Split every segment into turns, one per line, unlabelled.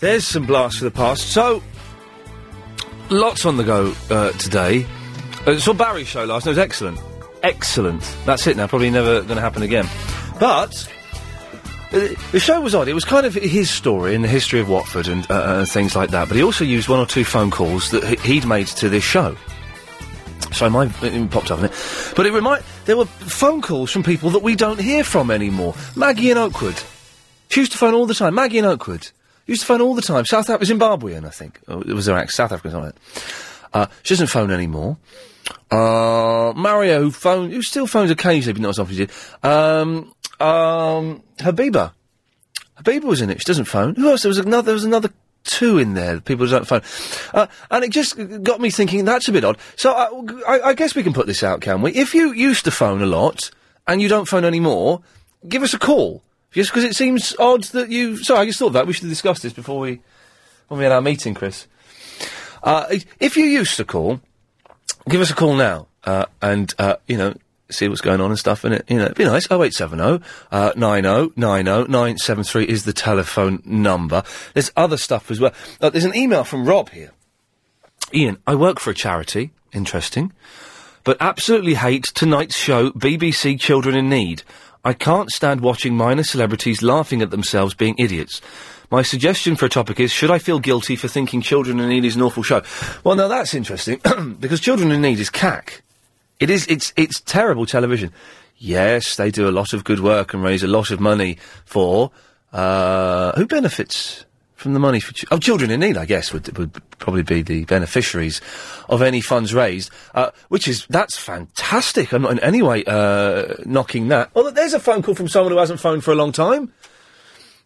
There's some blasts for the past. So, lots on the go uh, today. Uh, saw Barry's show last night. It was excellent. Excellent. That's it now. Probably never going to happen again. But uh, the show was odd. It was kind of his story in the history of Watford and uh, and things like that. But he also used one or two phone calls that he- he'd made to this show. So my it popped up in it, but it remind there were phone calls from people that we don't hear from anymore. Maggie in Oakwood, she used to phone all the time. Maggie in Oakwood used to phone all the time. South Africa, Zimbabwean, I think. Oh, it was her ex South African, something. like that. Uh, she doesn't phone anymore. Uh, Mario, who phone, who still phones occasionally, but not as often as he did. Um, um, Habiba. Habiba was in it. She doesn't phone. Who else? There was another. There was another two in there. that People don't phone, uh, and it just got me thinking. That's a bit odd. So uh, I, I, I guess we can put this out, can we? If you used to phone a lot and you don't phone anymore, give us a call. Just because it seems odd that you. Sorry, I just thought of that. We should have discussed this before we when we had our meeting, Chris. Uh, i- if you used to call, give us a call now uh, and uh, you know see what's going on and stuff and it you know it'd be nice Oh, 0870 uh, 90 90 973 is the telephone number there's other stuff as well uh, there's an email from rob here ian i work for a charity interesting but absolutely hate tonight's show bbc children in need i can't stand watching minor celebrities laughing at themselves being idiots my suggestion for a topic is should i feel guilty for thinking children in need is an awful show well now that's interesting because children in need is cac it is. It's it's terrible television. Yes, they do a lot of good work and raise a lot of money for uh, who benefits from the money for ch- oh children in need. I guess would would probably be the beneficiaries of any funds raised, uh, which is that's fantastic. I'm not in any way uh, knocking that. Oh, look, there's a phone call from someone who hasn't phoned for a long time.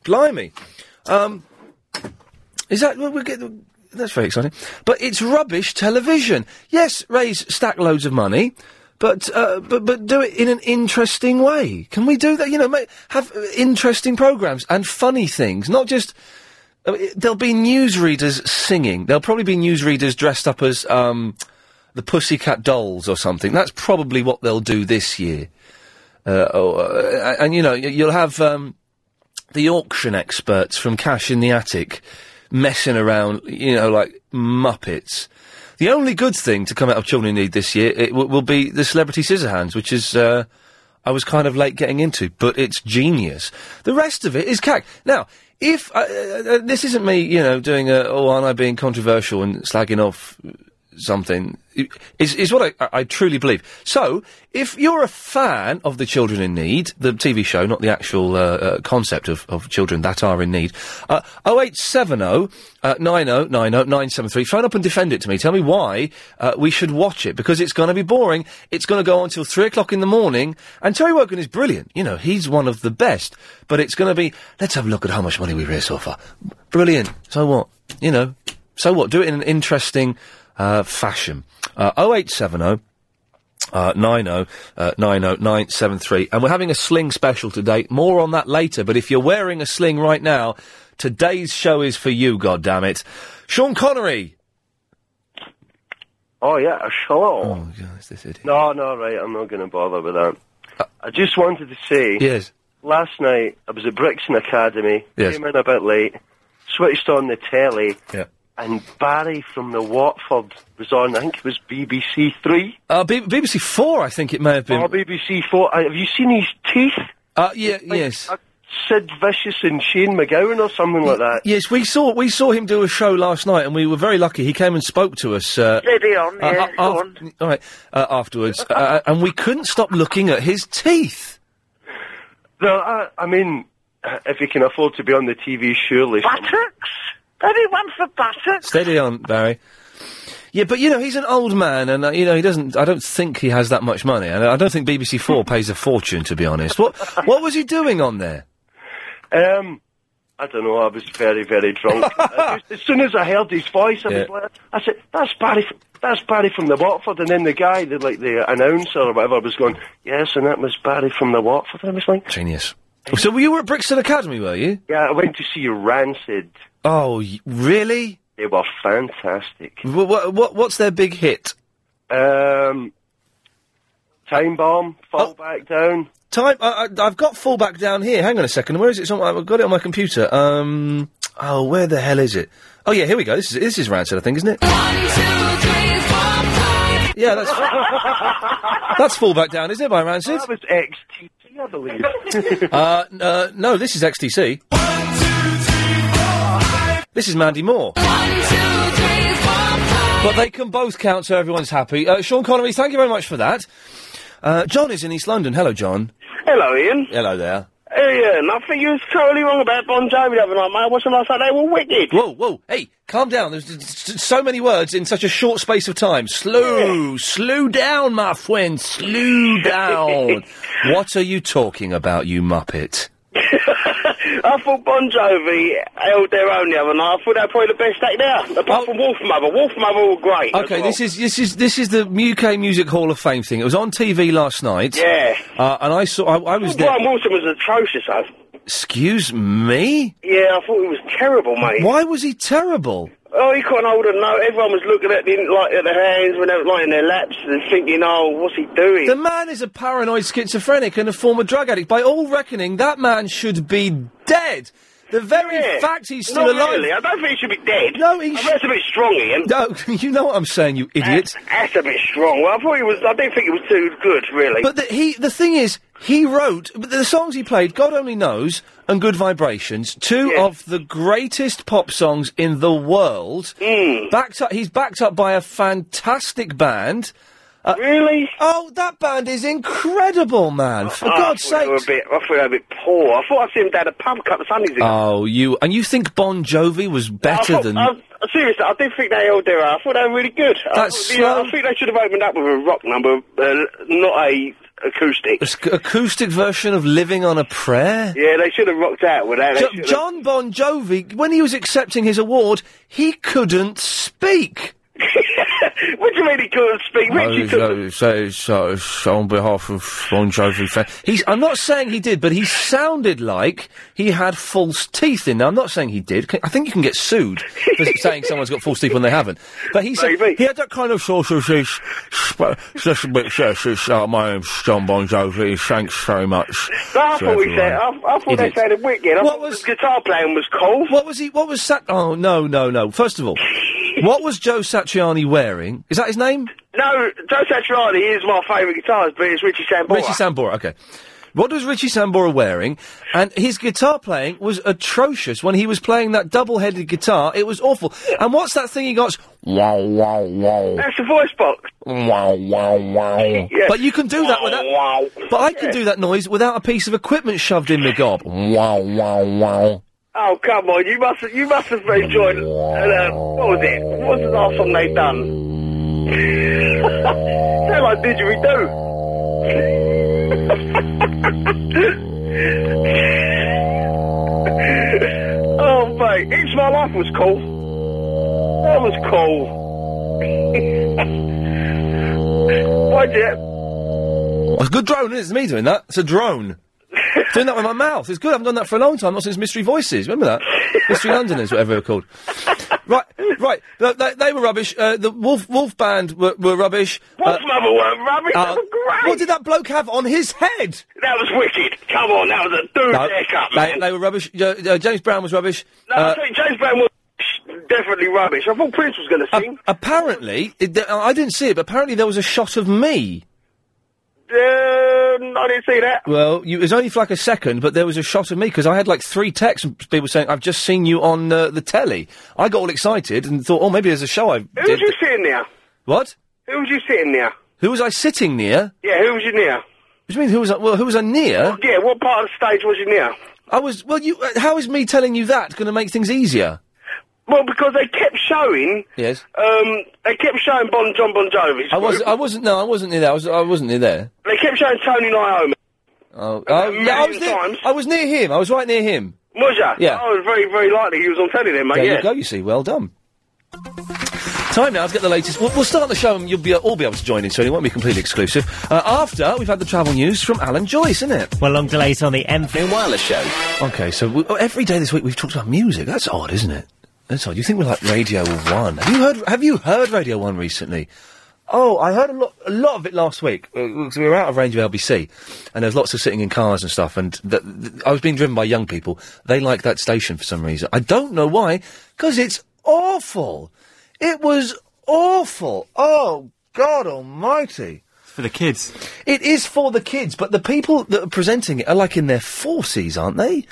Blimey. Um, is that we get? That's very exciting. But it's rubbish television. Yes, raise stack loads of money, but uh, but but do it in an interesting way. Can we do that? You know, ma have uh, interesting programs and funny things, not just. I mean, it- There'll be newsreaders singing. There'll probably be newsreaders dressed up as um, the Pussycat Dolls or something. That's probably what they'll do this year. Uh, oh, uh, and you know, y- you'll have. Um, the auction experts from Cash in the Attic messing around, you know, like Muppets. The only good thing to come out of Children in Need this year it w- will be the Celebrity Scissorhands, which is uh, I was kind of late getting into, but it's genius. The rest of it is cack. Now, if uh, uh, uh, this isn't me, you know, doing a oh, aren't I being controversial and slagging off something i- is is what I, I truly believe. So, if you're a fan of the Children in Need, the TV show, not the actual uh, uh, concept of, of children that are in need, uh, 0870 uh, 90 90 973, phone up and defend it to me. Tell me why uh, we should watch it because it's going to be boring. It's going to go on till three o'clock in the morning. And Terry Wogan is brilliant. You know, he's one of the best. But it's going to be let's have a look at how much money we raised so far. Brilliant. So what? You know, so what? Do it in an interesting uh, fashion. Uh, 0870 uh, 90 uh, 973. And we're having a sling special today. More on that later. But if you're wearing a sling right now, today's show is for you, God damn it. Sean Connery.
Oh yeah, a show.
this Uh,
No, no, right. I'm not going to bother with that. I just wanted to say.
Yes.
Last night I was at Brixton Academy.
Yes.
Came in a bit late. Switched on the telly.
Yeah.
And Barry from the Watford was on. I think it was BBC Three.
Uh, B- BBC Four, I think it may have been.
Or BBC Four. Uh, have you seen his teeth?
Uh, yeah, yes.
Uh, Sid Vicious and Shane McGowan or something like that.
Yes, we saw we saw him do a show last night, and we were very lucky. He came and spoke to us. Uh,
Steady on,
uh,
yeah,
a-
go
af- All right, uh, afterwards, uh, and we couldn't stop looking at his teeth.
No, I, I mean, if you can afford to be on the TV, surely.
Buttocks? Anyone for buttocks?
Steady on, Barry. Yeah, but you know he's an old man, and uh, you know he doesn't. I don't think he has that much money, and I don't think BBC Four pays a fortune, to be honest. What what was he doing on there?
Um, I don't know. I was very, very drunk. as as soon as I heard his voice, I was
Yeah.
like, I said, "That's Barry. f- That's Barry from the Watford." And then the guy, the like the announcer or whatever, was going, "Yes," and that was Barry from the Watford. And I was like,
Genius. So you were at Brixton Academy, were you?
"Yeah, I went to see Rancid.
Oh, y- really?
They were fantastic."
What, what what's their big hit?
Um, time bomb, fall
Oh.
back down.
Time. I, I, I've got fullback down here. Hang on a second. Where is it? It's on my- I've got it on my computer. Um, Oh, where the hell is it? Oh yeah, here we go. This is this is Rancid, I think, isn't it? Yeah, that's that's fall back down, isn't it, by Rancid?
That was XTT, I believe.
uh, n- uh, no, this is XTC. This is Mandy Moore. But they can both count, so everyone's happy. Uh, Sean Connery, thank you very much for that. Uh, John is in East London. Hello, John.
Hello, Ian.
Hello there.
Hey, Ian, I think you was totally wrong about Bon Jovi the other night, mate. I watched them last night. They were wicked.
Whoa, whoa. Hey, calm down. There's d- s- so many words in such a short space of time. Slow, slow down, my friend. Slow down. what are you talking about, you muppet?
I thought Bon Jovi held their own the other night. I thought they were probably the best act there, apart from Wolf Mother. Wolf Mother were great. as
Okay,
well.
this is this is this is the UK Music Hall of Fame thing. It was on TV last night.
Yeah.
Uh, and I saw. I, I was there.
Brian Wilson was atrocious, though.
Excuse me.
Yeah, I thought it was terrible, mate.
Why was he terrible?
Oh, he couldn't hold a note. Everyone was looking at him like at their hands when they were lying in their laps and thinking, "Oh, what's he doing?"
The man is a paranoid schizophrenic and a former drug addict. By all reckoning, that man should be dead. The very
Yeah.
fact he's still
Not
alive.
really. I don't think he should be dead.
No, he
I think That's a bit strong, Ian.
No, you know what I'm saying, you idiot.
That's a bit strong. Well, I thought he was. I didn't think he was too good, really.
But the, he, the thing is, he wrote but the songs he played. God only knows and Good Vibrations, two of the greatest pop songs in the world.
Mm.
Backed up, he's backed up by a fantastic band. Uh,
really?
Oh, that band is incredible, man! For
Oh,
God's
I thought
sake!
they were a bit. I thought they were a bit poor. I thought I seen him down the pub a couple of Sundays ago.
Oh, you and you think Bon Jovi was better
I thought,
than?
I, seriously, I did think they held their. I thought they were really good.
That's
I, thought, I think they should have opened up with a rock number, uh, not a acoustic.
Ac- acoustic version of "Living on a Prayer."
Yeah, they should have rocked out with that. They
Jo-
should have-
John Bon Jovi, when he was accepting his award, he couldn't speak.
What do you mean he couldn't speak? Richie could.
so, so, so on behalf of Bon Jovi fan, he's. I'm not saying he did, but he sounded like he had false teeth in. Now, I'm not saying he did. C- I think you can get sued for saying someone's got false teeth when they haven't. But he said he had that kind of sort of this, sp- this bit. Yes, it's, uh, my name's John Bon Jovi. Thanks very much.
No, I
to
thought he said. I,
everyone.
I thought
Idiot.
they sounded wicked. I
What
thought was his guitar playing was cold.
What was he? What was Sat? Oh no, no, no! First of all, what was Joe Satriani wearing? Is that his name?
No, Joe Satriani is my favourite guitarist, but it's Richie Sambora.
Richie Sambora. Okay. What was Richie Sambora wearing? And his guitar playing was atrocious. When he was playing that double-headed guitar, it was awful. And what's that thing he got? Wow, wow, wow.
That's the voice box.
Wow, wow, wow. But you can do that without.
Wow.
But I can do that noise without a piece of equipment shoved in me gob. Wow, wow, wow.
Oh come on! You must you must have enjoyed. And, uh, what was it? What was the last song they done? Sound like didgeridoo. oh mate, it's my life was cool. That was cool. Why'd you?
Oh, It's a good drone, isn't it? It's me doing that. It's a drone. doing that with my mouth. It's good. I haven't done that for a long time, not since Mystery Voices. Remember that? Mystery Londoners, whatever they were called. right, right. No, they, they were rubbish. Uh, the Wolf Wolf Band were, were rubbish. Uh,
Wolf Mother weren't rubbish. They were great.
What did that bloke have on his head?
That was wicked. Come on, that was a dude
No,
haircut,
they,
man.
they were rubbish. Jo- uh, James Brown was rubbish.
No,
Uh,
I think James Brown was definitely rubbish. I thought Prince was going to sing.
apparently, it, th- I didn't see it, but apparently there was a shot of me.
Um, I didn't see that.
Well, you, it was only for like a second, but there was a shot of me because I had like three texts from people saying, "I've just seen you on uh, the telly." I got all excited and thought, "Oh, maybe there's a show." I
Who
did.
was you sitting there?
What?
Who was you sitting there?
Who was I sitting near?
Yeah, who was you near?
Which means who was I, well? Who was I near?
Yeah, what part of the stage was you near?
I was. Well, you. Uh, how is me telling you that going to make things easier?
Well, because they kept showing,
Yes.
um, they kept showing Bon John Bon Jovi's.
I was.
group.
I wasn't. No, I wasn't near there. I was. I wasn't near there.
They kept showing Tony Iommi.
Oh, oh, yeah, I was near. I was near him. I was right near him.
Was ya?
Yeah.
I was very, very likely he was on telly then, mate.
There
yeah.
you go. You see, well done. Time now to get the latest. We'll, we'll start the show, and you'll be all be able to join in soon. It won't be completely exclusive. Uh, after we've had the travel news from Alan Joyce, isn't it?
Well, long delays on the M. Wireless show.
Okay, so we, oh, every day this week we've talked about music. That's odd, isn't it? That's odd. You think we're like Radio One? Have you heard? Have you heard Radio One recently? Oh, I heard a lot, a lot of it last week. uh, 'cause we were out of range of LBC, and there was lots of sitting in cars and stuff. And th- th- I was being driven by young people. They like that station for some reason. I don't know why, because it's awful. It was awful. Oh God Almighty!
For the kids.
It is for the kids, but the people that are presenting it are like in their forties, aren't they?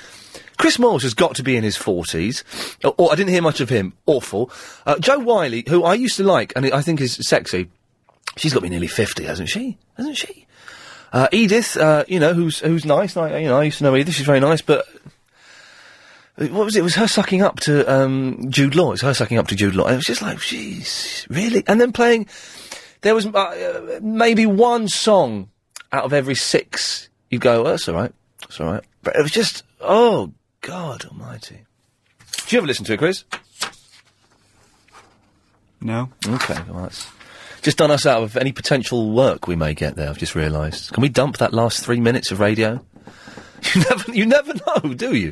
Chris Moores has got to be in his forties. Or, or I didn't hear much of him. Awful. Uh, Joe Wiley, who I used to like and I think is sexy. She's got to be nearly fifty, hasn't she? Hasn't she? Uh, Edith, uh, you know who's who's nice. and I, you know, I used to know Edith. She's very nice, but uh, what was it? It was her sucking up to um, Jude Law. It was her sucking up to Jude Law. And it was just like, jeez, really? And then playing, there was uh, uh, maybe one song out of every six. You go, oh, that's all right, that's all right. But it was just, oh God Almighty. Do you ever listen to it, Chris?
No.
Okay, well that's just done us out of any potential work we may get there. I've just realised. Can we dump that last three minutes of radio? You never, you never know, do you?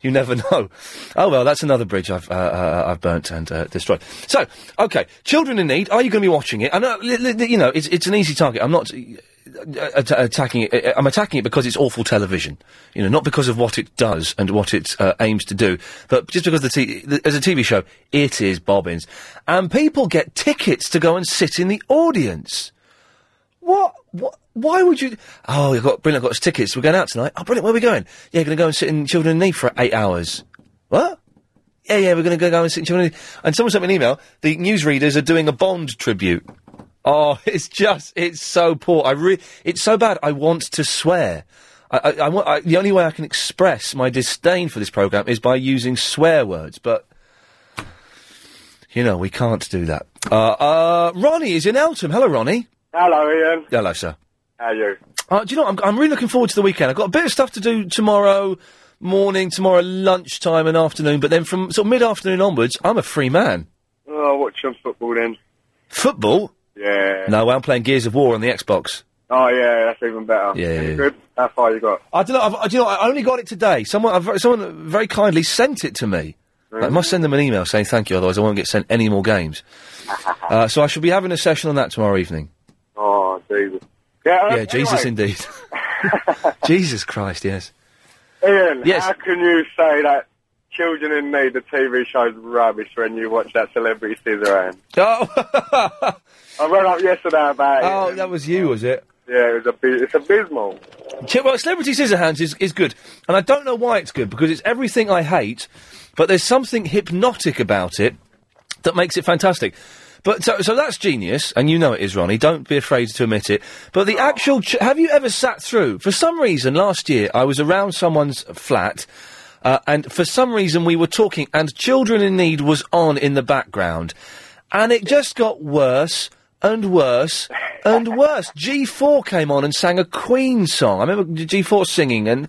You never know. Oh well, that's another bridge I've uh, uh, I've burnt and uh, destroyed. So, okay, children in need. Are you going to be watching it? I know, li- li- you know, it's it's an easy target. I'm not uh, at- attacking it. uh, I'm attacking it because it's awful television. You know, not because of what it does and what it uh, aims to do, but just because the, t- the as a TV show, it is bobbins, and people get tickets to go and sit in the audience. What? What? Why would you? Oh, I've got brilliant. I've got tickets. We're going out tonight. Oh, brilliant. Where are we going? Yeah, going to go and sit in Children in Need for eight hours. What? Yeah, yeah, we're going to go and sit in Children in Need. And someone sent me an email. The newsreaders are doing a Bond tribute. Oh, it's just, it's so poor. I re- it's so bad. I want to swear. I, I, I, want, I, the only way I can express my disdain for this program is by using swear words. But you know, we can't do that. Uh, uh, Ronnie is in Eltham. Hello, Ronnie.
Hello, Ian.
Hello, sir.
How are you?
Uh, do you know, what? I'm, I'm really looking forward to the weekend. I've got a bit of stuff to do tomorrow morning, tomorrow lunchtime and afternoon, but then from sort of mid-afternoon onwards, I'm a free man.
Oh, watching football then.
Football?
Yeah.
No, I'm playing Gears of War on the Xbox.
Oh, yeah, that's even better.
Yeah.
Any Good. How far you got?
I don't know, I've, I, do you know, I only got it today. Someone, I've, someone very kindly sent it to me. I must send them an email saying thank you, otherwise I won't get sent any more games. uh, so I shall be having a session on that tomorrow evening.
Oh, Jesus. Yeah, uh,
yeah, Jesus indeed. Jesus Christ, yes.
Ian,
Yes.
how can you say that Children in Need, the TV show's rubbish when you watch that Celebrity Scissorhand?
Oh,
I read up yesterday about it.
oh, that was you, was it?
Yeah, it was abi- it's abysmal.
Ch- Well, Celebrity Scissorhands is, is good, and I don't know why it's good because it's everything I hate, but there's something hypnotic about it that makes it fantastic. But so, so that's genius, and you know it is, Ronnie. Don't be afraid to admit it. But the actual, ch- have you ever sat through? For some reason, last year I was around someone's flat, uh, and for some reason we were talking, and Children in Need was on in the background, and it just got worse and worse and worse. G4 came on and sang a Queen song. I remember G4 singing and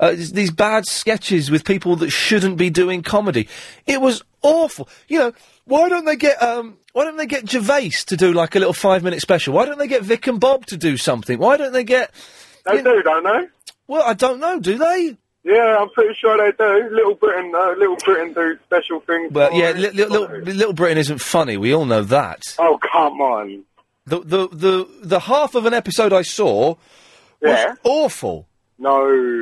uh, s- these bad sketches with people that shouldn't be doing comedy. It was awful. You know, why don't they get um why don't they get Gervais to do like a little 5-minute special? Why don't they get Vic and Bob to do something? Why don't they get
They do, don't they?
Well, I don't know, do they?
Yeah, I'm pretty sure they do. Little Britain, uh, Little Britain do special things.
Well,
for
yeah,
it.
li- li- little, little Britain isn't funny. We all know that.
Oh, come on.
The the the the half of an episode I saw was
Yeah.
awful.
No.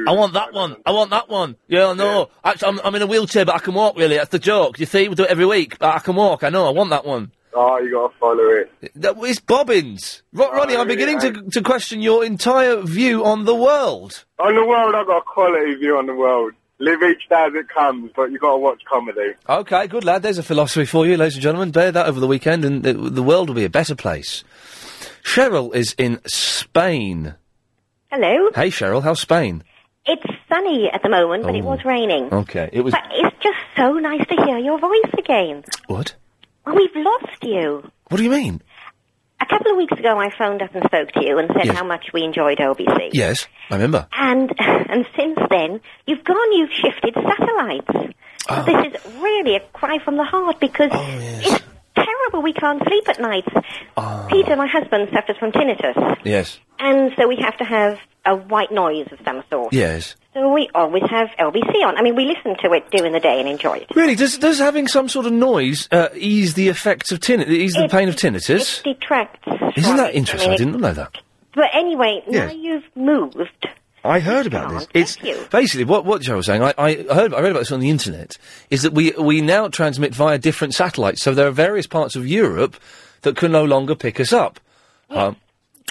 I want that one. I want that one. Yeah, I know. Actually, I'm, I'm in a wheelchair, but I can walk, really. That's the joke. You see, we do it every week, but I can walk. I know. I want that one.
Ah,
Oh, you gotta follow it.
That, it's bobbins. Ro- Ronnie, I'm beginning to, to question your entire view on the world.
On the world, I've got a quality view on the world. Live each day as it comes, but you gotta watch comedy.
Okay, good lad. There's a philosophy for you, ladies and gentlemen. Bear that over the weekend, and the, the world will be a better place. Cheryl is in Spain.
Hello.
Hey, Cheryl, how's Spain?
It's sunny at the moment, but it
Oh.
was raining.
Okay, it was.
But it's just so nice to hear your voice again.
What?
Well, we've lost you.
What do you mean?
A couple of weeks ago, I phoned up and spoke to you and said
Yes.
how much we enjoyed LBC.
Yes, I remember.
And and since then, you've gone. You've shifted satellites.
Ah.
This is really a cry from the heart because
Oh,
it's terrible. We can't sleep at night.
Ah.
Peter, my husband, suffers from tinnitus,
Yes,
and so we have to have a white noise of some sort.
yes.
So So we always have LBC on. I mean, we listen to it during the day and enjoy it.
Really, does does having some sort of noise uh, ease the effects of tin? Ease the pain of tinnitus?
Detract.
Isn't that interesting? I didn't know that.
But anyway,
Yes.
now you've moved.
I heard about this. It's
Oh, you.
basically what what Joe was saying. I, I heard I read about this on the internet. Is that we we now transmit via different satellites. So there are various parts of Europe that can no longer pick us up. Um,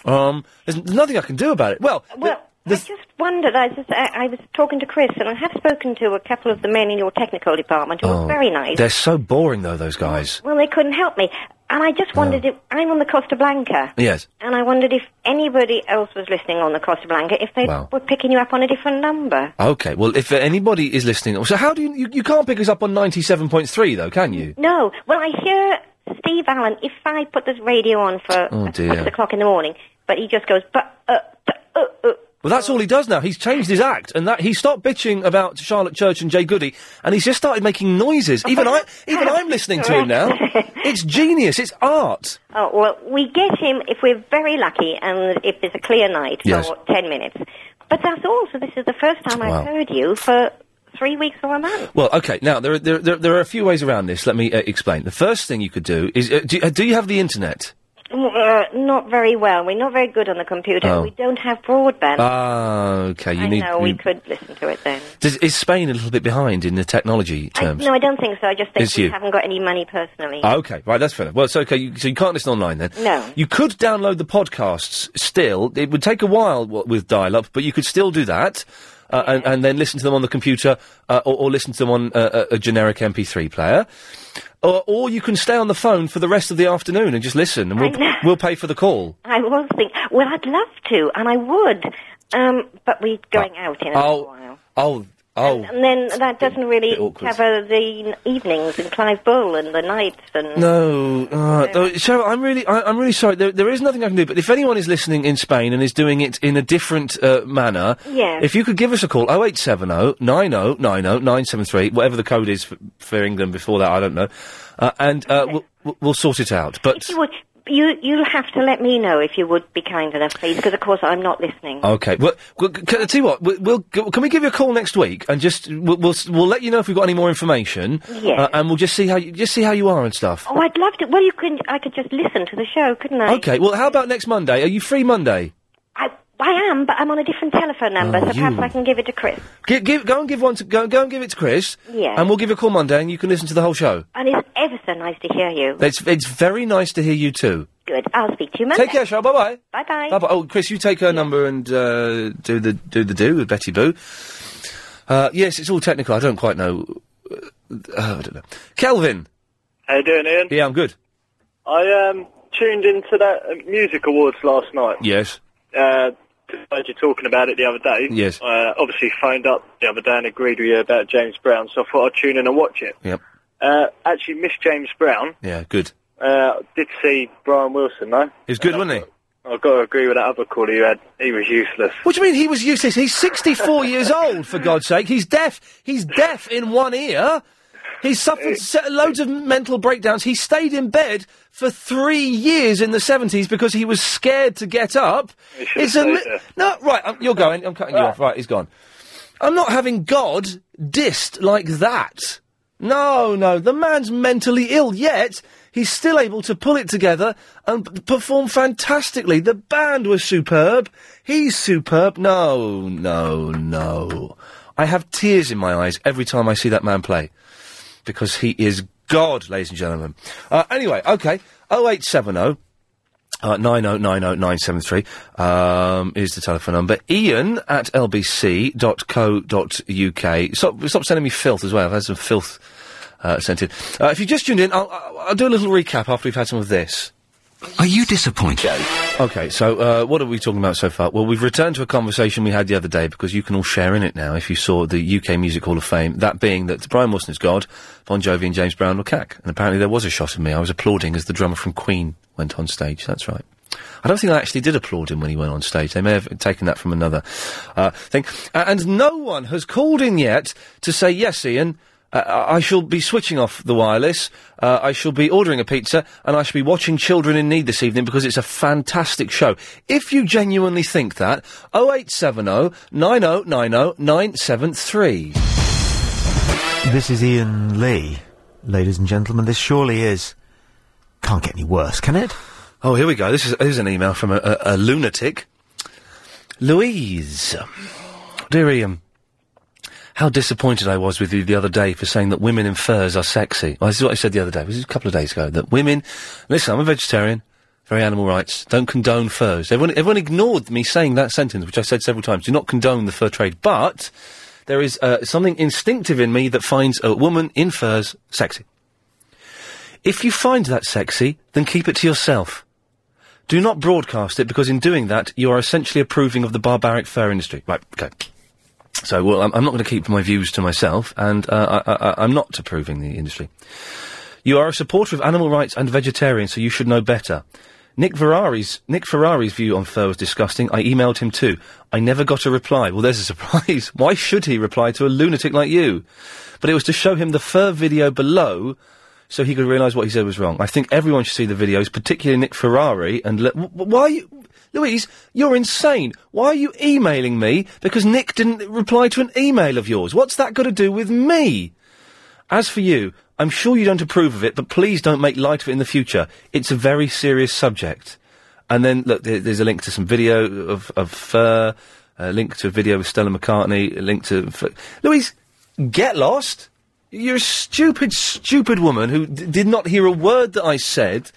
um, there's nothing I can do about it. Well,
Well, I just wondered. I, just, I, I was talking to Chris, and I have spoken to a couple of the men in your technical department who
oh,
are very nice.
They're so boring though. Those guys.
Well, they couldn't help me. And I
Oh.
just wondered if I'm on the Costa Blanca.
Yes.
And I wondered if anybody else was listening on the Costa Blanca, if they
Wow.
were picking you up on a different number.
Okay. Well, if anybody is listening, so how do you you, you can't pick us up on ninety seven point three though, can you?
No. Well, I hear Steve Allen, if I put this radio on for
Oh,
uh,
dear.
six o'clock in the morning, but he just goes, but, uh,
Well, that's all he does now. He's changed his act, and that he stopped bitching about Charlotte Church and Jay Goody, and he's just started making noises. Even I, even I'm listening to him now. It's genius. It's art.
oh, well, we get him if we're very lucky and if there's a clear night
Yes.
for ten minutes. But that's all. So this is the first time
Wow.
I've heard you for three weeks or a month.
Well, okay. Now there, are- there, there, there are a few ways around this. Let me uh, explain. The first thing you could do is, uh, do, uh, do you have the internet?
Uh, not very well. We're not very good on the computer.
Oh.
We don't have broadband.
Ah, okay. You
Um, I
need.
know we
you-
could listen to it then.
Does, is Spain a little bit behind in the technology terms?
No, I don't think so. I just think
It's
we
Um, you.
haven't got any money personally.
Ah, okay, right, that's fair enough. Well, it's okay, you, so you can't listen online then?
No.
You could download the podcasts still. It would take a while w- with dial up, but you could still do that. Uh, and, and then listen to them on the computer uh, or, or listen to them on uh, a, a generic MP3 player. Or, or you can stay on the phone for the rest of the afternoon and just listen, and
I
we'll,
know.
we'll pay for the call.
I was thinking, well, I'd love to, and I would, um, but we're going out in a little
Oh,
while.
oh, oh.
And then that doesn't really
bit awkward.
cover the n- evenings and Clive Bull and the nights and
No, uh, no, Cheryl, I'm really, I, I'm really sorry. There, there is nothing I can do. But if anyone is listening in Spain and is doing it in a different uh, manner,
Yes.
if you could give us a call, 0870 9090 973, whatever the code is for, for England before that, I don't know, uh, and uh, we'll, we'll- we'll sort it out. But
you would. You you'll have to let me know if you would be kind enough, please, because of course I'm not listening.
okay, well, well c- can, I tell you what, we- we'll, g- can we give you a call next week and just we'll we'll, s- we'll let you know if we've got any more information,
Yes.
uh, and we'll just see how you, just see how you are and stuff.
Oh, I'd love to. Well, you could. I could just listen to the show, couldn't I?
Okay, well, how about next Monday? Are you free Monday?
I, I am, but I'm on a different telephone number,
Oh,
so perhaps
you.
I can give it to Chris.
Give, give, go and give one to go, go and give it to Chris.
Yeah.
And we'll give you a call Monday, and you can listen to the whole show.
And it's ever so nice to hear you.
It's it's very nice to hear you too.
Good. I'll speak to you Monday.
Take care, Cheryl. Bye
Bye bye.
bye. Bye bye. Oh, Chris, you take her number and uh, do the do the do with Betty Boo. Uh, yes, it's all technical. I don't quite know. Uh, I don't know. Kelvin.
How you doing, Ian?
Yeah, I'm good.
I um, tuned into that uh, music awards last night.
Yes.
Uh, heard you talking about it the other day.
Yes.
Uh, obviously phoned up the other day and agreed with you about James Brown, so I thought I'd tune in and watch it.
Yep.
Uh, actually, Miss James Brown.
Yeah. Good.
Uh, did see Brian Wilson though.
He was good, wasn't he?
I've got to agree with that other caller you had. He was useless.
What do you mean he was useless? He's 64 years old, for God's sake. He's deaf. He's deaf in one ear. He's
Eh.
suffered se- loads of mental breakdowns. He stayed in bed for three years in the 70s because he was scared to get up.
should've
mi-
stayed there. Ah.
No, right, um, you're going. I'm cutting you off. Right, he's gone. I'm not having God dissed like that. No, no, the man's mentally ill, yet he's still able to pull it together and p- perform fantastically. The band was superb. He's superb. No, no, no. I have tears in my eyes every time I see that man play because he is God, ladies and gentlemen. Uh, anyway, okay, 0870. Uh, 9090973 um, is the telephone number. Ian at lbc.co.uk. Stop, stop sending me filth as well. I've had some filth uh, sent in. Uh, if you just tuned in, I'll, I'll, I'll do a little recap after we've had some of this. Are you disappointed? Okay, so uh, what are we talking about so far? Well, we've returned to a conversation we had the other day because you can all share in it now if you saw the UK Music Hall of Fame. That being that Brian Wilson is God, Bon Jovi and James Brown were cack. And apparently there was a shot of me. I was applauding as the drummer from Queen went on stage. That's right. I don't think I actually did applaud him when he went on stage. They may have taken that from another uh, thing. A- and no one has called in yet to say, yes, Ian, Uh, I I shall be switching off the wireless. Uh, I shall be ordering a pizza, and I shall be watching Children in Need this evening because it's a fantastic show. If you genuinely think that, 0870 9090 973.
This is Ian Lee. Ladies and gentlemen, this surely is. Can't get any worse, can it?
Oh, here we go. This is, here's an email from a, a, a lunatic. Louise. Dear Ian, how disappointed I was with you the other day for saying that women in furs are sexy. Well, this is what I said the other day. This is a couple of days ago. That women, listen, I'm a vegetarian, very animal rights, don't condone furs. Everyone, everyone ignored me saying that sentence, which I said several times. Do not condone the fur trade, but there is uh, something instinctive in me that finds a woman in furs sexy. If you find that sexy, then keep it to yourself. Do not broadcast it because in doing that, you are essentially approving of the barbaric fur industry. Right, okay. So, well, I'm, I'm not going to keep my views to myself, and uh, I, I, I'm not approving the industry. You are a supporter of animal rights and vegetarian, so you should know better. Nick Ferrari's Nick Ferrari's view on fur was disgusting. I emailed him too. I never got a reply. Well, there's a surprise. Why should he reply to a lunatic like you? But it was to show him the fur video below, so he could realise what he said was wrong. I think everyone should see the videos, particularly Nick Ferrari. And le- wh- why, are you- Louise, you're insane. Why are you emailing me because Nick didn't reply to an email of yours? What's that got to do with me? As for you, I'm sure you don't approve of it, but please don't make light of it in the future. It's a very serious subject. And then, look, there, there's a link to some video of, of fur, a link to a video with Stella McCartney, a link to. F- Louise, get lost! You're a stupid, stupid woman who d- did not hear a word that I said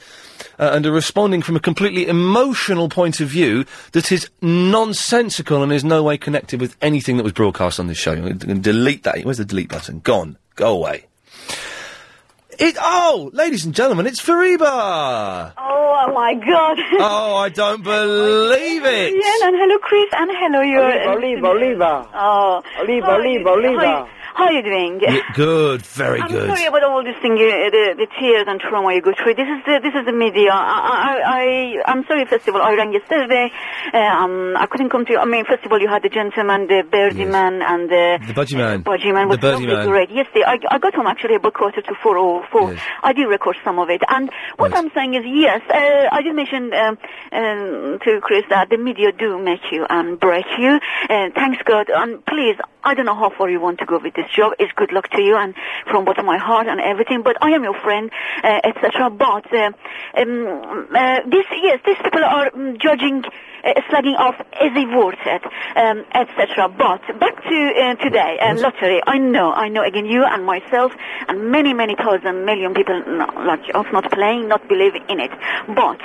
uh, and are responding from a completely emotional point of view that is nonsensical and is no way connected with anything that was broadcast on this show. You're going to delete that. Where's the delete button? Gone. Go away. It, oh, ladies and gentlemen, it's Fariba!
Oh my god.
oh, I don't believe it!
Ian, and hello Chris, and hello your.
Oliva, Oliva.
Oh.
Oliva,
How are
Oliva,
you doing?
Oliva.
How are you- How are you doing?
Yeah, good, very
I'm
good.
sorry about all this thing, uh, the, the tears and trauma you go through. This is the, this is the media. I, I, I, I'm sorry, first of all, I rang yesterday. Uh, um, I couldn't come to you. I mean, first of all, you had the gentleman, the birdie man, and the...
The budgie man.
Budgie man was
The birdie
lovely,
man.
great. Yes, they- I, I got home actually about quarter to four or four. I did record some of it. And what I'm saying is, yes, uh, I did mention um, um, to Chris that the media do make you and break you. Uh, thanks God. And please, I don't know how far you want to go with this job. It's good luck to you and from bottom of my heart and everything. But I am your friend, uh, etc. But uh, um, uh, this, yes, these people are um, judging uh, slagging off as they voted, um, etc. But back to uh, today, uh, lottery. I know, I know again, you and myself and many, many thousand million people not, like us not playing, not believing in it. But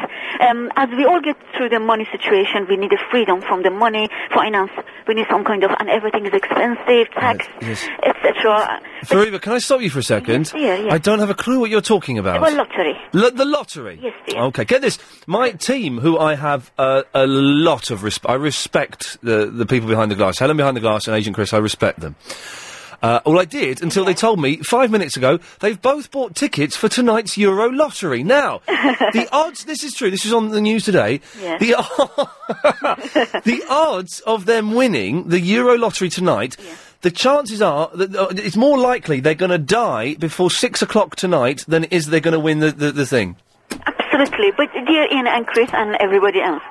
um, as we all get through the money situation, we need a freedom from the money, finance, we need some kind of, and everything is expensive, tax,
Yes.
etc.
Fariba, can I stop you for a second?
dear, yes.
I don't have a clue what you're talking about.
Well, lottery.
Lo- the lottery.
Yes, dear.
Okay, get this. My team, who I have uh, a lot of respect, I respect the the people behind the glass. Helen behind the glass and Agent Chris, I respect them. Uh, all I did until they told me five minutes ago they've both bought tickets for tonight's Euro lottery. Now, the odds. This is true. This is on the news today.
Yeah.
The the odds of them winning the Euro lottery tonight, the chances are that uh, it's more likely they're going to die before six o'clock tonight than it is they're going to win the, the, the thing.
Absolutely, but dear Ian and Chris and everybody else,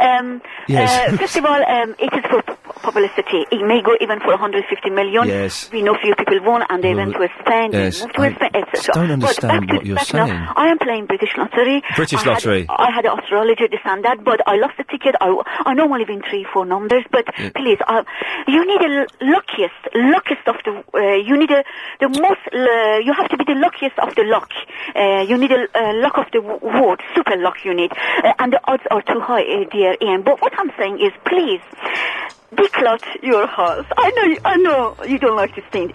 um,
Yes.
uh, first of all, um, it is for p- publicity. It may go even for 150 million.
Yes.
We know few people won, and they
Well,
went to Spain,
yes,
they moved to
I
Spain,
just don't
etc.
understand
but back to
what you're
back now,
saying.
I am playing British lottery.
British
I had-
lottery.
I had an astrologer, this and that, but I lost the ticket. I, I normally win three, four numbers, but
Yeah.
please, uh, you need the l- luckiest, luckiest of the, uh, you need a, the most, uh, you have to be the luckiest of the luck. Uh, you need a uh, luck of the w- word, super luck you need. Uh, and the odds are too high, uh, dear Ian. But what I'm saying is, please, declutch your house. I know, you- I know you don't like this thing.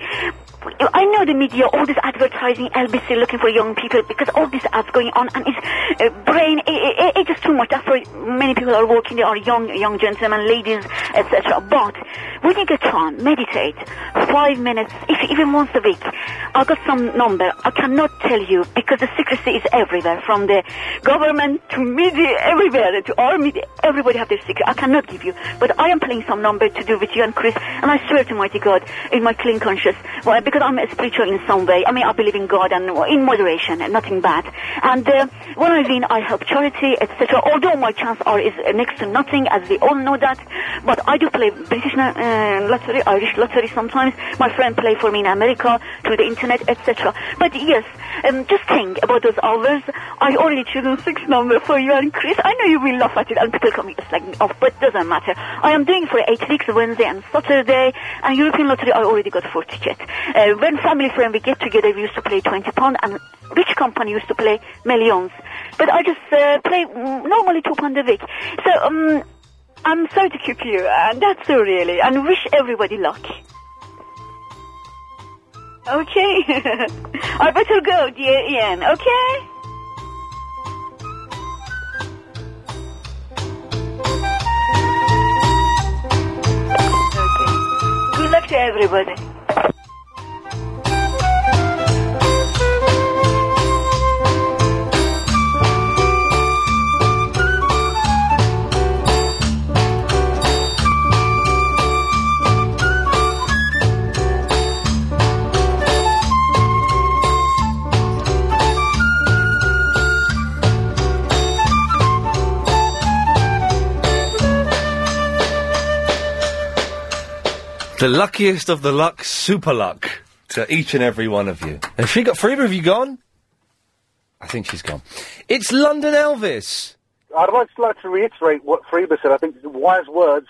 I know the media, all this advertising, LBC looking for young people because all this ads going on and it's uh, brain, i i i- it's just too much. After many people are working, they are young, young gentlemen, ladies, etc. But we need a time, meditate, five minutes, if even once a week. I got some number. I cannot tell you because the secrecy is everywhere, from the government to media, everywhere, to our media. Everybody have their secret. I cannot give you, but I am playing some number to do with you and Chris, and I swear to mighty God, in my clean conscience, well, because because I'm spiritual in some way. I mean, I believe in God and in moderation, and nothing bad. And uh, when I win, I help charity, etc. Although my chance are is uh, next to nothing, as we all know that. But I do play British na- uh, lottery, Irish lottery sometimes. My friend play for me in America through the internet, etc. But yes, um, just think about those hours. I already chosen six number for you and Chris. I know you will laugh at it, and people come it's like me off, but doesn't matter. I am doing for eight weeks, Wednesday and Saturday, and European lottery. I already got four tickets. Uh, when family friend we get together, we used to play twenty pound, and which company used to play millions. But I just uh, play mm, normally two pound a week. So um, I'm sorry to keep you, and that's all really. And wish everybody luck. Okay, I better go, dear Ian. Okay. Good luck to everybody.
The luckiest of the luck, super luck to each and every one of you. Have she got Frida? Have you gone? I think she's gone. It's London Elvis.
I'd like, like to reiterate what Freeba said. I think it's wise words.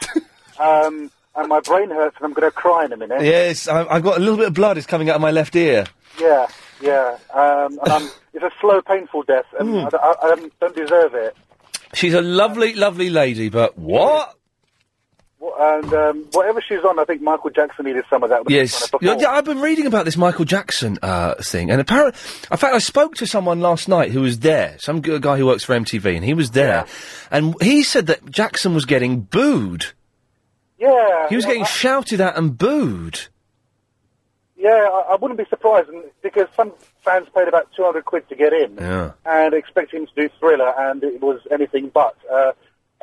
um, and my brain hurts, and I'm going to cry in a minute.
Yes, I, I've got a little bit of blood is coming out of my left ear.
Yeah, yeah. Um, and I'm, it's a slow, painful death, and
Mm.
I, I, I don't- don't deserve it.
She's a lovely, lovely lady, but what?
Wha- And um, whatever she's on, I think Michael Jackson needed some of that. when he was
Yes.
on it
Yeah,
before.
yeah, I've been reading about this Michael Jackson uh, thing, and apparently, in fact, I spoke to someone last night who was there, some g- guy who works for MTV, and he was there, and he said that Jackson was getting booed.
Yeah.
He was
yeah,
getting
I-
shouted at and booed.
Yeah, I, I wouldn't be surprised and- because some fans paid about 200 quid to get in
Yeah.
and expect him to do Thriller, and it was anything but. Uh,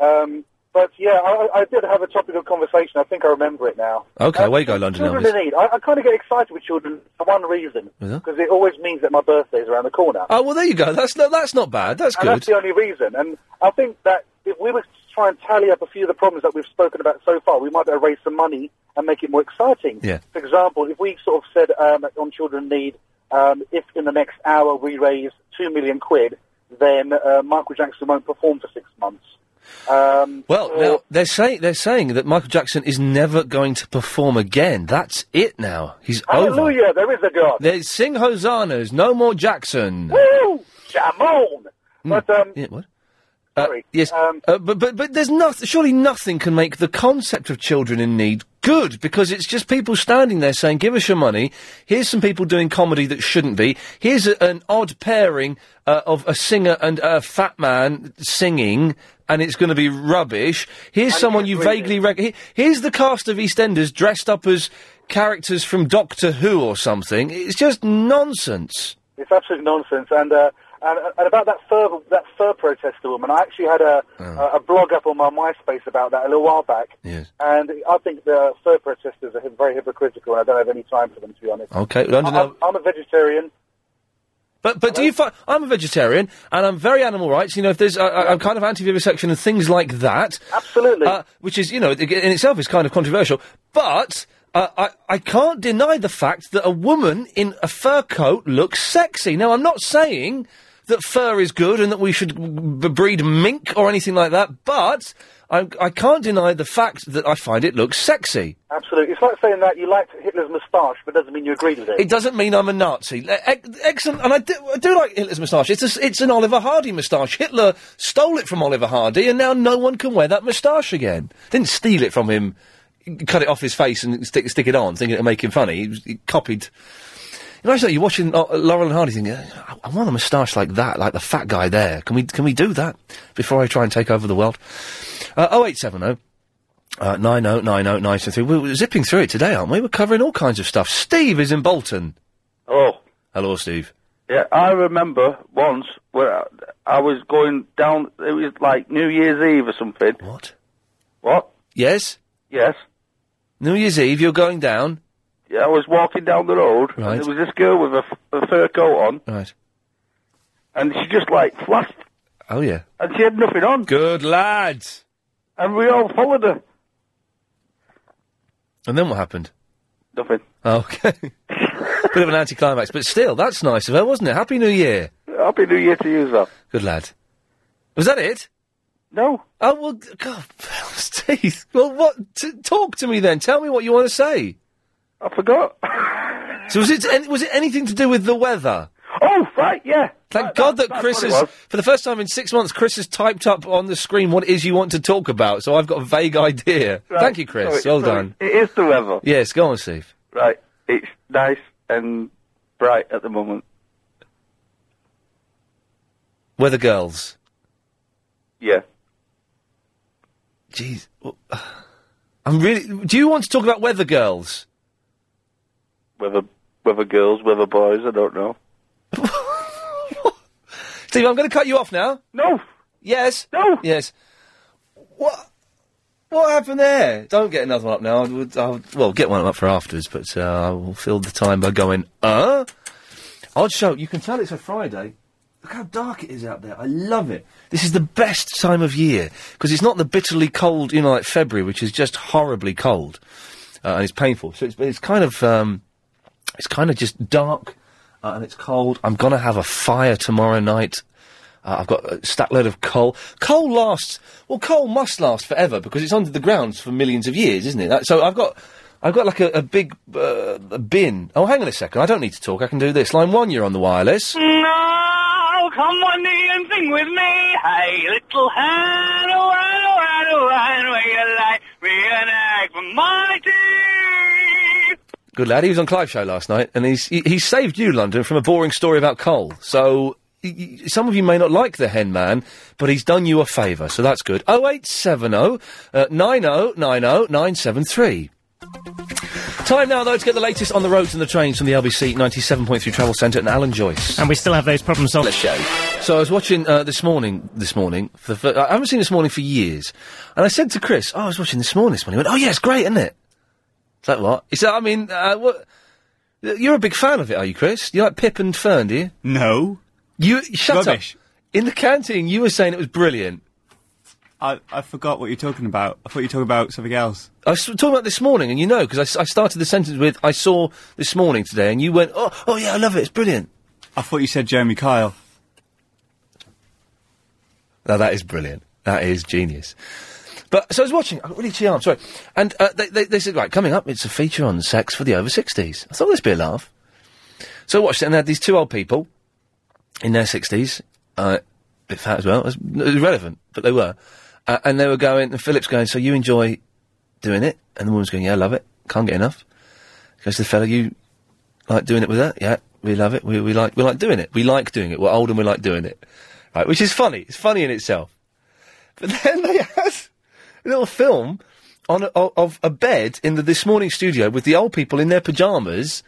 um, but yeah, I, I I did have a topical conversation. I think I remember it now.
Okay, away you go, London
Children
Elvis.
in need. I, I kind of get excited with children for one reason
Yeah.
because it always means that my birthday is around the corner.
Oh well, there you go. That's not that's not bad. That's
and
good.
that's the only reason. And I think that if we were to try and tally up a few of the problems that we've spoken about so far, we might be able to raise some money and make it more exciting.
Yeah.
For example, if we sort of said um, on Children Need, um, if in the next hour we raise two million quid, then uh, Michael Jackson won't perform for six months. Um,
Well,
or-
now they're saying they're saying that Michael Jackson is never going to perform again. That's it now. He's over.
hallelujah, there is a God.
They sing hosannas. No more Jackson.
Woo! Jamon! But um,
Hmm. yeah, what? Sorry. yes, uh, but but but there's nothing. Surely nothing can make the concept of children in need good because it's just people standing there saying, "Give us your money." Here's some people doing comedy that shouldn't be. Here's a, an odd pairing uh, of a singer and a fat man singing, and it's going to be rubbish. Here's someone you vaguely rec- he- Here's the cast of EastEnders dressed up as characters from Doctor Who or something. It's just nonsense.
It's absolute nonsense. And uh, and, and about that fur that fur protester woman, I actually had a, a a blog up on my MySpace about that a little while back.
Oh. Yes.
And I think the fur protesters are very hypocritical, and I don't have any time for them to be honest.
Okay, London
I'm, I'm a vegetarian.
But but do you find I'm a vegetarian and I'm very animal rights. You know, if there's I, I, I'm kind of anti-vivisection and things like that.
Absolutely.
Uh, which is you know in itself is kind of controversial, but. Uh, I, I can't deny the fact that a woman in a fur coat looks sexy. Now, I'm not saying that fur is good and that we should b- breed mink or anything like that, but I, I can't deny the fact that I find it looks sexy.
Absolutely. It's like saying that you liked Hitler's moustache, but doesn't mean you agreed with it.
It doesn't mean I'm a Nazi. Le- ec- Excellent, and I do, I do like Hitler's moustache. It's, a s it's an Oliver Hardy moustache. Hitler stole it from Oliver Hardy, and now no one can wear that moustache again. Didn't steal it from him, cut it off his face and stick, stick it on, thinking it'd make him funny. He, was- he copied. Imagine that you're watching uh, Laurel and Hardy thinking, I, I want a moustache like that, like the fat guy there. Can we can we do that before I try and take over the world? Uh, 0870 uh, 9090973. We're, we're zipping through it today, aren't we? We're covering all kinds of stuff. Steve is in Bolton.
Oh,
Hello, Steve.
yeah. I remember once where I, I was going down. It was like New Year's Eve or something.
What?
What?
Yes?
Yes.
New Year's Eve, you're going down?
I was walking down the road,
Right.
and there was this girl with a, f- a fur coat on,
Right.
and she just like flashed,
Oh yeah.
and she had nothing on.
Good lads.
And we all followed her.
And then what happened?
Nothing.
Okay. Bit of an anticlimax, but still, that's nice of her, wasn't it? Happy New Year.
Happy New Year to you, though.
Good lad. Was that it?
No.
Oh well, g- God, Steve. Well, what? T- talk to me then. Tell me what you want to say.
I forgot.
so was it? Any- was it anything to do with the weather?
Oh right, yeah.
Thank God that
that's
Chris
what it
has,
was.
for the first time in six months, Chris has typed up on the screen what it is you want to talk about. So I've got a vague idea.
Right,
Thank you, Chris.
sorry,
well
sorry.
done.
It is the weather.
Yes, go on, Steve.
Right, it's nice and bright at the moment.
We're the girls.
Yeah.
Jeez. Well, I'm really. Do you want to talk about weather girls?
Whether whether girls, whether boys, I don't know.
Steve, I'm going to cut you off now.
No.
Yes.
No.
Yes. What? What happened there? Don't get another one up now. I would, I would, well, get one up for afterwards, but uh, I will fill the time by going, uh? Odd show. You can tell it's a Friday. Look how dark it is out there. I love it. This is the best time of year because it's not the bitterly cold, you know, like February, which is just horribly cold uh, and it's painful. So it's, it's kind of, um, it's kind of just dark uh, and it's cold. I'm gonna have a fire tomorrow night. Uh, I've got a stack load of coal. Coal lasts. Well, coal must last forever because it's under the ground for millions of years, isn't it? That, so I've got, I've got like a, a big uh, a bin. Oh, hang on a second. I don't need to talk. I can do this. Line one, you're on the wireless.
Now, come on knee and sing with me. Hey, little hen, oh, hen, oh, hen, oh, hen, will you lay me an egg for my tea?
Good lad. He was on Clive show last night, and he's he, he saved you, London, from a boring story about coal. So y- y- some of you may not like the hen man, but he's done you a favour, so that's good. Oh eight seven oh nine oh nine oh nine seven three. Time now, though, to get the latest on the roads and the trains from the LBC 97.3 Travel Centre and Alan Joyce.
And we still have those problems on the show.
So I was watching uh, this morning. This morning, for the fir- I haven't seen this morning for years, and I said to Chris, "Oh, I was watching this morning." This morning, he went, "Oh yeah, it's great, isn't it?" It's like what? He said, "I mean, uh, what? You're a big fan of it, are you, Chris? You like Pip and Fern, do you?" No. You shut
Rubbish.
up. In the canteen, you were saying it was brilliant.
I, I forgot what you're talking about. I thought you were talking about something else.
I was talking about this morning, and you know, because I s- I, started the sentence with "I saw this morning today," and you went, "Oh, oh yeah, I love it. It's brilliant."
I thought you said Jeremy Kyle.
Now that is brilliant. That is genius. But so I was watching. I got really chilly arm. Sorry. And uh, they, they, they said, right, coming up, it's a feature on sex for the over sixties. I thought this would be a laugh. So I watched it, and they had these two old people in their sixties, uh, a bit fat as well. It was n- irrelevant, but they were, uh, and they were going. And Philip's going, so you enjoy doing it? And the woman's going, yeah, I love it. Can't get enough. Goes to the fella, you like doing it with her? Yeah, we love it. We, we like we like doing it. We like doing it. We're old and we like doing it. Right, which is funny. It's funny in itself. But then they had a little film on a, o- of a bed in the this morning studio with the old people in their pajamas,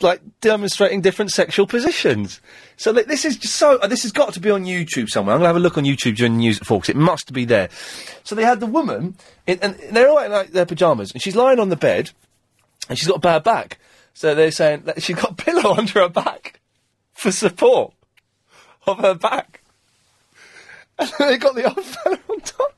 like demonstrating different sexual positions. So like, this is just so. uh, this has got to be on YouTube somewhere. I'm gonna have a look on YouTube during the news at four 'cause it must be there. So they had the woman, in, and they're all in like, their pajamas, and she's lying on the bed, and she's got a bad back. So they're saying that she's got a pillow under her back for support of her back. And they got the old fella on top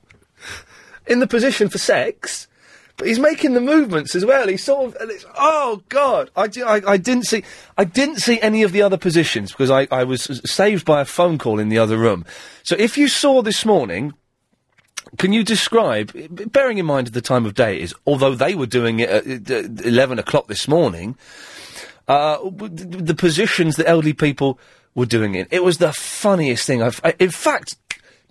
in the position for sex, but he's making the movements as well. He's sort of, and it's, oh god, I, di- I, I didn't see, I didn't see any of the other positions because I, I was s- saved by a phone call in the other room. So if you saw this morning, can you describe, b- bearing in mind the time of day it is, although they were doing it at uh, d- 11 o'clock this morning, uh, w- d- d- the positions that elderly people were doing it. It was the funniest thing I've, I, in fact,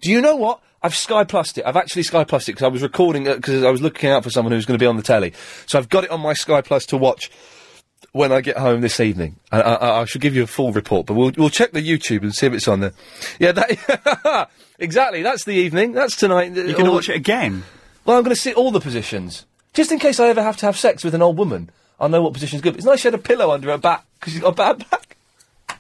do you know what? I've Sky Plused it. I've actually Sky Plused it because I was recording because I was looking out for someone who was going to be on the telly. So I've got it on my Sky Plus to watch when I get home this evening. And I, I, I should give you a full report, but we'll, we'll check the YouTube and see if it's on there. Yeah, that, exactly. That's the evening. That's tonight. You're
gonna watch it again?
Well, I'm going to see all the positions. Just in case I ever have to have sex with an old woman, I'll know what position's good. It's nice she had a pillow under her back because she's got a bad back.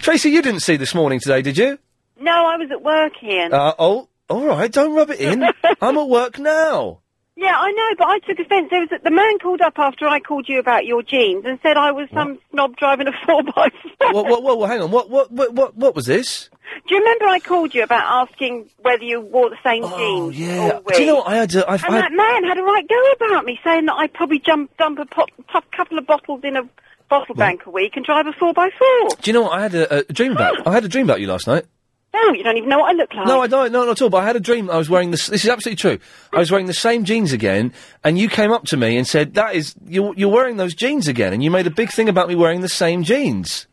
Tracy, you didn't see this morning today, did you?
No, I was at work, Ian.
Uh-huh. Uh, oh, all right. Don't rub it in. I'm at work now.
Yeah, I know, but I took offence. There was the man called up after I called you about your jeans and said I was some snob driving a four by four.
Whoa, whoa, whoa, whoa, hang on. What, what, what, what, what was this?
Do you remember I called you about asking whether you wore the same jeans?
Oh, Yeah.
all
Do you know
week?
what I had? To, I've,
and
I,
that man had a right go about me, saying that I'd probably jump, dump a pop, pop, couple of bottles in a bottle bank a week and drive a four by four.
do you know what I had a, a dream about? I had a dream about you last night.
No, you don't even know what I look like.
No, I don't. No, not at all. But I had a dream. I was wearing this. This is absolutely true. I was wearing the same jeans again, and you came up to me and said, "That is, you're, you're wearing those jeans again." And you made a big thing about me wearing the same jeans.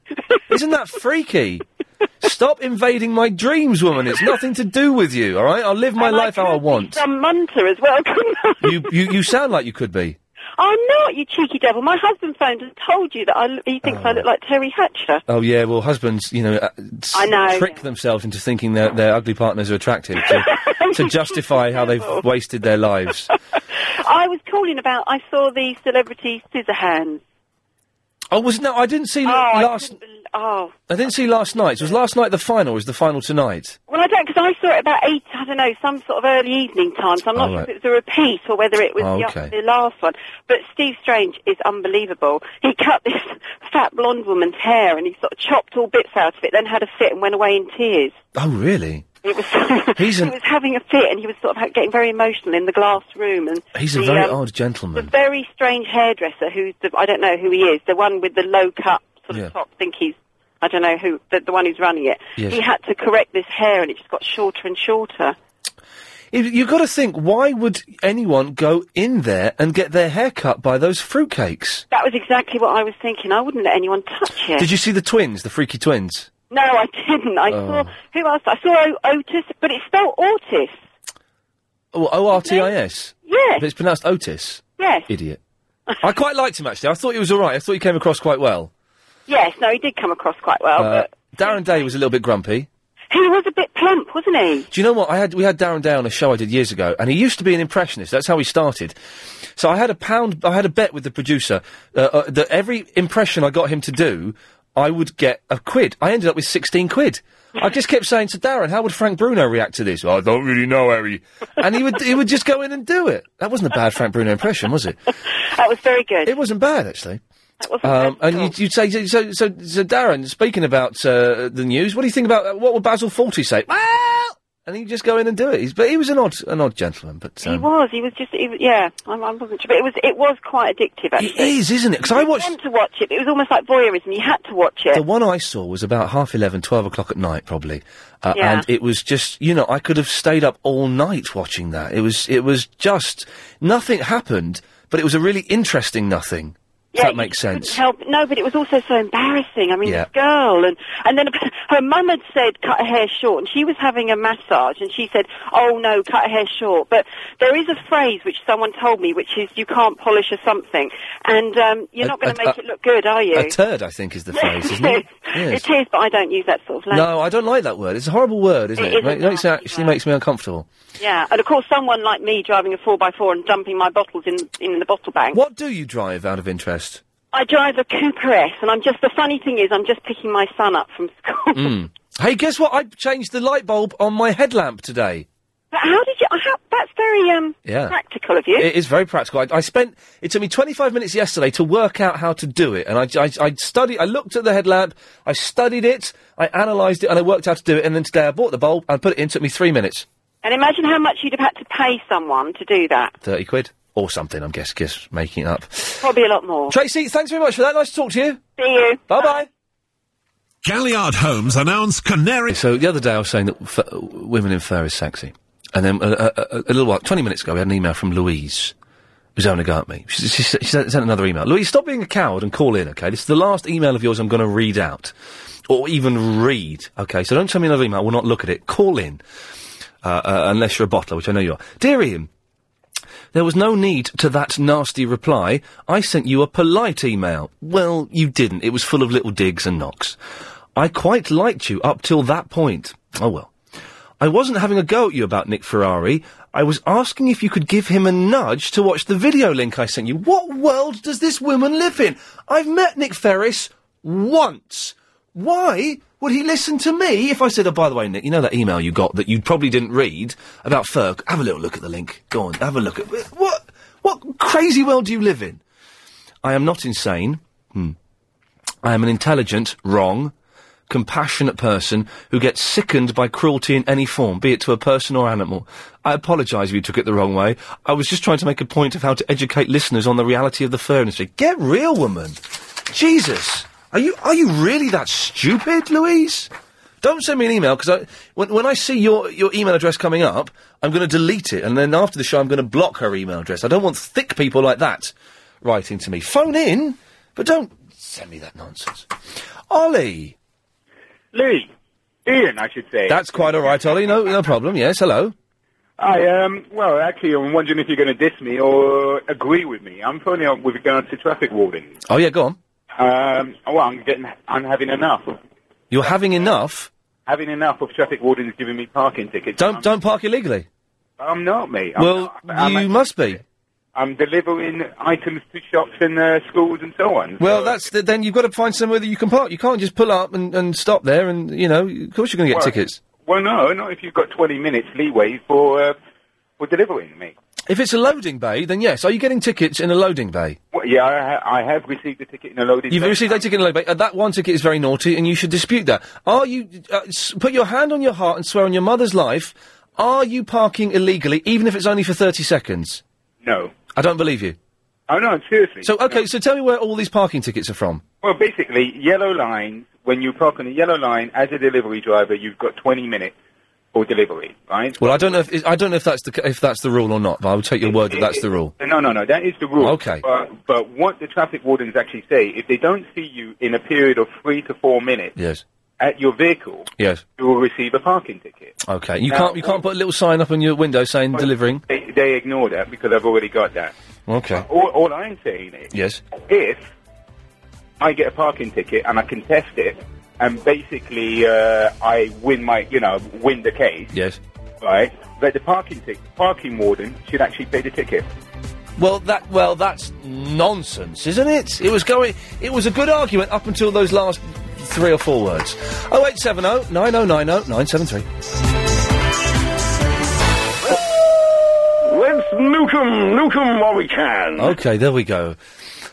Isn't that freaky? Stop invading my dreams, woman. It's nothing to do with you. All right, I'll live my life how I want.
Some munter as well. couldn't I?
you, you, you sound like you could be.
I'm not, you cheeky devil. My husband phoned and told you that I, l- he thinks I look like Terry Hatcher.
Oh yeah, well, husbands, you know, uh, s-
I know.
trick themselves into thinking their their ugly partners are attractive to, to justify how they've wasted their lives.
I was calling about. I saw the celebrity scissor hands.
Oh, was no, I didn't see l-
oh, I
last.
couldn't bel- oh,
I didn't see last night's. Was last night the final? Or is the final tonight?
well, I don't because I saw it about eight. I don't know, some sort of early evening time. So I'm not
Oh,
sure
right.
if it was a repeat or whether it was
Oh,
the-
okay.
the, last one. But Steve Strange is unbelievable. He cut this fat blonde woman's hair and he sort of chopped all bits out of it, then had a fit and went away in tears.
Oh, really?
It was
He's
he
an
was having a fit and he was sort of ha- getting very emotional in the glass room and
he's a
the,
very
um,
odd
the
gentleman.
very strange hairdresser who's the, I don't know who he is, the one with the low cut sort
Yeah.
of top. Think he's I don't know who the, the one who's running it.
Yes.
He had to correct this hair and it just got shorter and shorter.
You- You've got to think. Why would anyone go in there and get their hair cut by those fruitcakes?
That was exactly what I was thinking. I wouldn't let anyone touch it.
Did you see the twins, the freaky twins?
No, I didn't. I
Oh.
saw who else? I saw o- Otis, but it's spelled Ortis.
Oh, O R T I S.
Yes.
But it's pronounced Otis.
Yes.
Idiot. I quite liked him actually. I thought he was all right. I thought he came across quite well.
Yes, no, he did come across quite well,
Uh,
but
Darren Day was a little bit grumpy.
he was a bit plump, wasn't he?
Do you know what I had? We had Darren Day on a show I did years ago, and he used to be an impressionist. That's how he started. So I had a pound. I had a bet with the producer uh, uh, that every impression I got him to do, I would get a quid. I ended up with sixteen quid. I just kept saying to Darren, "How would Frank Bruno react to this?" I don't really know, Harry. And he would he would just go in and do it. That wasn't a bad Frank Bruno impression, was it?
That was very good.
It wasn't bad actually. Um, and you'd, you'd say so, so. So, so Darren, speaking about uh, the news, what do you think about what would Basil Fawlty say? and he'd just go in and do it. He's, but he was an odd, an odd gentleman. But
He
um,
was. He was just. He, was- yeah, I, I wasn't sure, but it was. It was quite addictive. Actually,
it is, isn't it? Because I
You
watched
had to watch it. but It was almost like voyeurism. You had to watch it.
the one I saw was about half 11, 12 o'clock at night, probably, uh,
Yeah.
and it was just you know I could have stayed up all night watching that. It was it was just nothing happened, but it was a really interesting nothing. If
Yeah,
that makes sense.
Help. No, but it was also so embarrassing. I mean,
Yeah.
this girl, and and then her mum had said cut her hair short, and she was having a massage, and she said, "Oh no, cut her hair short." But there is a phrase which someone told me, which is, "You can't polish a something," and um, you're
A-
not going
a-
to make
a-
it look good, are you?
A turd, I think, is the phrase, isn't it? Yes.
It is, but I don't use that sort of language.
No, I don't like that word. It's a horrible word, isn't
It
it?
is a
ma- makes, it actually makes me uncomfortable.
Yeah, and of course, someone like me driving a four by four and dumping my bottles in in the bottle bank.
What do you drive out of interest?
I drive a Cooper S, and I'm just the funny thing is, I'm just picking my son up from school.
Mm. Hey, guess what? I changed the light bulb on my headlamp today.
But how did you? How, that's very um
Yeah.
practical of you.
It is very practical. I, I spent. It took me 25 minutes yesterday to work out how to do it, and I, I, I studied. I looked at the headlamp, I studied it, I analysed it, and I worked out how to do it. And then today I bought the bulb and put it in. Took me three minutes,
and imagine how much you'd have had to pay someone to do that.
30 quid or something. I'm guess, guess making it up.
Probably a lot more.
Tracy, thanks very much for that. Nice to talk to you.
See you.
Bye bye.
Galliard Homes announced Canary.
So the other day I was saying that f- women in fur is sexy, and then uh, a, a, a little while, twenty minutes ago, we had an email from Louise, who's having a go at me. She, she, she sent sent another email. Louise, stop being a coward and call in. Okay, this is the last email of yours I'm going to read out, or even read. Okay, so don't send me another email. We'll not look at it. Call in, uh, uh, unless you're a bottler, which I know you are. Dear Ian, there was no need to that nasty reply. I sent you a polite email. Well, you didn't. It was full of little digs and knocks. I quite liked you up till that point. Oh well. I wasn't having a go at you about Nick Ferrari. I was asking if you could give him a nudge to watch the video link I sent you. What world does this woman live in? I've met Nick Ferris once. Why Would he listen to me if I said, oh, by the way, Nick, you know that email you got that you probably didn't read about Ferg? Have a little look at the link. Go on, have a look at. What, what crazy world do you live in? I am not insane. Hmm. I am an intelligent, wrong, compassionate person who gets sickened by cruelty in any form, be it to a person or animal. I apologise if you took it the wrong way. I was just trying to make a point of how to educate listeners on the reality of the fur industry. Get real, woman. Jesus. Are you, are you really that stupid, Louise? Don't send me an email because I, when, when I see your, your email address coming up, I'm going to delete it. And then after the show, I'm going to block her email address. I don't want thick people like that writing to me. Phone in, but don't send me that nonsense. Ollie.
Lee. Ian, I should say.
That's quite all right, Ollie. No, no problem. Yes, hello.
Hi, um, well, actually, I'm wondering if you're going to diss me or agree with me. I'm phoning up with regards to traffic warding.
Oh yeah, go on.
Um, well, I'm getting, I'm having enough.
You're having enough.
Having enough of traffic wardens giving me parking tickets.
Don't don't park illegally.
I'm not, mate. I'm
well,
not. I'm,
you must be.
I'm delivering items to shops and uh, schools and so on.
Well, that's the, then you've got to find somewhere that you can park. You can't just pull up and, and stop there, and you know, of course, you're going to get
Well,
tickets.
Well, no, not if you've got 20 minutes leeway for uh, for delivering me.
If it's a loading bay, then yes. Are you getting tickets in a loading bay?
Well, yeah, I, ha- I have received a ticket in a loaded.
You've
van.
received a ticket in a loading bay. Uh, that one ticket is very naughty, and you should dispute that. Are you uh, s- put your hand on your heart and swear on your mother's life? Are you parking illegally, even if it's only for thirty seconds?
No.
I don't believe you.
Oh no, seriously.
So okay, so tell me where all these parking tickets are from.
Well, basically, yellow lines. When you park on a yellow line as a delivery driver, you've got 20 minutes for delivery, right?
Well, I don't know if I don't know if that's the c- if that's the rule or not, but I will take your word that that's the rule.
No, no, no. That is the rule. Uh,
Okay.
But, but what the traffic wardens actually say, if they don't see you in a period of three to four minutes
Yes.
at your vehicle,
Yes.
you will receive a parking ticket.
Okay. You
Now- uh,
can't you can't put a little sign up on your window saying delivering.
They, they ignore that because I've already got that.
Okay.
All, all I'm saying is,
Yes.
if I get a parking ticket and I contest it, and basically uh, I win my, you know, win the case,
Yes.
right? That the parking tic- parking warden should actually pay the ticket.
Well, that well, that's nonsense, isn't it? It was going. It was a good argument up until those last three or four words. Oh eight seven oh nine oh nine oh nine seven three.
Let's nuke 'em, nuke 'em while we can.
Okay, there we go.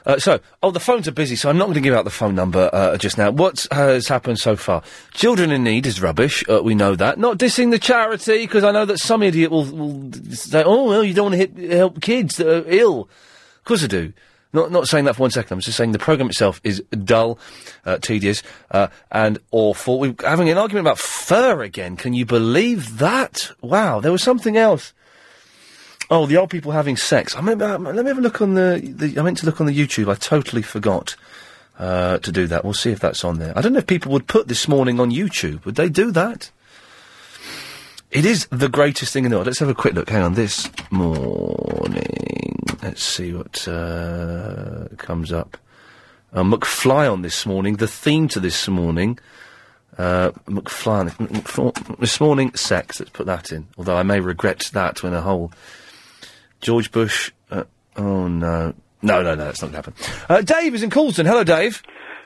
Uh, so, oh, the phones are busy, so I'm not going to give out the phone number uh, just now. What has happened so far? Children in need is rubbish. Uh, we know that. Not dissing the charity because I know that some idiot will, will say, "Oh, well, you don't want to help kids that are ill." Of course I do. Not not saying that for one second. I'm just saying the program itself is dull, uh, tedious, uh, and awful. We're having an argument about fur again. Can you believe that? Wow, there was something else. Oh, the old people having sex. I remember. um, Let me have a look on the, the. I meant to look on the YouTube. I totally forgot uh, to do that. We'll see if that's on there. I don't know if people would put this morning on YouTube. Would they do that? It is the greatest thing in the world. Let's have a quick look. Hang on. This morning. Let's see what uh, comes up. Uh, McFly on this morning. The theme to this morning. Uh, McFly on this, McFly- this morning. Sex. Let's put that in. Although I may regret that when a whole George Bush. Uh, oh no. No, no, no, that's not going to happen. Uh, Dave is in Coulson. Hello, Dave.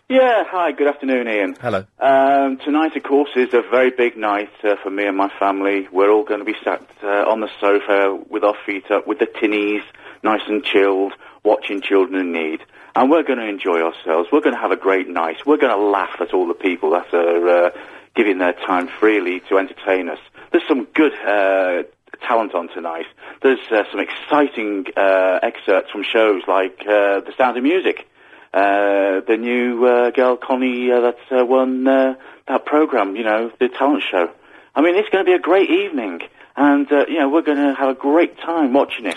Yeah, hi, good afternoon, Ian.
Hello.
Um, tonight, of course, is a very big night uh, for me and my family. We're all going to be sat uh, on the sofa with our feet up, with the tinnies, nice and chilled, watching Children in Need. And we're going to enjoy ourselves. We're going to have a great night. We're going to laugh at all the people that are uh, giving their time freely to entertain us. There's some good uh, talent on tonight. There's uh, some exciting uh, excerpts from shows like uh, The Sound of Music uh, the new uh, girl Connie uh, that uh, won uh, that program, you know, the talent show. I mean, it's going to be a great evening, and uh, you know, we're going to have a great time watching it.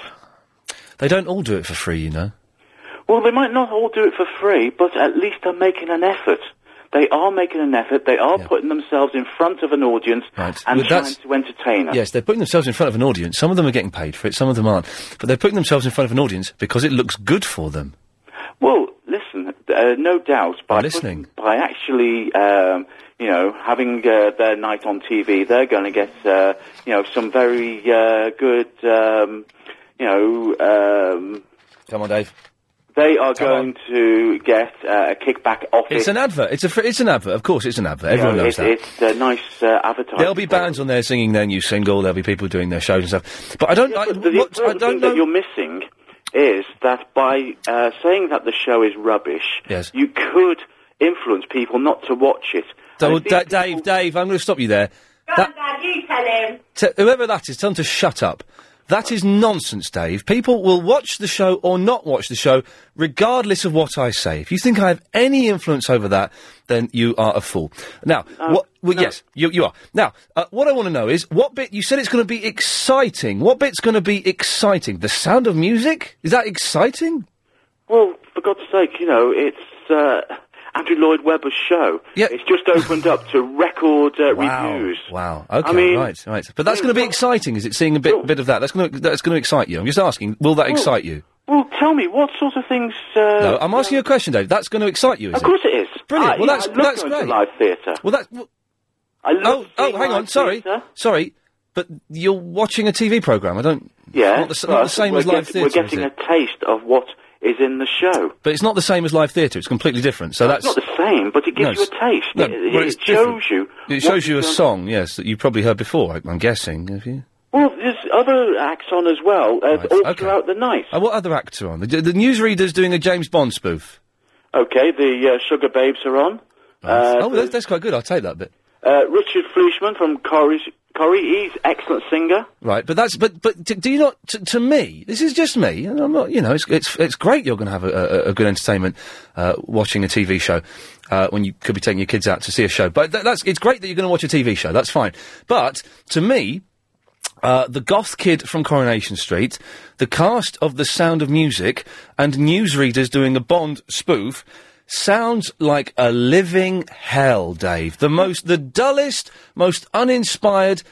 They don't all do it for free, you know.
Well, they might not all do it for free, but at least they're making an effort. They are making an effort. They are putting themselves in front of an audience and
Well,
trying
that's-
to entertain us.
Yes, they're putting themselves in front of an audience. Some of them are getting paid for it, some of them aren't. But they're putting themselves in front of an audience because it looks good for them.
Well, listen, uh, no doubt by
listening.
by actually, um, you know, having uh, their night on TV, they're going to get, uh, you know, some very uh, good, um, you know, um,
come on, Dave,
They are going to get uh, a kickback off
It's
it.
an advert. It's a fr- it's an advert. Of course, it's an advert. Everyone
You know,
knows that.
it, It's a nice uh, advertising.
There'll be bands on there singing their new single. There'll be people doing their shows and stuff. But I don't. I,
the
what, I
important
don't
thing
know.
that you're missing is that by uh, saying that the show is rubbish,
Yes.
you could influence people not to watch it.
So,
And if these
Da- Dave, Dave, I'm going to stop you there. That,
you tell him.
t- whoever that is, tell them to shut up. That is nonsense, Dave. People will watch the show or not watch the show, regardless of what I say. If you think I have any influence over that, then you are a fool. Now,
Oh,
what? Well, yes, you, you are. Now, uh, what I want to know is what bit you said it's going to be exciting. What bit's going to be exciting? The sound of music is that exciting?
Well, for God's sake, you know, it's uh, Andrew Lloyd Webber's show. Yeah. It's just opened up to record uh,
Wow.
reviews.
Wow. Okay.
I mean,
right. Right. But that's going to be exciting, is it? Seeing a bit bit of that. That's going to that's going to excite you. I'm just asking. Will that
Well,
excite you?
Well, tell me, what sort of things. Uh,
No, I'm asking you a question, Dave. That's going to excite you, is
Of course it is.
Brilliant.
I,
well, that's
Uh, I love
that's
going
great.
To live theatre.
Well, that's.
I love
oh,
seeing
oh, hang
live
on. Sorry,
theatre.
sorry, but you're watching a TV program. I don't.
Yeah.
Not the, s- not the
but
same
we're
as
get-
live
We're
theatre. is
getting
it?
a taste of what is in the show.
But it's not the same as live theatre. It's completely different. So that's
It's not the same, but it
No,
gives you
it's-
a taste.
no,
it
well,
it
it's
shows
different.
you.
It
what
shows you a
you're-
song, yes, that you probably heard before. I- I'm guessing. Have you?
Well, there's other acts on as well, uh, all throughout the night.
Uh, what other acts are on? The, the newsreader's doing a James Bond spoof.
Okay, the uh, Sugar Babes are on. Uh,
oh, that's, that's quite good. I'll take that bit.
uh, Richard Fleischman from Corey's, Corey, he's excellent singer.
Right, but that's but but do, do you not? T- to me, this is just me, and I'm not. You know, it's it's it's great. You're going to have a, a, a good entertainment uh, watching a TV show uh, when you could be taking your kids out to see a show. But th- that's it's great that you're going to watch a TV show. That's fine. But to me, uh, the goth kid from Coronation Street, the cast of The Sound of Music, and newsreaders doing a Bond spoof sounds like a living hell, Dave. The most, the dullest, most uninspired,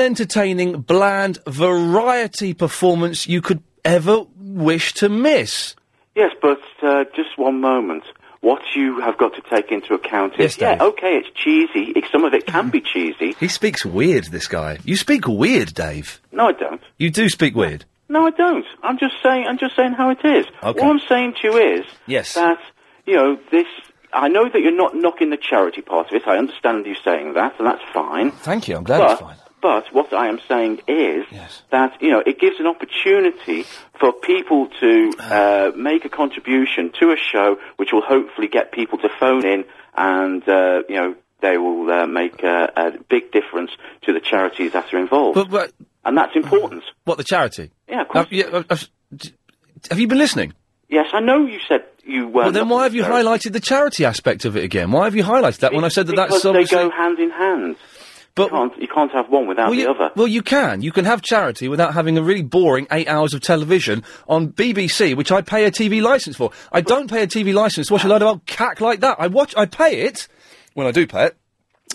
unentertaining, bland variety performance you could ever wish to miss.
Yes, but uh, just one moment. What you have got to take into account is,
Yes, Dave. Mm-hmm.
yeah, okay, it's cheesy. It- Some of it can be cheesy.
He speaks weird, this guy. You speak weird, Dave.
No, I don't.
You do speak weird.
No, I don't. I'm just saying. I'm just saying how it is.
Okay.
All I'm saying to you is
Yes.
that you know this. I know that you're not knocking the charity part of it. I understand you saying that, and that's fine.
Thank you. I'm glad
but,
it's fine.
But what I am saying is that you know it gives an opportunity for people to
Ah.
uh, make a contribution to a show, which will hopefully get people to phone in, and uh, you know they will uh, make a, a big difference to the charities that are involved,
But, but
and that's important.
what the charity?
Yeah, of
Uh, yeah, uh, uh, d- have you been listening?
Yes, I know you said you um, were.
well, then why have you highlighted the charity aspect of it again? Why have you highlighted that when I said that
Because
that's
they
obviously...
go hand in hand.
But
you can't, you can't have one without
well,
the
you,
other.
well, you can. You can have charity without having a really boring eight hours of television on BBC, which I pay a TV license for. I don't pay a TV license to watch a load of old cack like that. I watch. I pay it when I do pay it.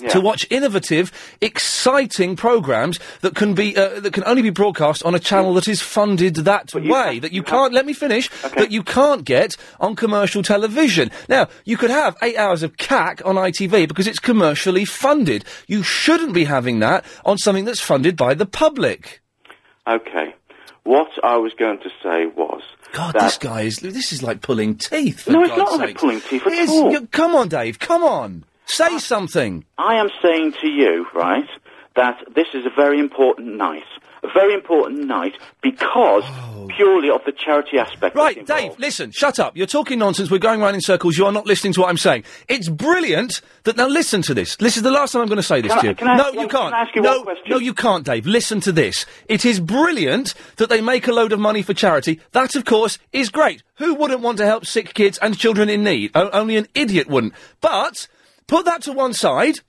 To watch innovative, exciting programs that can be uh, that can only be broadcast on a channel that is funded that way that you can't let me finish that you can't get on commercial television. Now you could have eight hours of cack on ITV because it's commercially funded. You shouldn't be having that on something that's funded by the public.
Okay. What I was going to say was.
God,
that,
this guy is this is like pulling teeth. For
No, it's
God's
not like
sake.
pulling teeth at
It is-
all. Ah.
you- Come on, Dave. Come on. Say something.
I am saying to you, right, that this is a very important night. A very important night because
Oh.
purely of the charity aspect.
Right, Dave, listen, shut up. You're talking nonsense. We're going round in circles. You are not listening to what I'm saying. It's brilliant that. Now, listen to this. This is the last time I'm going to say this
Can I-
to you.
can I-
no,
can I-
you
can
can't.
I ask you
no,
one question?
no, you can't, Dave. Listen to this. It is brilliant that they make a load of money for charity. That, of course, is great. Who wouldn't want to help sick kids and children in need? O- only an idiot wouldn't. But put that to one side.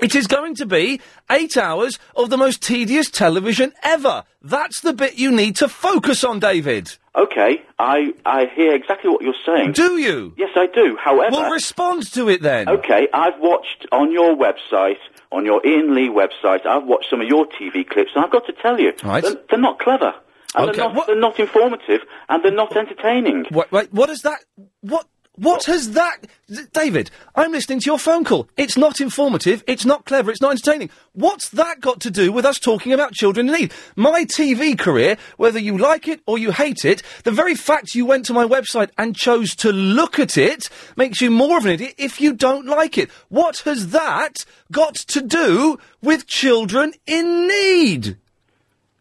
It is going to be eight hours of the most tedious television ever. That's the bit you need to focus on, David.
Okay, I, I hear exactly what you're saying.
Do you?
Yes, I do. However.
Well, respond to it then.
Okay, I've watched on your website, on your Ian Lee website, I've watched some of your TV clips, and I've got to tell you,
Right.
they're, they're not clever. And
Okay,
they're, not, they're not informative, and they're not entertaining.
What, what, what is that? What? What has that, Th- David? I'm listening to your phone call. It's not informative. It's not clever. It's not entertaining. What's that got to do with us talking about children in need? My TV career, whether you like it or you hate it, the very fact you went to my website and chose to look at it makes you more of an idiot if you don't like it. What has that got to do with children in need?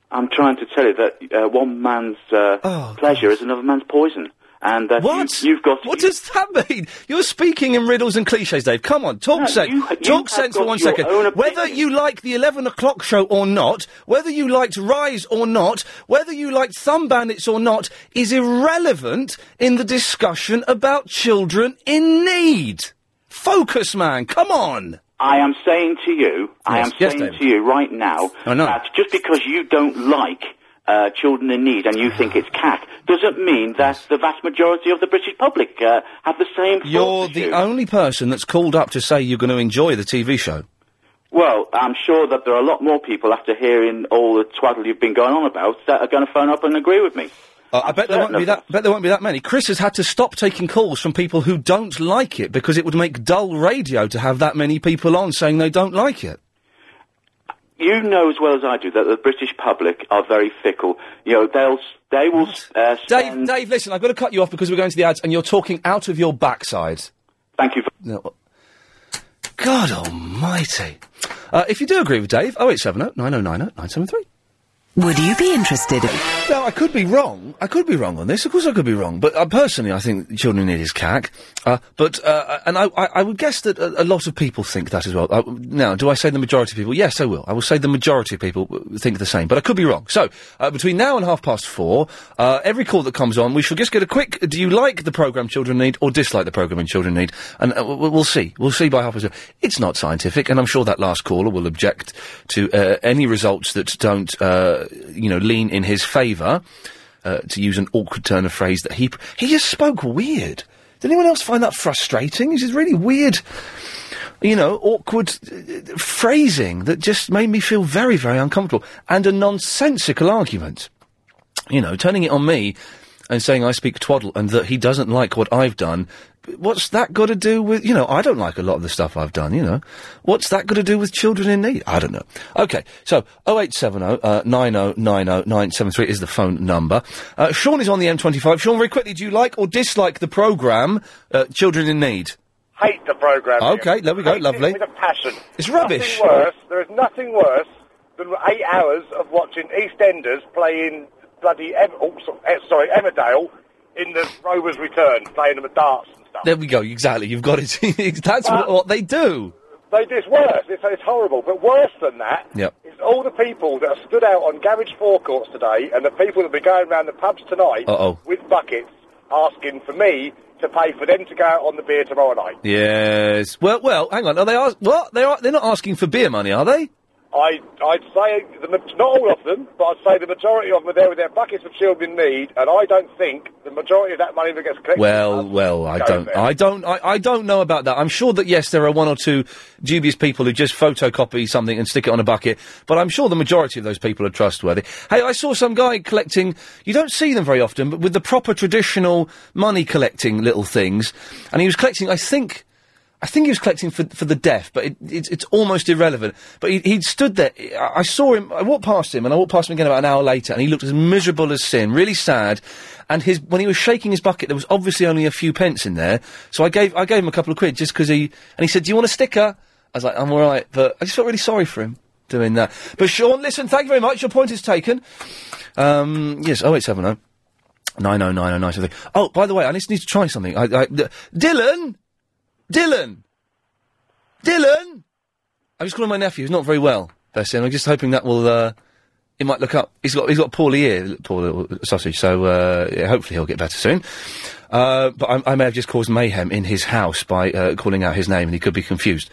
I'm trying to tell you that uh, one man's uh, pleasure is another man's poison. And that
Oh, What?
You, have got
What does that mean? You're speaking in riddles and cliches, Dave. Come on, talk
No,
sense.
you- you have
talk sense for
got
one
your
second.
own opinion.
Whether you like the 11 o'clock show or not, whether you liked Rise or not, whether you liked Thumb Bandits or not, is irrelevant in the discussion about children in need. Focus, man. Come on.
I am saying to you, I
Yes,
am
yes,
saying
David.
to you right now that just because you don't like uh, children in need and you think it's cat doesn't mean that the vast majority of the British public uh, have the same. thoughts
You're
as
the
you.
only person that's called up to say you're going to enjoy the TV show.
Well, I'm sure that there are a lot more people after hearing all the twaddle you've been going on about that are going to phone up and agree with me.
Uh, I bet there won't
certain
be
of
that. Bet there won't be that many. Chris has had to stop taking calls from people who don't like it because it would make dull radio to have that many people on saying they don't like it.
You know as well as I do that the British public are very fickle. You know, they'll s- they will s- uh,
Dave, Dave, listen, I've got to cut you off because we're going to the ads, and you're talking out of your backside.
Thank you.
No. God Almighty! Uh, if you do agree with Dave, oh eight seven oh nine oh nine oh nine seven three.
Would you be interested?
Now, I could be wrong. I could be wrong on this. Of course, I could be wrong. But uh, personally, I think children need is cack. Uh, but uh, and I, I, I would guess that a, a lot of people think that as well. Uh, now, do I say the majority of people? Yes, I will. I will say the majority of people uh, think the same. But I could be wrong. So uh, between now and half past four, uh, every call that comes on, we shall just get a quick: Do you like the program Children Need or dislike the program in Children Need? And uh, w- w- we'll see. We'll see by half past. four. It's not scientific, and I'm sure that last caller will object to uh, any results that don't, uh, you know, lean in his favour. Uh, to use an awkward turn of phrase that he pr- he just spoke weird. Did anyone else find that frustrating? It's just really weird, you know, awkward uh, uh, phrasing that just made me feel very, very uncomfortable and a nonsensical argument you know, turning it on me and saying I speak twaddle and that he doesn't like what I've done. What's that got to do with, you know, I don't like a lot of the stuff I've done, you know. What's that got to do with children in need? I don't know. Okay, so 0870 uh, 9090973 is the phone number. Uh, Sean is on the M25. Sean, very quickly, do you like or dislike the programme uh, Children in Need?
Hate the program.
Okay, there we go,
Hate it
lovely.
With a passion.
It's rubbish.
Nothing worse. There is nothing worse than eight hours of watching EastEnders playing bloody Ev- oh, so- eh, sorry Emmerdale in the Rover's Return, playing them at darts.
There we go, exactly. You've got it. That's
Uh,
what, what they do.
They do it's worse. It's, it's horrible. But worse than that
Yep.
is all the people that have stood out on garage forecourts today, and the people that will be going round the pubs tonight
Uh-oh.
with buckets, asking for me to pay for them to go out on the beer tomorrow night.
Yes. Well, well, hang on. Are they ask- what? They are, they're not asking for beer money, are they?
I, I'd say, the, ma- not all of them, but I'd say the majority of them are there with their buckets of children in need, and I don't think the majority of that money that gets collected...
Well, well, I
Go
don't,
there.
I don't, I, I don't know about that. I'm sure that yes, there are one or two dubious people who just photocopy something and stick it on a bucket, but I'm sure the majority of those people are trustworthy. Hey, I saw some guy collecting. You don't see them very often, but with the proper traditional money collecting little things, and he was collecting. I think. I think he was collecting for for the deaf, but it, it's it's almost irrelevant. But he, he'd stood there. I, I saw him. I walked past him, and I walked past him again about an hour later, and he looked as miserable as sin, really sad. And his when he was shaking his bucket, there was obviously only a few pence in there. So I gave I gave him a couple of quid just because he and he said, "Do you want a sticker?" I was like, "I'm all right," but I just felt really sorry for him doing that. But Sean, listen, thank you very much. Your point is taken. Um, yes, oh eight seven oh. 90909 Oh, by the way, I just need to try something. I, I, d- Dylan! Dylan! Dylan! I'm just calling my nephew. He's not very well, bless him. I'm just hoping that will, uh, he might look up. He's got, he's got a poorly ear, poor little sausage, so, uh, yeah, hopefully he'll get better soon. Uh, but I, I may have just caused mayhem in his house by, uh, calling out his name and he could be confused.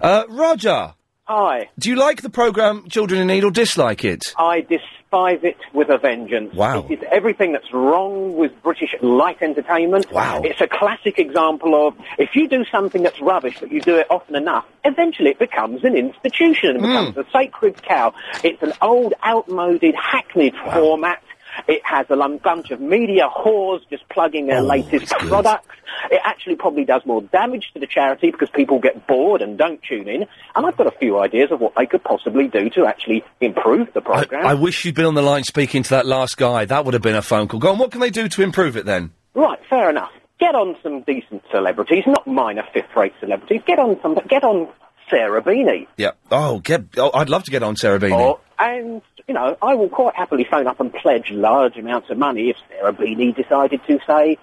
Uh, Roger!
Hi.
Do you like the programme Children in Need or dislike it?
I despise it with a vengeance.
Wow.
It is everything that's wrong with British light entertainment. Wow. It's a classic example of if you do something that's rubbish but you do it often enough, eventually it becomes an
Hmm.
institution and becomes a sacred cow. It's an old, outmoded, hackneyed format. It has a lum- bunch of media whores just plugging
Oh,
their latest products. It actually probably does more damage to the charity because people get bored and don't tune in. And I've got a few ideas of what they could possibly do to actually improve the programme.
I wish you'd been on the line speaking to that last guy. That would have been a phone call. Go on, what can they do to improve it then?
Right, fair enough. Get on some decent celebrities, not minor fifth-rate celebrities. Get on some. Get on Sarah Beanie.
Yeah. Oh, get. Oh, I'd love to get on Sarah Beanie.
Or, Oh, and, you know, I will quite happily phone up and pledge large amounts of money if Sarah Beanie decided to, say,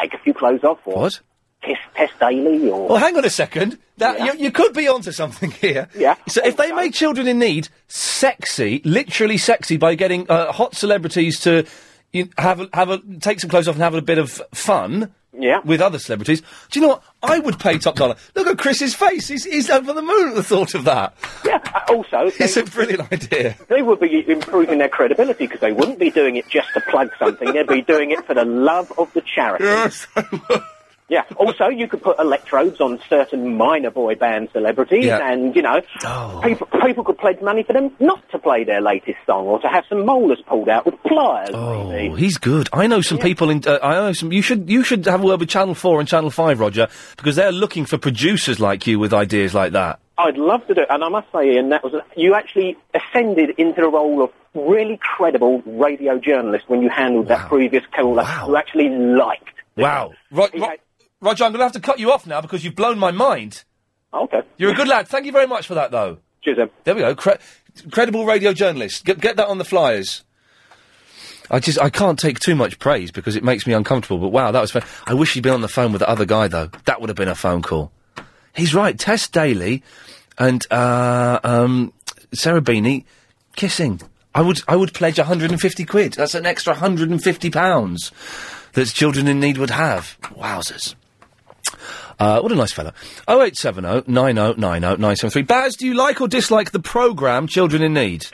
take a few clothes off or
What?
kiss Tess Daily or...
Well, hang on a second. That you, you could be onto something here. Yeah. So if they make children in need sexy, literally sexy, by getting uh, hot celebrities to you, have a, have a take some clothes off and have a bit of fun.
Yeah.
With other celebrities, do you know what? I would pay top dollar. Look at Chris's face; he's, he's over the moon at the thought of that.
Yeah. uh, also,
it's a brilliant idea.
They would be improving their credibility because they wouldn't be doing it just to plug something. They'd be doing it for the love of the charity.
Yes,
Yeah. Also, you could put electrodes on certain minor boy band celebrities,
Yeah.
and you know,
Oh.
people people could pledge money for them not to play their latest song or to have some molars pulled out with pliers.
Oh, he's good. I know some people in. Uh, I know some. You should. You should have a word with Channel Four and Channel Five, Roger, because they're looking for producers like you with ideas like that.
I'd love to do it, and I must say, Ian, that was you actually ascended into the role of really credible radio journalist when you handled that previous caller who actually liked.
Wow, Ro- Ro- Roger, I'm going to have to cut you off now because you've blown my mind.
Okay,
you're a good lad. Thank you very much for that, though.
Cheers.
There we go. Cre- credible radio journalist. Get, get that on the flyers. I just I can't take too much praise because it makes me uncomfortable. But wow, that was. Fun. I wish he'd been on the phone with the other guy though. That would have been a phone call. He's right. Tess Daly and uh, um, Sarah Beanie kissing. I would I would pledge 150 quid. That's an extra 150 pounds that children in need would have. Wowzers. Uh, what a nice fellow. 0870 9090 973. Baz, do you like or dislike the programme Children in Need?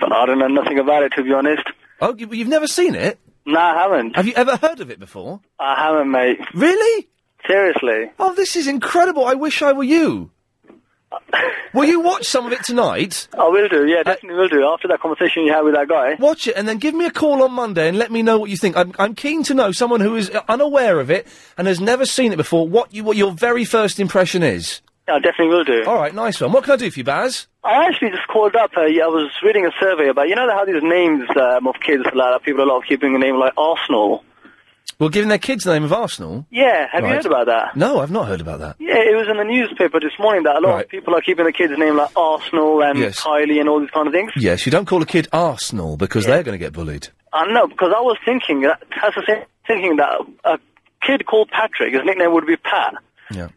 I don't know nothing about it, to be honest.
Oh, you, you've never seen it?
No, I haven't.
Have you ever heard of it before?
I haven't, mate.
Really?
Seriously?
Oh, this is incredible. I wish I were you. will you watch some of it tonight? Uh,
I will do, yeah, definitely will do. After that conversation you had with that guy.
Watch it and then give me a call on Monday and let me know what you think. I'm, I'm keen to know someone who is uh, unaware of it and has never seen it before. What you what your very first impression is?
I definitely will do.
All right, nice one. What can I do for you, Baz?
I actually just called up. Uh, yeah, I was reading a survey about, you know how these names um, of kids, like, people a lot of keeping a name like Arsenal?
Well, giving their kids the name of Arsenal.
Yeah, have you
Right.
heard about that?
No, I've not heard about that.
Yeah, it was in the newspaper this morning that a lot
Right.
of people are keeping the kids' name like Arsenal and
Yes.
Kylie and all these kind of things.
Yes, you don't call a kid Arsenal because they're going to get bullied.
I know because I was thinking that that's the same thinking that a kid called Patrick, his nickname would be Pat.
Yeah.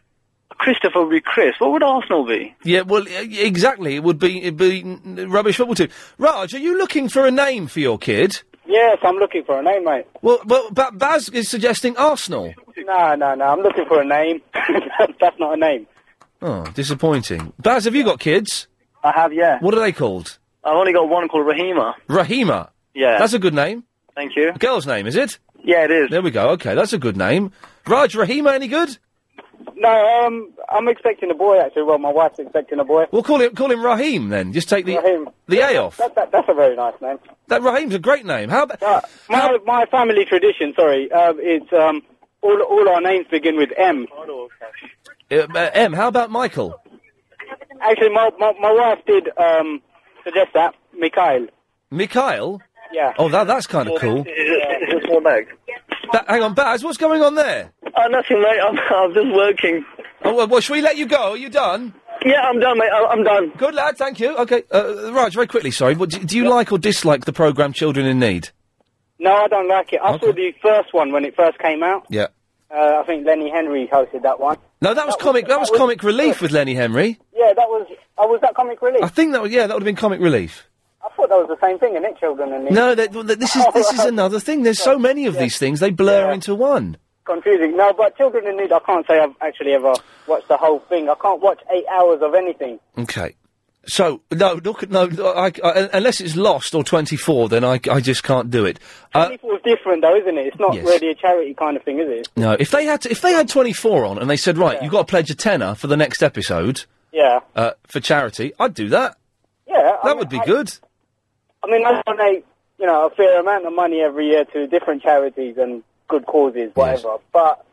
Christopher would be Chris. What would Arsenal be?
Yeah, well, e- exactly. It would be it'd be n- rubbish football team. Raj, are you looking for a name for your kid?
Yes, I'm looking for a name, mate.
Well, well, ba- Baz is suggesting Arsenal.
No, no, no. I'm looking for a name. That's not a name.
Oh, disappointing. Baz, have you got kids?
I have, yeah.
What are they called?
I've only got one called Rahima.
Rahima.
Yeah.
That's a good name.
Thank you.
A girl's name, is it?
Yeah, it is.
There we go. Okay, that's a good name. Raj, Rahima, any good?
No, um, I'm expecting a boy, actually. Well, my wife's expecting a boy.
Well, call him call him Rahim then. Just take the
Rahim.
the A off.
That, that, that's a very nice name.
That Rahim's a great name. How about
Uh, my, my family tradition, sorry, uh, it's um, all, all our names begin with M.
uh, uh, M? How about Michael?
Actually, my, my, my wife did um, suggest that, Mikhail.
Mikhail.
Yeah.
Oh, that that's kind of cool. Ba- hang on, Baz, what's going on there?
Oh, nothing, mate. I'm, I'm just working.
Oh, well, well, should we let you go? Are you done?
Yeah, I'm done, mate. I'm, I'm done.
Good lad, thank you. Okay, uh, Raj, very quickly, sorry. What, do, do you like or dislike the programme Children in Need?
No, I don't like it. I saw the first one when it first came out.
Yeah.
Uh, I think Lenny Henry hosted that one.
No, that was comic. That was comic relief Uh. with Lenny Henry.
Yeah, that was. Oh, was that comic relief?
I think that was yeah, that would have been comic relief.
I thought that was the same thing, isn't it, children and
No, that, well, that- this is this is another thing. There's so many of these things; they blur into one.
confusing. No, but children in need. I can't say I've actually ever watched the whole thing. I can't watch eight hours of anything.
Okay. So no, look at no. I, I, unless it's Lost or Twenty Four, then I, I just can't do it. Uh,
Twenty Four is different, though, isn't it? It's not
Yes.
really a charity kind of thing, is it?
no, if they had to, if they had Twenty Four on and they said right, you've got to pledge a tenner for the next episode
Yeah,
uh, for charity, I'd do that.
yeah.
That would be good.
I mean, I donate
you know, a fair amount of money every year to different charities and good causes, whatever. But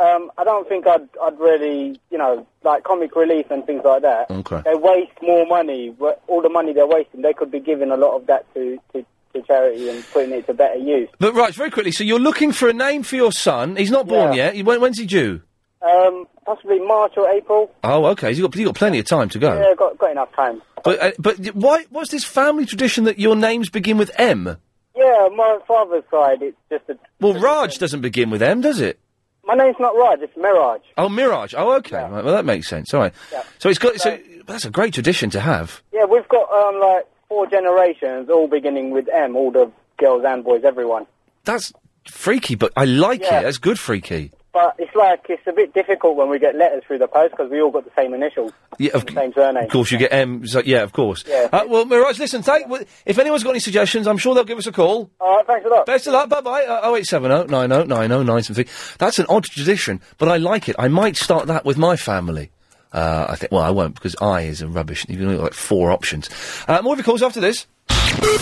um, I don't think I'd, I'd really, you know, like comic relief and things like that.
Okay.
They waste more money. wh- All the money they're wasting, they could be giving a lot of that to, to, to charity and putting it to better use.
But right, very quickly. So you're looking for a name for your son. He's not born
Yeah.
yet. When, when's he due?
Um, possibly March or April.
Oh, okay. He's got he's got plenty of time to go.
Yeah, got, got enough time.
But uh, but why? What's this family tradition that your names begin with M?
Yeah, my father's side, it's just a.
Well, Raj doesn't begin with M, does it?
My name's not Raj, it's Mirage.
Oh, Mirage. Oh, okay. Right, well, that makes sense. All right.
Yeah.
So it's got. So, that's a great tradition to have.
Yeah, we've got um, like four generations, all beginning with M, all the girls and boys, everyone.
That's freaky, but I like
Yeah.
it. That's good freaky.
But it's like it's a bit difficult when we get letters through the post because we all got the same initials,
Yeah, of,
the same surname.
of course you get M. So, yeah, of course.
Yeah.
Uh, well, Mirage, listen. Take w if anyone's got any suggestions, I'm sure they'll give us a call.
All right, thanks a lot.
Best of luck. Bye bye. Uh, 0870 90 90 9 something. That's an odd tradition, but I like it. I might start that with my family. Uh, I think. Well, I won't because I is a rubbish. You've only got like four options. Uh, more of your calls after this.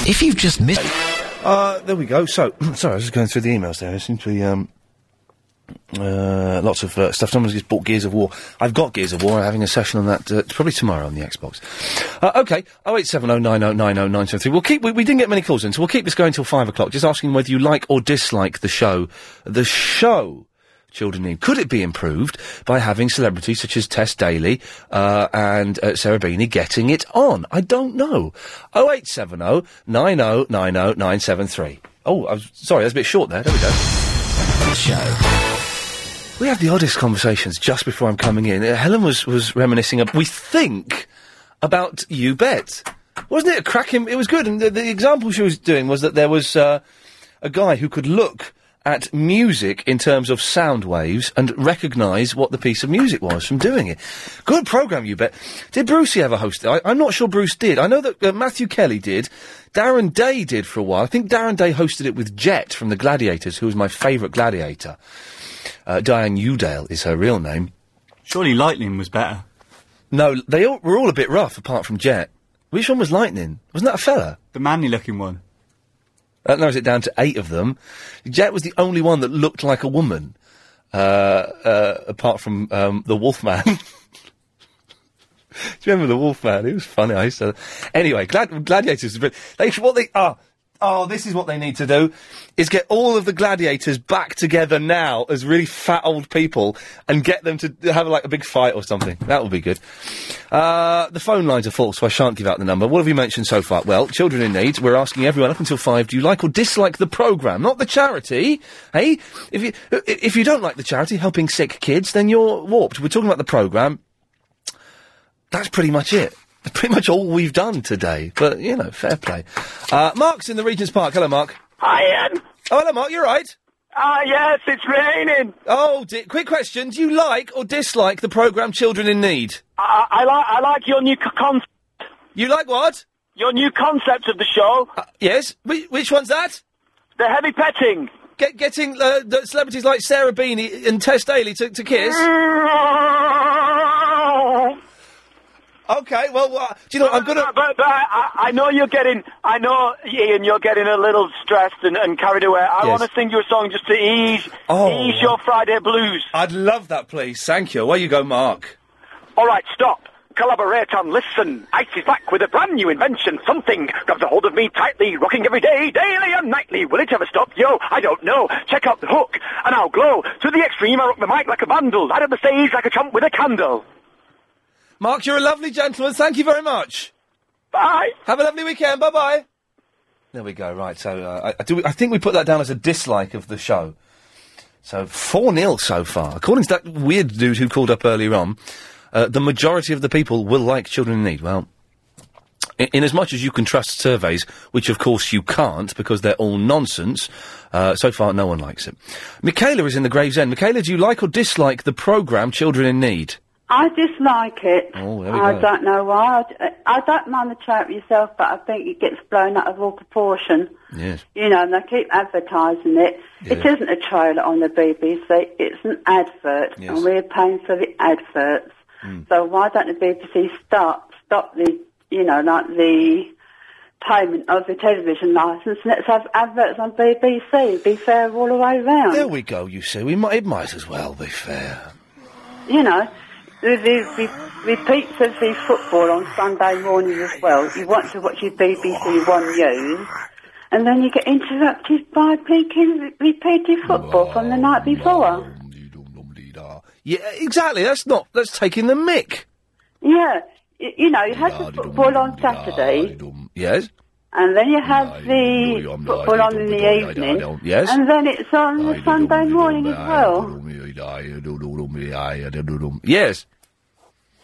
If you've just missed. Uh, there we go. So, sorry, I was just going through the emails there. It seems to be um, uh, lots of uh, stuff. Someone's just bought Gears of War. I've got Gears of War. I'm having a session on that uh, probably tomorrow on the Xbox. Uh, okay, 08709090973. We'll keep, we, we didn't get many calls in, so we'll keep this going till five o'clock. Just asking whether you like or dislike the show. The show. Children need. Could it be improved by having celebrities such as Tess Daly uh, and uh, Sarah Beanie getting it on? I don't know. 0870 9090 973. Oh, I was, sorry, that's a bit short there. There we go. Show. We have the oddest conversations just before I'm coming in. Uh, Helen was, was reminiscing, ab- we think, about You Bet. Wasn't it a cracking... It was good, and the, the example she was doing was that there was uh, a guy who could look at music in terms of sound waves and recognise what the piece of music was from doing it. Good programme, You Bet. Did Brucey ever host it? I, I'm not sure Bruce did. I know that uh, Matthew Kelly did. Darren Day did for a while. I think Darren Day hosted it with Jet from The Gladiators, who was my favourite gladiator. Uh, Diane Udale is her real name. Surely Lightning was better. No, they all, were all a bit rough, apart from Jet. Which one was Lightning? Wasn't that a fella? The manly-looking one. That narrows it down to eight of them. Jet was the only one that looked like a woman, uh, uh, apart from um, the Wolfman. Do you remember the Wolfman? It was funny. I used to. Anyway, glad, gladiators. But they should- what they are. Oh, this is what they need to do: is get all of the gladiators back together now as really fat old people, and get them to have like a big fight or something. That would be good. Uh, the phone lines are full, so I shan't give out the number. What have we mentioned so far? Well, children in need. We're asking everyone up until five: Do you like or dislike the program? Not the charity, hey? If you i- if you don't like the charity helping sick kids, then you're warped. We're talking about the program that's pretty much it. That's pretty much all we've done today. But you know, fair play. Uh, Mark's in the Regent's Park. Hello, Mark.
Hi, Ian.
Oh, hello, Mark. You're right.
Ah, yes, it's raining.
Oh, di- quick question: Do you like or dislike the program Children in Need?
I, I like I like your new c- concept.
You like what? Uh,
Your new concept of the show.
yes. Wh- which one's that?
The heavy petting.
Get, getting uh, the celebrities like Sarah Beanie and Tess Daly to, to kiss. Okay, well, wha- do you know, I'm gonna.
But, but I, I know you're getting, I know, Ian, you're getting a little stressed and, and carried away. I
Yes.
want to sing you a song just to ease,
Oh.
ease your Friday blues.
I'd love that, please. Thank you. Away you go, Mark.
All right, stop. Collaborate and listen. Ice is back with a brand new invention. Something grabs a hold of me tightly, rocking every day, daily and nightly. Will it ever stop? Yo, I don't know. Check out the hook, and I'll glow. To the extreme, I rock the mic like a vandal. Out of the stage like a chump with a candle.
Mark, you're a lovely gentleman. Thank you very much.
Bye.
Have a lovely weekend. Bye bye. There we go. Right. So uh, I, I do, I think we put that down as a dislike of the show. So four 0 so far, according to that weird dude who called up earlier on. Uh, the majority of the people will like children in need. Well, in, in as much as you can trust surveys, which of course you can't because they're all nonsense. Uh, so far, no one likes it. Michaela is in the Gravesend. Michaela, do you like or dislike the programme Children in Need?
I dislike it.
Oh, there we
I
go.
don't know why. I, I don't mind the charity yourself, but I think it gets blown out of all proportion.
Yes.
You know, and they keep advertising it. It
Yeah.
isn't a trailer on the BBC. It's an advert,
Yes. Hmm.
and we're paying for the adverts. So why don't the BBC start stop the you know like the payment of the television licence. Let's have adverts on BBC. Be fair all the way round.
There we go. You see, we might it might as well be fair.
You know, the, the, the repeats of the football on Sunday morning as well. You want to watch your BBC One News, and then you get interrupted by peaking, repeated football from the night before.
Yeah, exactly. That's not that's taking the mick.
Yeah, you, you know, you have the football on Saturday,
Yes.
and then you have the football on in the evening,
Yes.
and then it's on the Sunday morning as well.
Yes.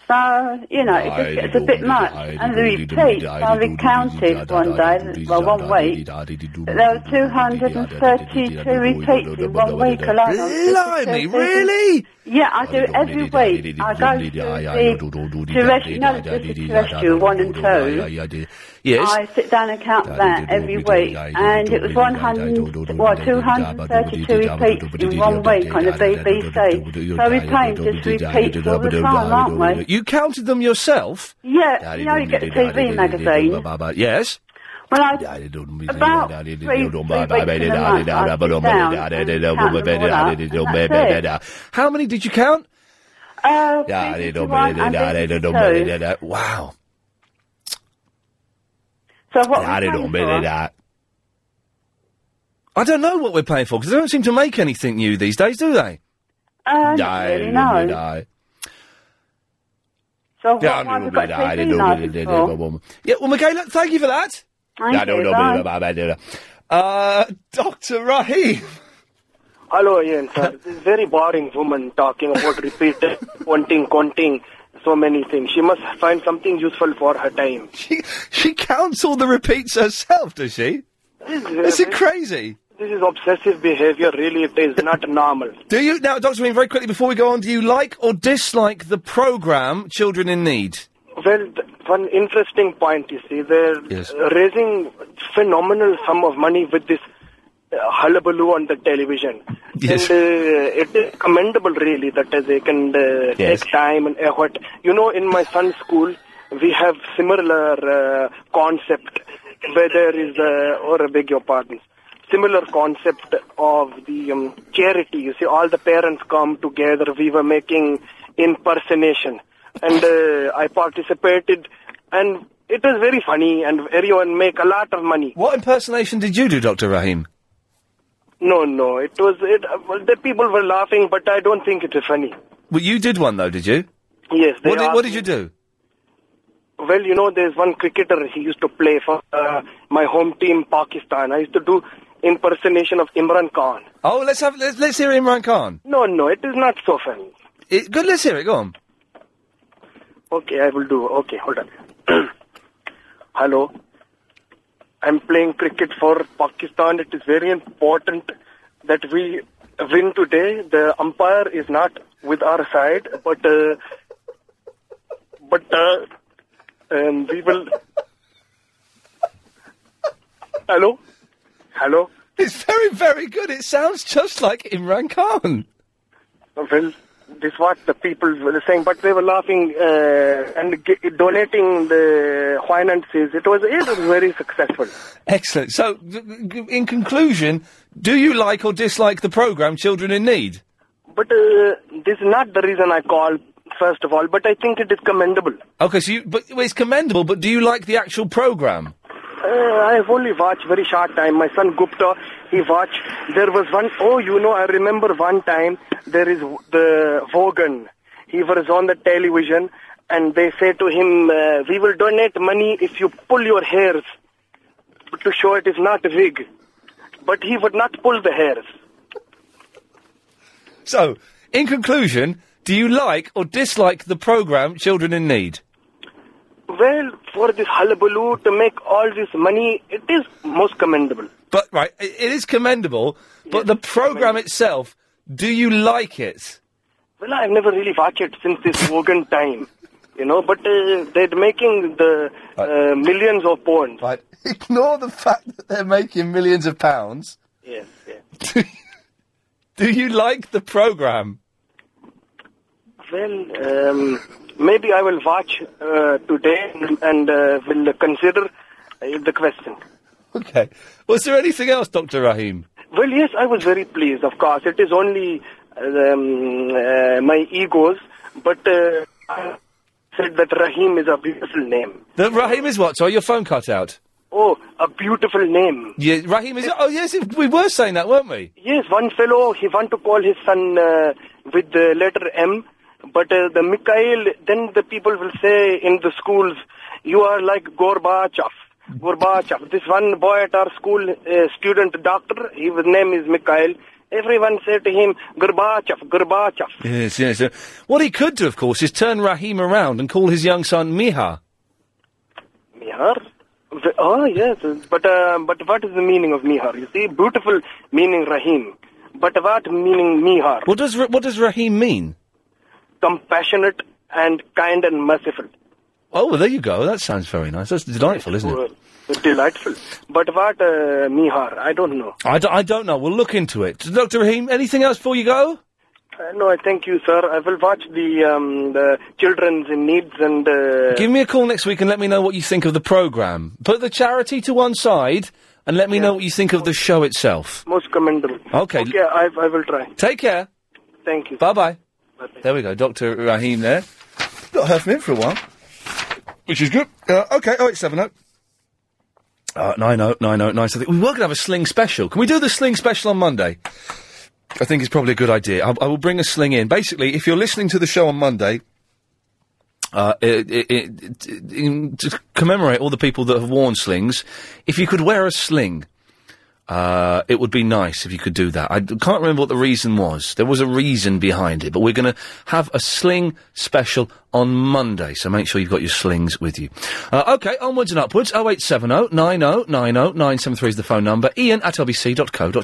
So, you know, it just gets a bit much. And the repeats, I recounted one day, well, one week, that there were 232 repeats in one week alone. on
Blimey,
52
really?
Yeah, I do it every week. I go to the terrestrial, no, just the terrestrial, one and two.
Yes.
I sit down and count that every week, and it was 100, well, 232 repeats in one week on the BBC. So we're playing just repeats all the time, aren't we?
You counted them yourself?
Yeah, you know, you get a TV magazine.
Yes.
Well, I, about three, three weeks in a month, I sit down and count them all up, and that's
uh,
it.
How many did you count?
Uh, 51 and 52.
uh, Wow.
So what
I
we
don't
paying for?
I don't know what we're paying for because they don't seem to make anything new these days, do they?
Uh, not really, no. So what
Yeah,
have we got TV license for?
well, Michaela, thank you for that.
Thank you, bye.
Uh, Dr. Raheem.
Hello, Ian, sir. this is very boring woman talking about repeated, counting, counting, so many things. She must find something useful for her time.
She, she counts all the repeats herself, does she? Is it crazy?
This is obsessive behavior, really, it is not normal.
Do you now, Doctor Raheem? Very quickly before we go on, do you like or dislike the program "Children in Need"?
Well, th- one interesting point, you see, they're
Yes.
uh, raising phenomenal sum of money with this uh, hullabaloo on the television.
Yes.
And uh, it is commendable, really, that uh, they can uh,
Yes.
take time and effort. You know, in my son's school, we have similar uh, concept where there is, uh, or I beg your pardon, similar concept of the um, charity. You see, all the parents come together. We were making impersonation, and uh, I participated, and it was very funny, and everyone make a lot of money.
What impersonation did you do, Doctor Raheem?
No, no, it was it. Uh, well, the people were laughing, but I don't think it is funny.
Well, you did one though, did you?
Yes, they
What did,
are-
what did you do?
Well, you know, there's one cricketer. He used to play for uh, my home team, Pakistan. I used to do impersonation of Imran Khan.
Oh, let's have let's, let's hear Imran Khan.
No, no, it is not so funny.
It, good, let's hear it. Go on.
Okay, I will do. Okay, hold on. Hello. I'm playing cricket for Pakistan. It is very important that we win today. The umpire is not with our side, but uh, but uh, um, we will. Hello. Hello.
It's very, very good. It sounds just like Imran Khan.
Well, this what the people were saying, but they were laughing uh, and g- donating the finances. It was it was very successful.
Excellent. So, g- g- in conclusion, do you like or dislike the program "Children in Need"?
But uh, this is not the reason I call first of all. But I think it is commendable.
Okay, so you, but well, it's commendable. But do you like the actual program?
Uh, I have only watched very short time. My son Gupta, he watched. There was one oh you know, I remember one time there is w- the Vogan. He was on the television, and they say to him, uh, "We will donate money if you pull your hairs to show it is not a wig." But he would not pull the hairs.
So, in conclusion, do you like or dislike the program "Children in Need"?
Well, for this hullabaloo to make all this money, it is most commendable.
But right, i it is commendable. But the program itself, do you like it?
Well, I've never really watched it since this Wogan time, you know. But uh, they're making the uh, millions of pounds.
Right. Ignore the fact that they're making millions of pounds.
Yes. yes.
Do you like the program?
Well, um, maybe I will watch uh, today and uh, will consider uh, the question.
Okay. Was there anything else, Dr. Rahim?
Well, yes, I was very pleased, of course. It is only um, uh, my egos, but uh, I said that Rahim is a beautiful name.
The Rahim is what? Sorry, your phone cut out.
Oh, a beautiful name.
Yeah, Rahim is. Oh, yes, it- we were saying that, weren't we?
Yes, one fellow, he want to call his son uh, with the letter M, but uh, the Mikhail, then the people will say in the schools, you are like Gorbachev. Gorbachev. This one boy at our school, uh, student doctor, his name is Mikhail. Everyone said to him, Gorbachev, Gorbachev.
Yes, yes. uh, What he could do, of course, is turn Rahim around and call his young son Miha.
Mihar? The- Oh, yes. But, uh, but what is the meaning of Mihar? You see, beautiful meaning Rahim. But what meaning Mihar?
What does Ra- what does Rahim mean?
Compassionate and kind and merciful.
Oh, well, there you go. That sounds very nice. That's delightful, isn't it?
Well, Delightful. But what uh, Mihar? I don't know.
I, d- I don't know. We'll look into it. Dr. Rahim, anything else before you go?
Uh, no, I thank you, sir. I will watch the um, the children's in needs and uh,
Give me a call next week and let me know what you think of the programme. Put the charity to one side and let me know what you think of the show itself.
most commendable.
Okay.
Okay, I, I will try.
Take care.
Thank you.
Bye bye. There we go. Dr. Rahim there. Not heard from him for a while, which is good. Uh, okay, 0870. Uh, 90, 90, 90. We were going to have a sling special. Can we do the sling special on Monday? I think it's probably a good idea. I, I will bring a sling in. Basically, if you're listening to the show on Monday, uh, it, it, it, it- in, to commemorate all the people that have worn slings, if you could wear a sling, uh, it would be nice if you could do that. I d- can't remember what the reason was. There was a reason behind it, but we're going to have a sling special on Monday, so make sure you've got your slings with you. Uh, okay, onwards and upwards. 0870 90 90 973 is the phone number. Ian at lbc.co.uk.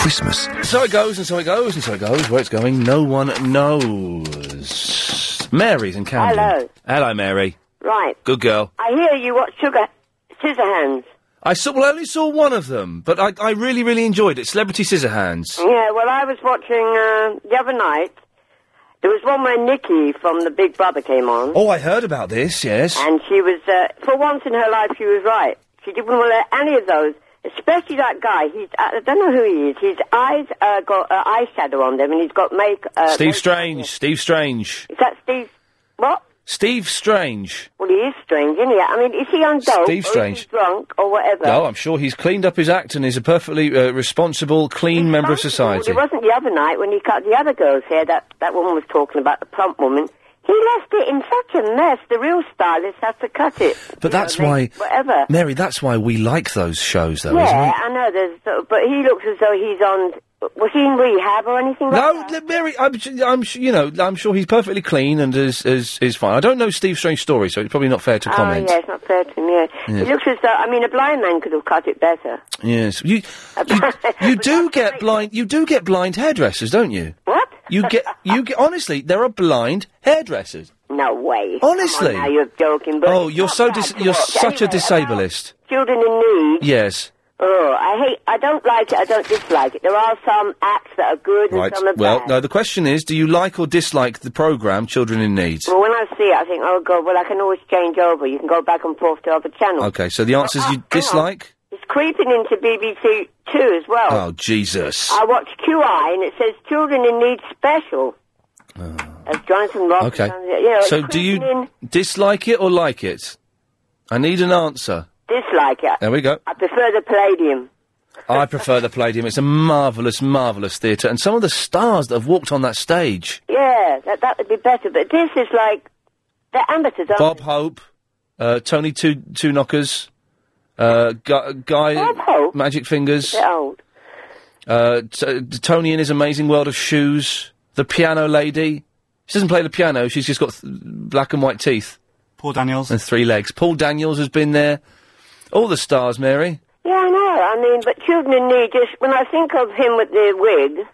Christmas. So it goes, and so it goes, and so it goes. Where it's going, no one knows. Mary's in Camden.
Hello.
Hello, Mary.
Right.
Good girl.
I hear you watch Sugar Scissorhands.
I saw. Well, I only saw one of them, but I, I really, really enjoyed it. Celebrity Scissorhands.
Yeah, well, I was watching uh, the other night. There was one where Nikki from The Big Brother came on.
Oh, I heard about this. Yes.
And she was, uh, for once in her life, she was right. She didn't want to let any of those, especially that guy. He's, uh, I don't know who he is. His eyes uh, got uh, eyeshadow on them, and he's got make. Uh,
Steve
make-
Strange. Steve Strange.
Is that Steve? What?
Steve Strange.
Well, he is strange, isn't he? I mean, is he on dope?
Steve
or is he
Strange.
drunk or whatever.
No, Oh, I'm sure he's cleaned up his act and is a perfectly uh, responsible, clean member of society.
Well, it wasn't the other night when he cut the other girl's hair. That that woman was talking about the plump woman. He left it in such a mess. The real stylist had to cut it.
But
You know,
that's
they-
why,
whatever.
Mary. That's why we like those shows, though, isn't
yeah,
it?
I know. There's, sort of- but he looks as though he's on. Was he in rehab or anything? like
No, le- Mary. I'm, su- I'm, su- you know, I'm sure he's perfectly clean and is is is fine. I don't know Steve Strange's story, so it's probably not fair to
that?
comment.
Oh, yeah, it's not fair to him. Yeah.
Yeah.
it looks as though. I mean, a blind man could have cut it better.
Yes, you you, you do get blind. You do get blind hairdressers, don't you?
What?
You get you get. Honestly, there are blind hairdressers.
No way.
Honestly.
Come on now you're joking. But
oh, you're so dis- you're
watch. uh,
such a disableist.
children in need.
Yes.
Oh, I hate. I don't like it. I don't dislike it. There are some acts that are good and
Right.
some are
Well,
bad.
no. The question is, do you like or dislike the program Children in Need?
Well, when I see it, I think, oh god. Well, I can always change over. You can go back and forth to other channels.
Okay. So the answer
Uh,
is you dislike.
It's creeping into BBC Two as well.
Oh Jesus.
I watch QI and it says children in need special. As Jonathan Roberts.
Oh. Okay.
You know, it's
so do you
creeping in.
dislike it or like it? I need an answer.
dislike it?
There we go.
I prefer the Palladium.
I prefer the Palladium. It's a marvelous, marvelous theatre, and some of the stars that have walked on that stage:
Yeah, that that would be better. But this is like they're amateurs. aren't
Bob Hope, uh, Tony Two Two Knockers, uh, Gu- Guy Magic Fingers,
they? They're old.
uh, t- Tony in his amazing world of shoes, the Piano Lady. She doesn't play the piano. She's just got th- black and white teeth. Paul Daniels and three legs. Paul Daniels has been there. All the stars, Mary.
Yeah, I know. I mean, but children in need. Just when I think of him with the wig,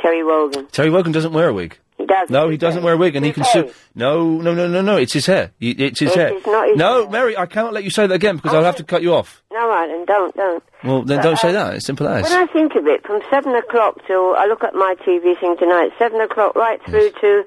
Terry Wogan.
Terry Wogan doesn't wear a wig.
He does.
No, he doesn't wear a wig, and he can sue. No, no, no, no, no. It's his hair. Y- It's his
It
hair.
is not his
no, Mary, I cannot let you say that again because I'll have to cut you off.
No, right, and don't, don't.
Well, then
But,
don't
uh,
say that. It's simple as.
When I think of it, from seven o'clock till I look at my TV thing tonight, seven o'clock right through to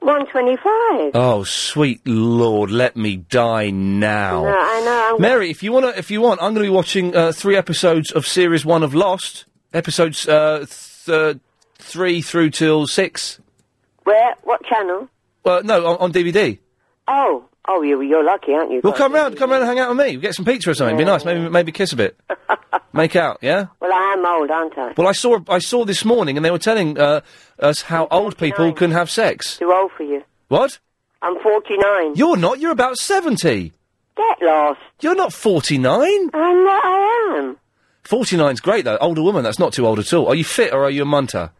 125.
Oh, sweet lord, let me die now.
No, I know. I'm-
Mary, if you wanna, if you want, I'm going to be watching uh, three episodes of series one of Lost, episodes uh, th- uh, three through till six.
Where? What channel?
Well, no, on, on DVD.
Oh, oh, you, you're lucky, aren't you?
Well, come round, come round and hang out with me. Get some pizza or something. Be nice. Maybe, maybe kiss a bit. Make out, yeah.
Well, I am old, aren't I?
Well, I saw, I saw this morning, and they were telling uh, us how old people can have sex.
Too old for you.
What?
I'm 49.
You're not. You're about seventy.
Get lost.
You're not forty-nine.
I know. I am.
49's great though. Older woman, that's not too old at all. Are you fit or are you a munter?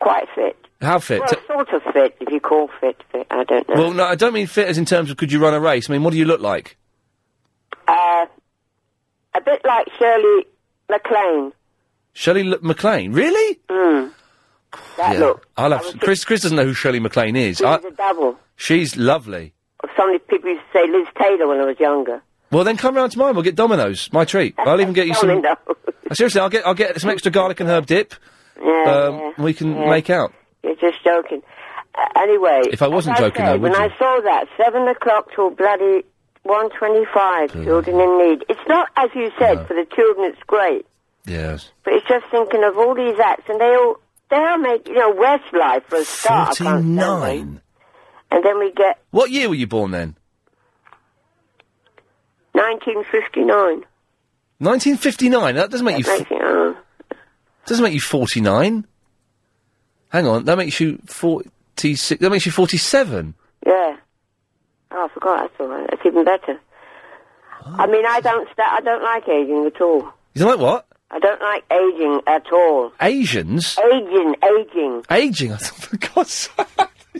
Quite fit.
How fit?
Well, sort of fit, if you call fit fit. I don't know.
Well, no, I don't mean fit as in terms of could you run a race. I mean, what do you look like?
Uh, a bit like Shirley MacLaine.
Shirley L- MacLaine, really?
Mm. That
Yeah.
look.
I'll have Chris. Chris doesn't know who Shirley MacLaine is.
She
I,
was a double.
she's lovely.
Of so many people used to say Liz Taylor when I was younger.
Well, then come round to mine. We'll get Dominoes. My treat. I'll even get you some. Uh,
Dominoes.
Seriously, I'll get I'll get some extra garlic and herb dip.
Yeah,
um, We can
yeah.
make out.
You're just joking. Uh, anyway.
If I wasn't
as
joking,
said,
I would
When
you?
I saw that, 7 o'clock till bloody 125, children in need. It's not, as you said, for the children, it's great.
Yes.
But it's just thinking of all these acts, and they all, they all make, you know, Westlife for a start. I can't stand them.
Forty-nine.
And then we get
What year were you born then?
1959.
1959. That doesn't make you. F- doesn't make you 49. Hang on, that makes you 46. That makes you 47.
Yeah. Oh, I forgot. That's all right. That's even better. I mean, I don't sta- I don't like aging at all.
You know what?
I don't like aging at all.
Asians?
Aging, aging.
Aging. I thought, for God's sake.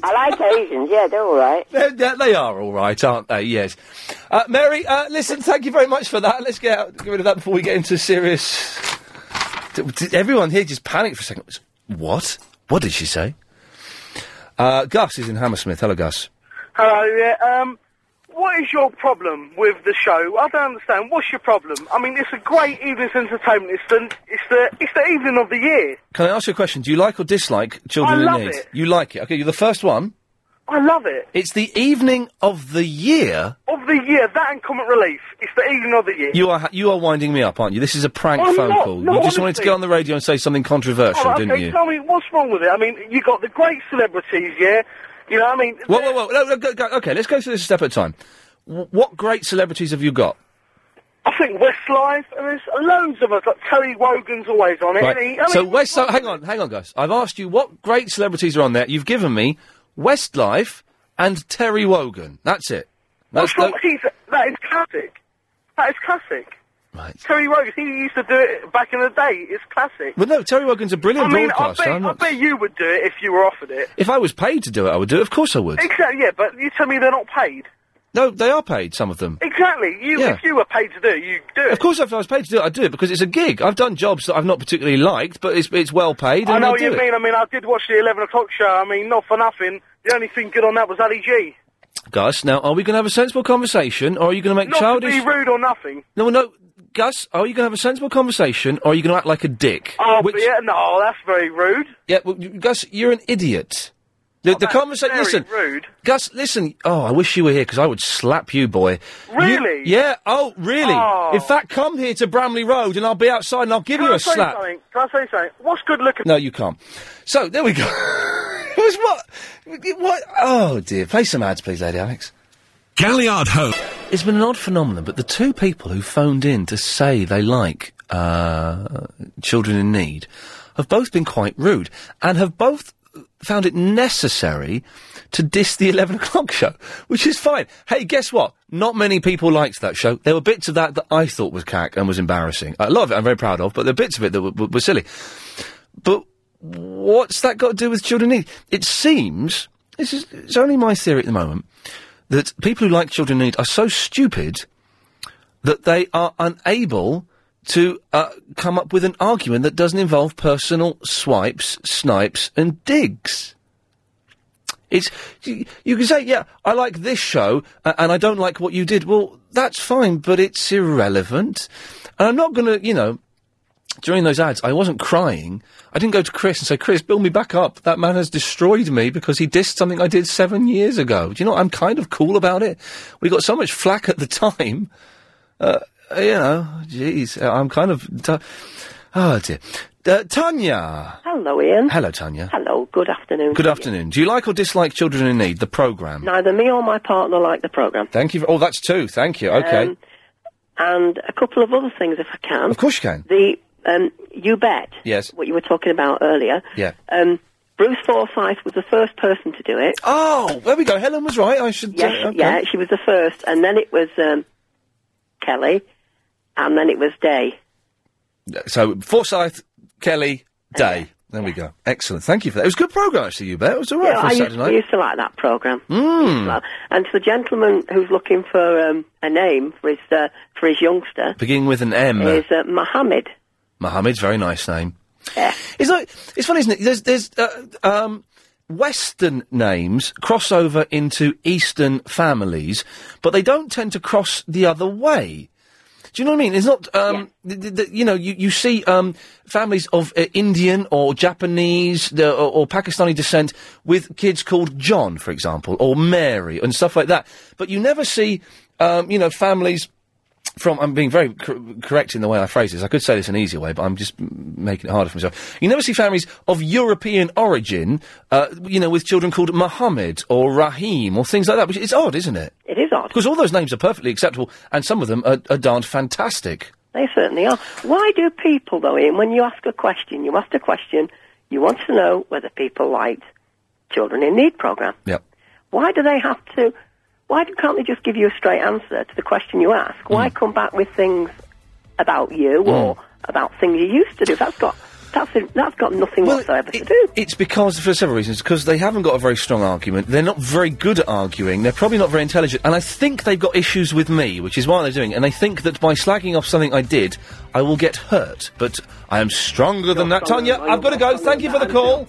I like Asians. Yeah, they're all right.
They're, they're- they are all right, aren't they? Yes. Uh, Mary, uh, listen, thank you very much for that. Let's get, out, get rid of that before we get into serious. D- d- everyone here just panicked for a second. What? What did she say? Uh, Gus is in Hammersmith. Hello, Gus.
Hello, yeah. Um, what is your problem with the show? I don't understand. What's your problem? I mean, it's a great evening's entertainment. It's the it's the it's the evening of the year.
Can I ask you a question? Do you like or dislike Children
I love
in Need?
it.
You like it. Okay, you're the first one.
I love it.
It's the evening of the year.
Of the year, that and Comet Relief. It's the evening of the year.
You are you are winding me up, aren't you? This is a prank
I'm
phone
not.
call.
No,
you just wanted to
honestly.
get on the radio and say something controversial,
All right,
didn't
Oh, okay,
you?
Tell me, what's wrong with it? I mean, you got the great celebrities, yeah. You know, what I mean,
Whoa, whoa, whoa! No, no, go, go. Okay, let's go through this a step at a time. W- what great celebrities have you got?
I think Westlife, and there's loads of us. Like Terry Wogan's always on it.
Right.
isn't he? I mean,
so West, so hang on, hang on, guys. I've asked you what great celebrities are on there. You've given me Westlife and Terry Wogan. That's it. That's
What's wrong?
the-
He's, that is classic. That is classic.
Right.
Terry Rogers, he used to do it back in the day. It's classic.
Well, no, Terry Wogan's a
I
brilliant
mean, I
broadcaster.
bet,
I'm
I
not-
bet you would do it if you were offered it.
If I was paid to do it, I would do it. Of course, I would.
Exactly, yeah, but you tell me they're not paid.
No, they are paid. Some of them.
Exactly. You,
Yeah.
If you were paid to do it, you'd do it.
Of course, if I was paid to do it, I'd do it because it's a gig. I've done jobs that I've not particularly liked, but it's it's well paid. And
I know
I'll
what
do
you
it.
mean. I mean, I did watch the 11 o'clock show. I mean, not for nothing. The only thing good on that was Ali G.
Gus, now are we going to have a sensible conversation, or are you going to make
Not
childish?
to be rude or nothing.
No, no, Gus, are you going to have a sensible conversation, or are you going to act like a dick?
Oh, but yeah, no, that's very rude. Oh,
Yeah, well, you- Gus, you're an idiot. The, the conversation.
very
Listen,
rude.
Gus, listen. Oh, I wish you were here because I would slap you, boy. You-
Really?
yeah. Oh, really?
Oh.
In fact, come here to Bramley Road, and I'll be outside and I'll give
Can
you
I
a
say
slap.
something? Can I say something? What's good looking?
No, you can't. So there we go. it was what? it- What? Oh dear. Play some ads, please, Lady Alex. Galliard Home. It's been an odd phenomenon, but the two people who phoned in to say they like uh, children in need have both been quite rude and have both found it necessary to diss the 11 o'clock show, which is fine. Hey, guess what? Not many people liked that show. There were bits of that that I thought was cack and was embarrassing. A lot of it I'm very proud of, but there were bits of it that were, were, were silly. But what's that got to do with children in need? It seems, this is, it's only my theory at the moment, that people who like children in need are so stupid that they are unable to uh, come up with an argument that doesn't involve personal swipes, snipes, and digs. It's you, you can say, yeah, I like this show, uh, and I don't like what you did. Well, that's fine, but it's irrelevant, and I'm not going to, you know, during those ads, I wasn't crying. I didn't go to Chris and say, Chris, build me back up. That man has destroyed me because he dissed something I did seven years ago. Do you know, I'm kind of cool about it. We got so much flack at the time. Uh, you know, jeez, uh, I'm kind of. T- oh, dear. Uh, Tanya.
Hello, Ian.
Hello, Tanya.
Hello, good afternoon.
Good afternoon. Do you like or dislike Children in Need, the programme?
Neither me or my partner like the programme.
Thank you. For, oh, that's two. Thank you. Okay.
Um, and a couple of other things, if I can.
of course you can.
The um, You Bet,
Yes.
what you were talking about earlier.
Yeah.
Um, Bruce Forsyth was the first person to do it.
Oh, there we go. Helen was right. I should.
Yes,
uh, okay.
yeah, she was the first, and then it was um, Kelly, and then it was Day.
So Forsyth, Kelly, Day. There we go. Excellent. Thank you for that. It was a good programme, actually, you bet. It was all right for
yeah,
a
I used,
Saturday
I
night.
used to like that program.
Mm.
And to the gentleman who's looking for um, a name for his uh, for his youngster
Beginning with an M.
is uh, Mohammed.
Mohammed's very nice name. It's like it's funny, isn't it? There's there's uh, um, Western names cross over into Eastern families, but they don't tend to cross the other way. Do you know what I mean? It's not, um, th- th- th- you know, you, you see um, families of uh, Indian or Japanese the, or, or Pakistani descent with kids called John, for example, or Mary and stuff like that. But you never see, um, you know, families from I'm being very cor- correct in the way I phrase this. I could say this in an easier way, but I'm just m- making it harder for myself. You never see families of European origin, uh, you know, with children called Mohammed or Rahim or things like that. Which is odd, isn't it?
It is odd
because all those names are perfectly acceptable, and some of them are, are darned fantastic.
They certainly are. Why do people though, Ian? When you ask a question, you ask a question. You want to know whether people liked Children in Need program.
Yep.
Why do they have to? Why do- can't they just give you a straight answer to the question you ask? Why come back with things about you or about things you used to do? That's got that's that's got nothing whatsoever to do.
It's because, for several reasons, because they haven't got a very strong argument. They're not very good at arguing. They're probably not very intelligent. And I think they've got issues with me, which is why they're doing it. And they think that by slagging off something I did, I will get hurt. But I am stronger than that.
stronger
Tanya,
than I
I've got to
am.
go.
I'm
Thank you for the
stronger
call.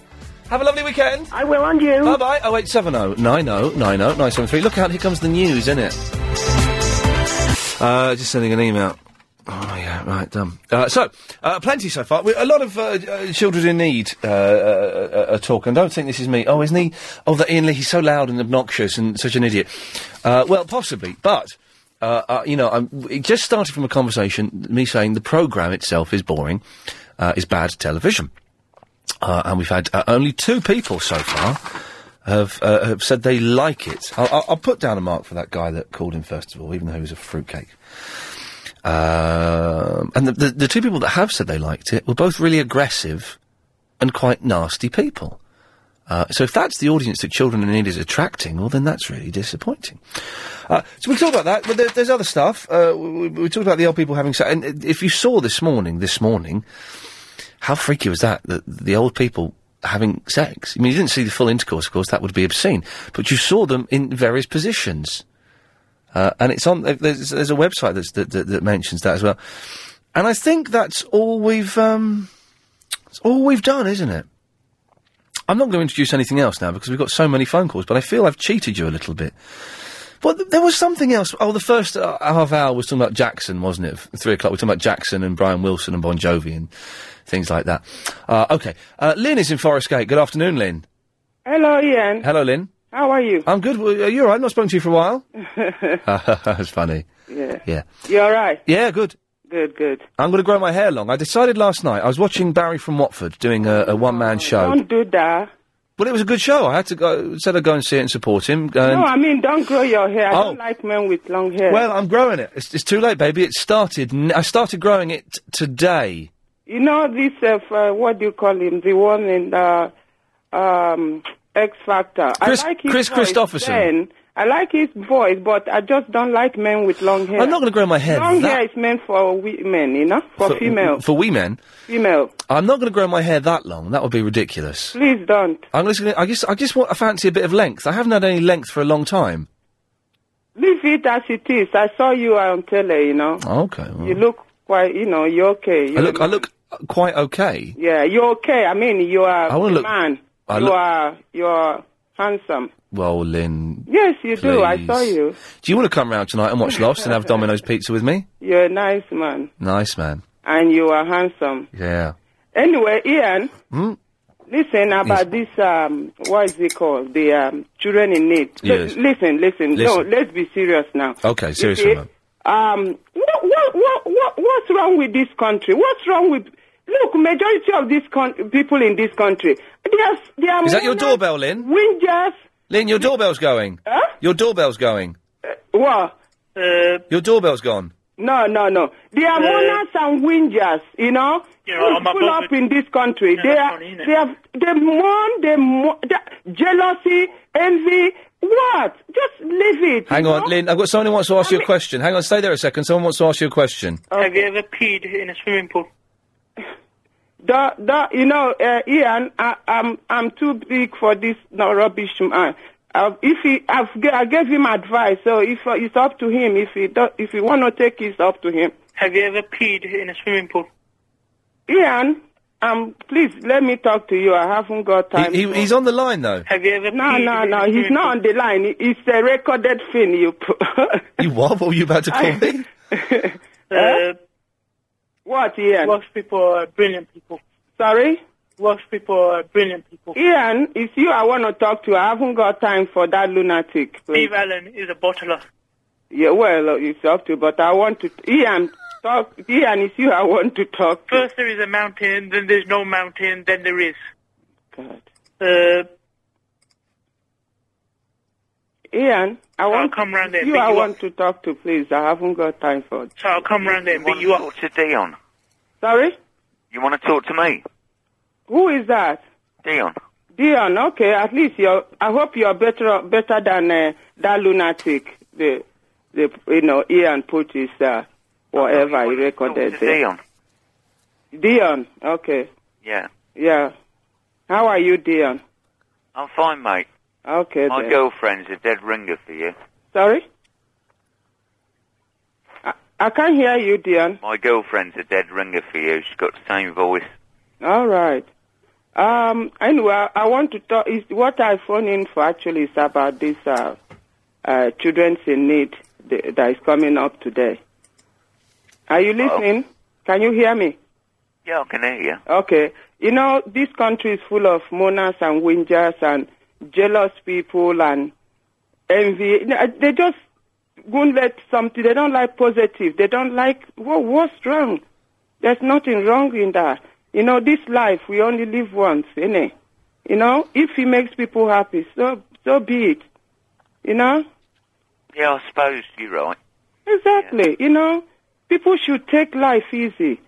Have a lovely weekend. Oh,
I will, and you.
Bye bye. 0870 90 90 973. Look out, here comes the news, innit? Uh, just sending an email. Oh, yeah, right, done. Uh, so, uh, plenty so far. We, a lot of uh, uh, children in need uh, uh, uh, are talking. Don't think this is me. Oh, isn't he? Oh, that Ian Lee, he's so loud and obnoxious and such an idiot. Uh, well, possibly, but. Uh, uh, you know, i it just started from a conversation, me saying the programme itself is boring, uh, is bad television. Uh, and we've had uh, only two people so far have, uh, have said they like it. I'll, I'll, I'll put down a mark for that guy that called in first of all, even though he was a fruitcake. Um, and the, the, the two people that have said they liked it were both really aggressive and quite nasty people. Uh, so if that's the audience that Children in Need is attracting, well, then that's really disappointing. Uh, so we'll talk about that, but there, there's other stuff. Uh, we, we- we talked about the old people having sex. And uh, if you saw this morning, this morning, how freaky was that? The, the old people having sex. I mean, you didn't see the full intercourse, of course, that would be obscene. But you saw them in various positions. Uh, and it's on, there's, there's a website that's, that, that, that mentions that as well. And I think that's all we've, um, it's all we've done, isn't it? I'm not going to introduce anything else now because we've got so many phone calls, but I feel I've cheated you a little bit. Well, th- there was something else. Oh, the first uh, half hour was talking about Jackson, wasn't it? F- Three o'clock. We We're talking about Jackson and Brian Wilson and Bon Jovi and things like that. Uh, okay. Uh, Lynn is in Forest Gate. Good afternoon, Lynn.
Hello, Ian.
Hello, Lynn.
How are you?
I'm good. Well, Are you all right? Not spoken to you for a while. That's funny.
yeah.
Yeah.
You all right?
Yeah, good.
Good, good.
I'm going to grow my hair long. I decided last night. I was watching Barry from Watford doing a, a one-man show.
Don't do that.
Well, it was a good show. I had to go. Said I'd go and see it and support him. And
no, I mean, don't grow your hair. I don't
Oh.
like men with long hair.
Well, I'm growing it. It's, it's too late, baby. It started. N- I started growing it t- today.
you know, this, uh, f- uh, what do you call him? The one in uh, um, X Factor.
Chris-
I like his
Chris
voice
Christopherson.
then. I like his voice, but I just don't like men with long hair.
I'm not going to grow my hair.
Long
that,
hair is meant for women, you know? For, female.
For we men.
female.
I'm not going to grow my hair that long. That would be ridiculous.
Please don't.
I'm just going to. I just. I just want. I fancy a bit of length. I haven't had any length for a long time.
Leave it as it is. I saw you on tele, you know.
Okay. well.
You look quite, you know, you're okay.
Uh-huh. I
You're
look. I look quite okay.
Yeah, you're okay. I mean, you are
I wanna
a
look-
man.
I
you
look-
are you are handsome.
Well, Lynn.
Yes, you do. I saw
Please.
you.
Do you want to come round tonight and watch Lost and have Domino's pizza with me?
You're a nice man.
Nice man.
and you are handsome.
Yeah.
Anyway, Ian,
Hmm?
listen about this. Um, what is it called? The um, children in need. L-
Yes.
listen, listen,
Listen.
No, let's be serious now.
Okay,
You
seriously,
see,
man.
Um, what, what, what, what, what's wrong with this country? What's wrong with? Look, majority of these con- people in this country, they are they are
Is that your
mourners,
doorbell, Lynn?
Whingers.
Lynn, your doorbell's going.
Huh?
Your doorbell's going.
What? Uh,
Your doorbell's gone.
No, no, no. They are
Yeah.
mourners and whingers, you know.
uh, Yeah, well, I'm
People
above
up in this country,
Yeah,
they
that's
are,
funny, innit?
they have, they mourn, they mourn, they, jealousy, envy. What? Just leave it.
Hang on, Lynn. I've got someone who wants to ask you a question. Hang on, stay there a second. Someone wants to ask you a question.
Have you ever peed in a swimming pool? The, the, you know, uh, Ian, I, I'm, I'm too big for this no, rubbish man. Uh, if he, I've, g- I gave him advice, so if uh, it's up to him, if he, do, if he want to take, it's up to him.
Have you ever peed in a swimming pool?
Ian, um, please let me talk to you. I haven't got time.
He, he, he's on the line though.
Have you ever?
No, no, no. He's not on the line. It's a recorded thing. You.
you what? What were you about to call me?
Uh,
what, Ian?
Welsh people are brilliant people.
Sorry.
Welsh people are brilliant people.
Ian, it's you I want to talk to. I haven't got time for that lunatic. please.
Steve Allen is a bottler.
Yeah, well, uh, it's up to. But I want to. Ian, talk. Ian, it's you I want to talk to.
First there is a mountain, then there's no mountain, then there is. God. Uh,
Ian, I want.
come round there,
You,
but
I
you are-
want to talk to, please. I haven't got time for.
so I'll come round there, but you are.
Talk to Dion.
Sorry.
You want to talk to me?
Who is that?
Dion.
Dion, okay, at least you're. I hope you're better better than uh, that lunatic. The, the you know Ian put his uh, whatever he recorded.
To
there.
Dion.
Dion, okay,
Yeah.
yeah. How are you, Dion?
I'm fine, mate.
Okay.
My
then.
girlfriend's a dead ringer for you.
Sorry. I, I can't hear you, Dion.
My girlfriend's a dead ringer for you. She's got the same voice.
All right. Um. Anyway, I, I want to talk. Is what I phone in for actually is about this uh, uh, children's in need th- that is coming up today. Are you listening? Can you hear me?
Yeah, I can hear you.
Okay. You know, this country is full of mourners and whingers and jealous people and envy. You know, They just won't let something. They don't like positive. They don't like wha- what's wrong. There's nothing wrong in that. You know, this life we only live once, innit? You know, if it makes people happy, so so be it. You know.
Yeah, I suppose you're right.
Exactly. You know, people should take life easy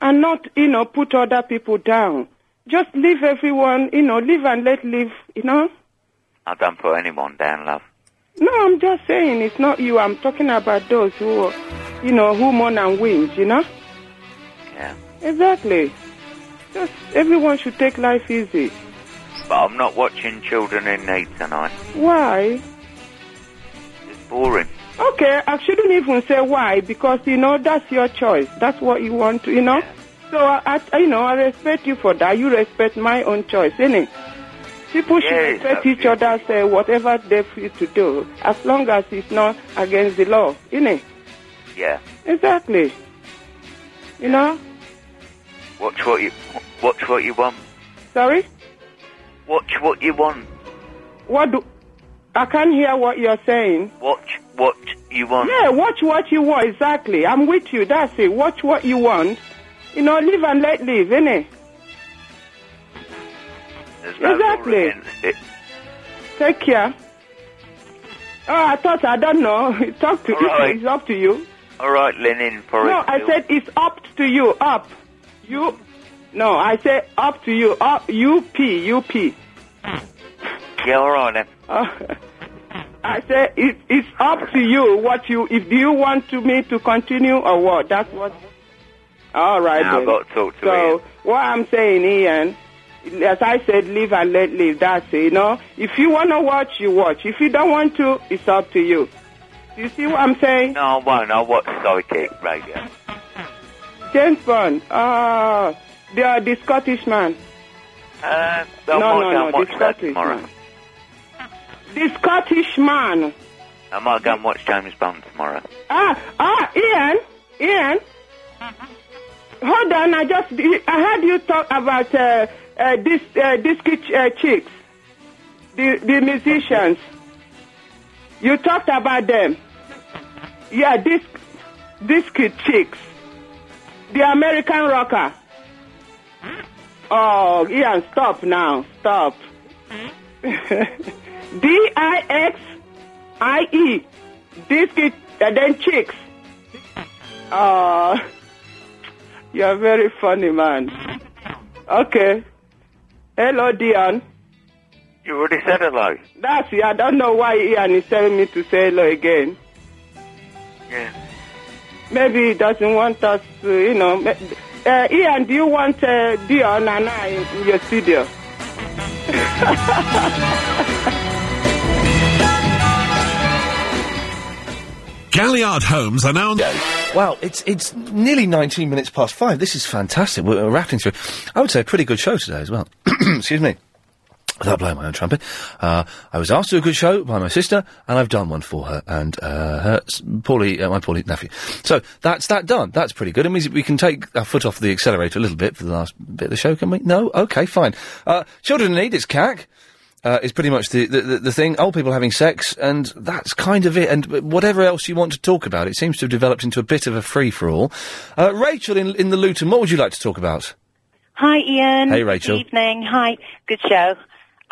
and not, you know, put other people down. Just leave everyone, you know, live and let live, you know.
I don't put anyone down, love.
No, I'm just saying it's not you. I'm talking about those who, are, you know, who mourn and whinge, you know.
Yeah.
Exactly. Just everyone should take life easy.
But I'm not watching Children in Need tonight.
Why?
It's boring.
Okay, I shouldn't even say why because you know that's your choice. That's what you want to, you know. So I, I you know, I respect you for that. You respect my own choice, innit? People should
Yes,
respect each
absolutely.
other, say whatever they feel to do, as long as it's not against the law, innit?
Yeah.
Exactly. You know?
Watch what you watch what you want.
Sorry,
Watch what you want.
what do? I can't hear what you're saying.
Watch what you want.
Yeah, watch what you want. Exactly. I'm with you. That's it. Watch what you want. You know, live and let live, innit?
There's no law
exactly.
against it.
Take care. Oh, I thought I don't know. Talk to
All right.
It's up to you.
All right, Lenin. For
no, I said it's up to you. Up, you. No, I said up to you. Up, you p you p.
Yeah, all right then.
Uh, I said it, it's up to you. What you if do you want to me to continue or what? That's what. All right.
Now I've
then.
got to talk to
So
Ian.
what I'm saying, Ian, as I said, live and let live. That's it. You know, if you wanna watch, you watch. If you don't want to, it's up to you. You see what I'm saying?
No, I won't. I'll watch Psychic Radio.
James Bond. Uh, the uh, the Scottish man.
Uh,
No,
I might
no,
go
no,
and watch
the
that
Scottish
tomorrow.
The Scottish man.
I might go and watch James Bond tomorrow.
Ah, ah, Ian, Ian. Hold on, I just I heard you talk about uh, uh, this uh, this ch- uh, chicks, the the musicians. You talked about them. Yeah, this this kid chicks, the American rocker.
Hmm.
Oh, Ian, stop now, stop. D I X I E, this kid, and then chicks. Oh, you're very funny, man. Okay. Hello, Dion.
You already said hello.
That's it. I don't know why Ian is telling me to say hello again.
Yeah.
Maybe he doesn't want us to, you know. ma- Uh, Ian, do you want uh, Dion and I in your studio?
Galliard Homes announced. Wow, it's it's nearly 19 minutes past five. This is fantastic. We're, we're rattling through. I would say a pretty good show today as well. Excuse me. Without blowing my own trumpet, uh, I was asked to do a good show by my sister, and I've done one for her and uh, her s- Paulie, uh, my Paulie nephew. So that's that done. That's pretty good. It means that we can take our foot off the accelerator a little bit for the last bit of the show, can we? No, okay, fine. Uh, Children in Need, it's CAC uh, is pretty much the, the, the, the thing. Old people having sex, and that's kind of it. And w- whatever else you want to talk about, it seems to have developed into a bit of a free for all. Uh, Rachel in, in the Luton, what would you like to talk about?
Hi, Ian.
Hey, Rachel.
Good evening. Hi. Good show.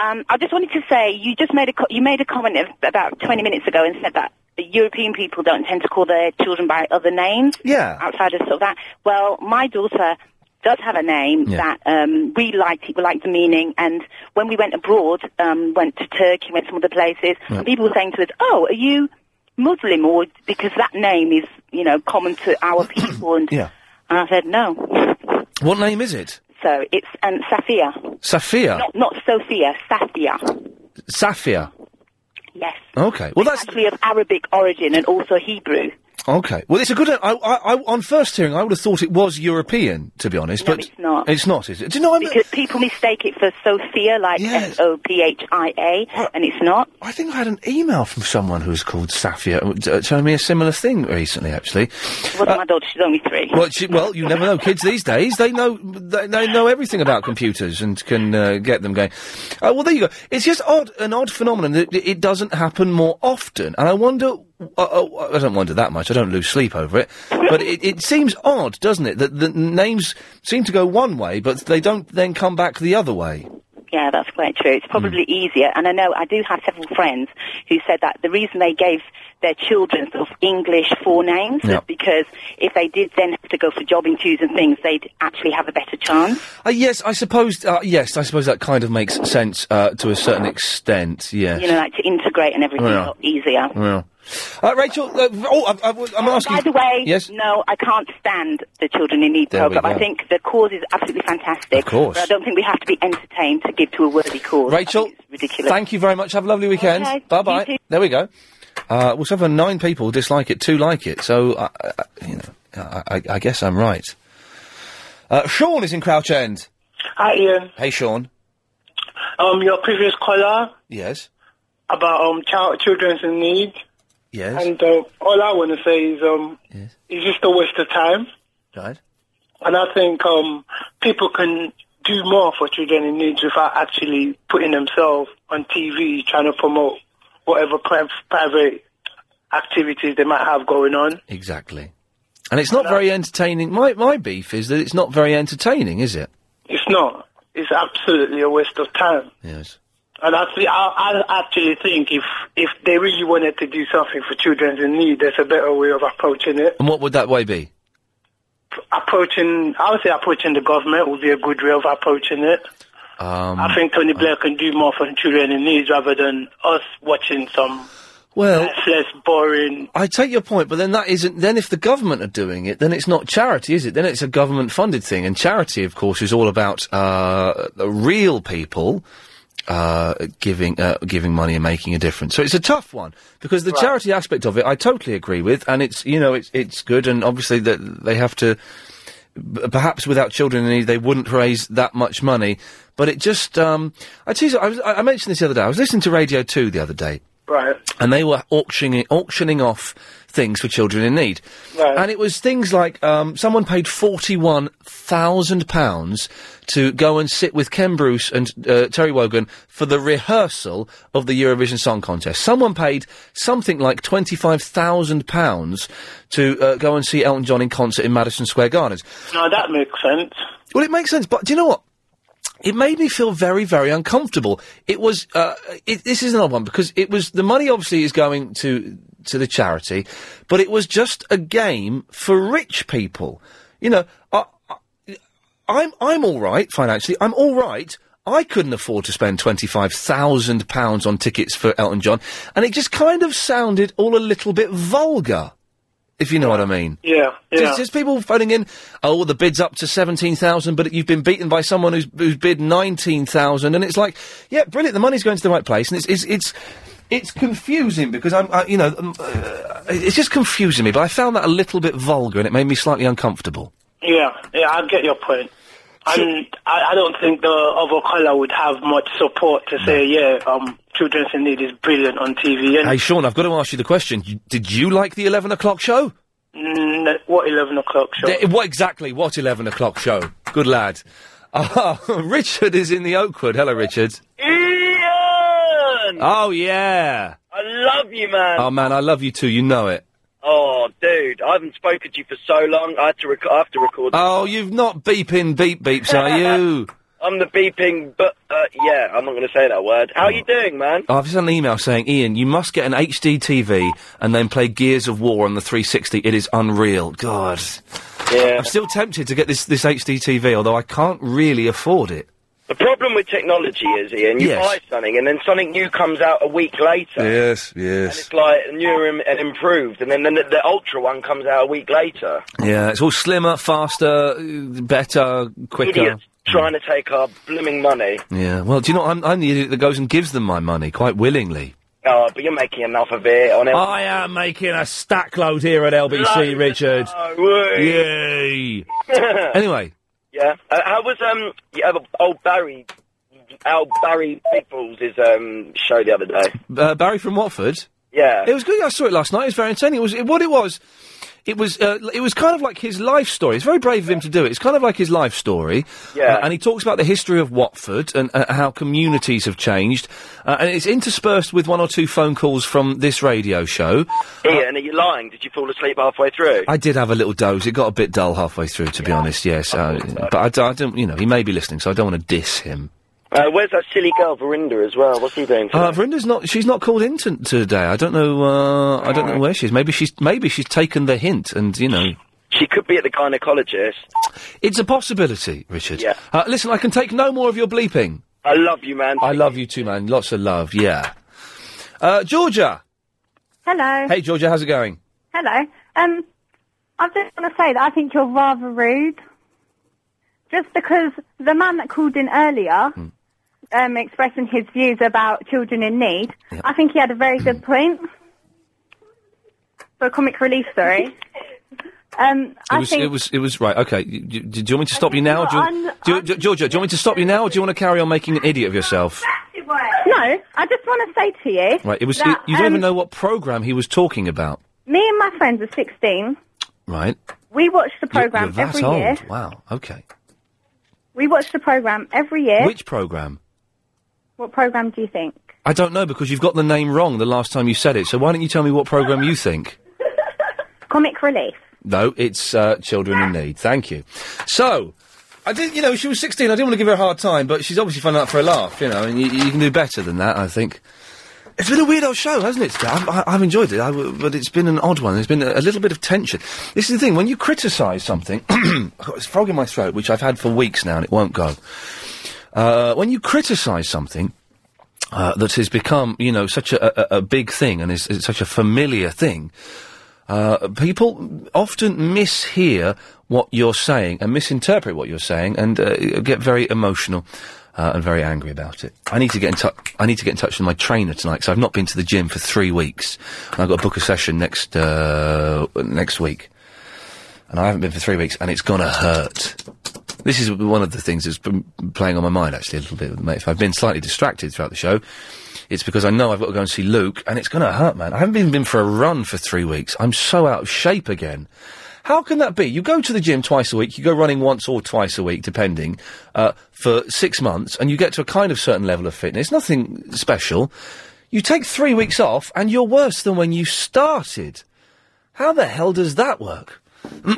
Um, I just wanted to say you just made a co- you made a comment of, about 20 minutes ago and said that European people don't tend to call their children by other names.
Yeah.
Outside of sort of that. Well, my daughter does have a name
Yeah.
that um, we liked. We liked the meaning. And when we went abroad, um, went to Turkey, went to some other places,
Yeah.
and people were saying to us, "Oh, are you Muslim?" Or because that name is you know common to our people. And,
Yeah.
and I said no.
What name is it?
So it's um, Safia.
Safia.
Not not Sophia, Safia.
Safia.
Yes.
Okay. Well, that's
actually of Arabic origin and also Hebrew.
okay. Well, it's a good. I, I, I, on first hearing, I would have thought it was European, to be honest.
No,
but
it's not.
It's not, is it? Do you know? I'm,
because people mistake it for Sophia, like S O P H I A, and it's not.
I think I had an email from someone who was called Safia uh, telling me a similar thing recently. Actually, Uh,
It wasn't my daughter; she's only three.
Well, she, well, you never know. Kids these days, they know they, they know everything about computers and can uh, get them going. Uh, well, there you go. It's just odd, an odd phenomenon that it- it doesn't happen more often. And I wonder, uh, uh, I don't wonder that much. I don't lose sleep over it. But it, it seems odd, doesn't it, that the names seem to go one way, but they don't then come back the other way.
Yeah, that's quite true. It's probably
Hmm.
easier. And I know I do have several friends who said that the reason they gave their children sort of English forenames
Yeah.
was because if they did then have to go for job interviews and things, they'd actually have a better chance.
Uh, yes, I suppose. Uh, yes, I suppose that kind of makes sense uh, to a certain extent. Yes.
You know, like to integrate and everything
Yeah.
a lot easier.
Well. Uh, Rachel, uh, oh, I, am asking.
Uh, By the way,
Yes?
no, I can't stand the Children in Need
There we
program. I
go.
think the cause is absolutely fantastic.
Of course.
But I don't think we have to be entertained to give to a worthy cause.
Rachel, thank you very much. Have a lovely weekend.
Okay,
Bye
you
bye.
too.
There we go. Uh, well, so far nine people dislike it, two like it. So, I, I, I- you know, I, I, I guess I'm right. Uh, Sean is in Crouch End.
Hi, Ian.
Hey, Sean.
Um, your previous caller
Yes.
about um child children's in need,
Yes.
and uh, all I want to say is um, it's just a waste of time.
Right.
And I think um people can do more for children in need without actually putting themselves on TV trying to promote whatever pri- private activities they might have going on.
Exactly. And it's not very entertaining. My my beef is that it's not very entertaining, is it?
It's not. It's absolutely a waste of time.
Yes.
And I, thi- I, I actually think if if they really wanted to do something for children in need, there's a better way of approaching it.
And what would that way be?
Approaching, I would say, approaching the government would be a good way of approaching it.
Um,
Uh,
I think Tony Blair can do more for the children in need rather than us watching some
well,
less boring.
I take your point, but then that isn't. Then if the government are doing it, then it's not charity, is it? Then it's a government-funded thing, and charity, of course, is all about uh, the real people uh, giving uh, giving money and making a difference. So it's a tough one because the charity aspect of it, I totally agree with, and it's you know it's it's good, and obviously that they have to. b- Perhaps without children in need, they wouldn't raise that much money. But it just, um, I, tell you, I, was, I I mentioned this the other day. I was listening to Radio Two the other day,
Right.
and they were auctioning auctioning off things for children in need. And it was things like um, someone paid forty one thousand pounds to go and sit with Ken Bruce and uh, Terry Wogan for the rehearsal of the Eurovision Song Contest. Someone paid something like twenty five thousand pounds to uh, go and see Elton John in concert in Madison Square Gardens.
No, that makes sense.
Well, it makes sense, but do you know what? It made me feel very, very uncomfortable. It was. Uh, it, this is an odd one because it was the money. Obviously, is going to to the charity, but it was just a game for rich people. You know, I, I- I'm I'm all right financially. I'm all right. I couldn't afford to spend twenty five thousand pounds on tickets for Elton John, and it just kind of sounded all a little bit vulgar, if you know what I mean.
Yeah, yeah.
There's, there's people phoning in. Oh, well, the bid's up to seventeen thousand, but you've been beaten by someone who's who's bid nineteen thousand, and it's like, yeah, brilliant. The money's going to the right place, and it's it's it's it's confusing because I'm, I, you know, um, uh, it's just confusing me. But I found that a little bit vulgar, and it made me slightly uncomfortable.
Yeah, yeah, I get your point. And I, I don't think the other colour would have much support to say, yeah, um, Children's in Need is brilliant on TV. And
Hey, Sean, I've got to ask you the question. You- Did you like the eleven o'clock show?
Mm, what, 11 o'clock show?
Th- what exactly? What eleven o'clock show? Good lad. Ah, Richard is in the Oakwood. Hello, Richard.
Ian!
Oh yeah.
I love you, man.
Oh man, I love you too. You know it.
oh, dude, I haven't spoken to you for so long. I had to rec- I have to record.
Oh, you've not beeping beep beeps, are you?
I'm the beeping, but uh, yeah, I'm not going to say that word. How you
Oh.
doing, man?
I've sent an email saying, Ian, you must get an HD TV and then play Gears of War on the 360. It is unreal. God.
Yeah.
I'm still tempted to get this, this HD TV, although I can't really afford it.
The problem with technology is, Ian, you
Yes.
buy something and then something new comes out a week later.
Yes,
And
yes.
it's like newer and, and improved, and then, then the, the ultra one comes out a week later.
Yeah, it's all slimmer, faster, uh, better, quicker.
Idiots trying to take our blooming money.
Yeah, well, do you know, I'm, I'm the idiot that goes and gives them my money quite willingly.
Oh, but you're making enough of it on it.
I am making a stack load here at LBC, Richard. Yay! anyway,
Yeah. Uh, how was um yeah, but old Barry Al Barry Peoples' um show the other day?
uh, Barry from Watford.
Yeah.
It was good. I saw it last night. It was very entertaining. It was it, what it was. It was uh, it was kind of like his life story. It's very brave of him to do it. It's kind of like his life story.
Yeah.
Uh, and he talks about the history of Watford and uh, how communities have changed. Uh, and it's interspersed with one or two phone calls from this radio show.
Ian, are you lying? Did you fall asleep halfway through?
I did have a little doze. It got a bit dull halfway through, to be honest. Yes, uh, but I, d- I don't. You know, he may be listening, so I don't want to diss him.
Uh, where's that silly girl Verinda as well? What's he doing? For
Uh, Verinda's not. She's not called in t- today. I don't know. Uh, I don't know where she is. Maybe she's. Maybe she's taken the hint, and you know.
She could be at the gynecologist.
It's a possibility, Richard.
Yeah.
Uh, listen, I can take no more of your bleeping.
I love you, man.
I love you too, man. Lots of love. Yeah. Uh, Georgia.
Hello.
Hey, Georgia. How's it going?
Hello. Um, I just want to say that I think you're rather rude. Just because the man that called in earlier,
Hmm.
um, expressing his views about children in need, I think he had a very good
Hmm.
point. For comic relief, sorry. Um,
It
I
was.
think
It was. It was right. Okay. You, you, do you want me to stop you now? Or do you,
I'm-
do you- do- Georgia, do you want me to stop you now, or do you want to carry on making an idiot of yourself?
no. I just want to say to you,
Right. It was.
that,
you, you don't
um,
even know what program he was talking about.
Me and my friends are sixteen.
Right.
We watch the
You're-
program
you're that
every
old.
year.
Wow. Okay.
We watch the program every year.
Which program?
What program do you think?
I don't know because you've got the name wrong the last time you said it. So why don't you tell me what program you think?
Comic Relief.
No, it's uh, Children in Need. Thank you. So, I didn't, you know, she was 16. I didn't want to give her a hard time, but she's obviously found out for a laugh, you know, and you, you can do better than that, I think. It's been a weird old show, hasn't it? today? I've, I- I've enjoyed it, I w but it's been an odd one. There's been a, a little bit of tension. This is the thing, when you criticise something, I've got this frog in my throat, which I've had for weeks now and it won't go. Uh, when you criticise something, uh, that has become, you know, such a, a, a big thing and is, is such a familiar thing, uh, people often mishear what you're saying and misinterpret what you're saying and uh, get very emotional uh, and very angry about it. I need to get in touch. I need to get in touch with my trainer tonight because I've not been to the gym for three weeks. And I've got to book a session next uh, next week, and I haven't been for three weeks, and it's gonna hurt. This This is one of the things that's been playing on my mind actually a little bit. Mate. If I've been slightly distracted throughout the show, it's because I know I've got to go and see Luke, and it's going to hurt, man. I haven't even been for a run for three weeks. I'm so out of shape again. How can that be? You go to the gym twice a week, you go running once or twice a week, depending, uh, for six months, and you get to a kind of certain level of fitness, nothing special. You take three weeks off, and you're worse than when you started. How the hell does that work?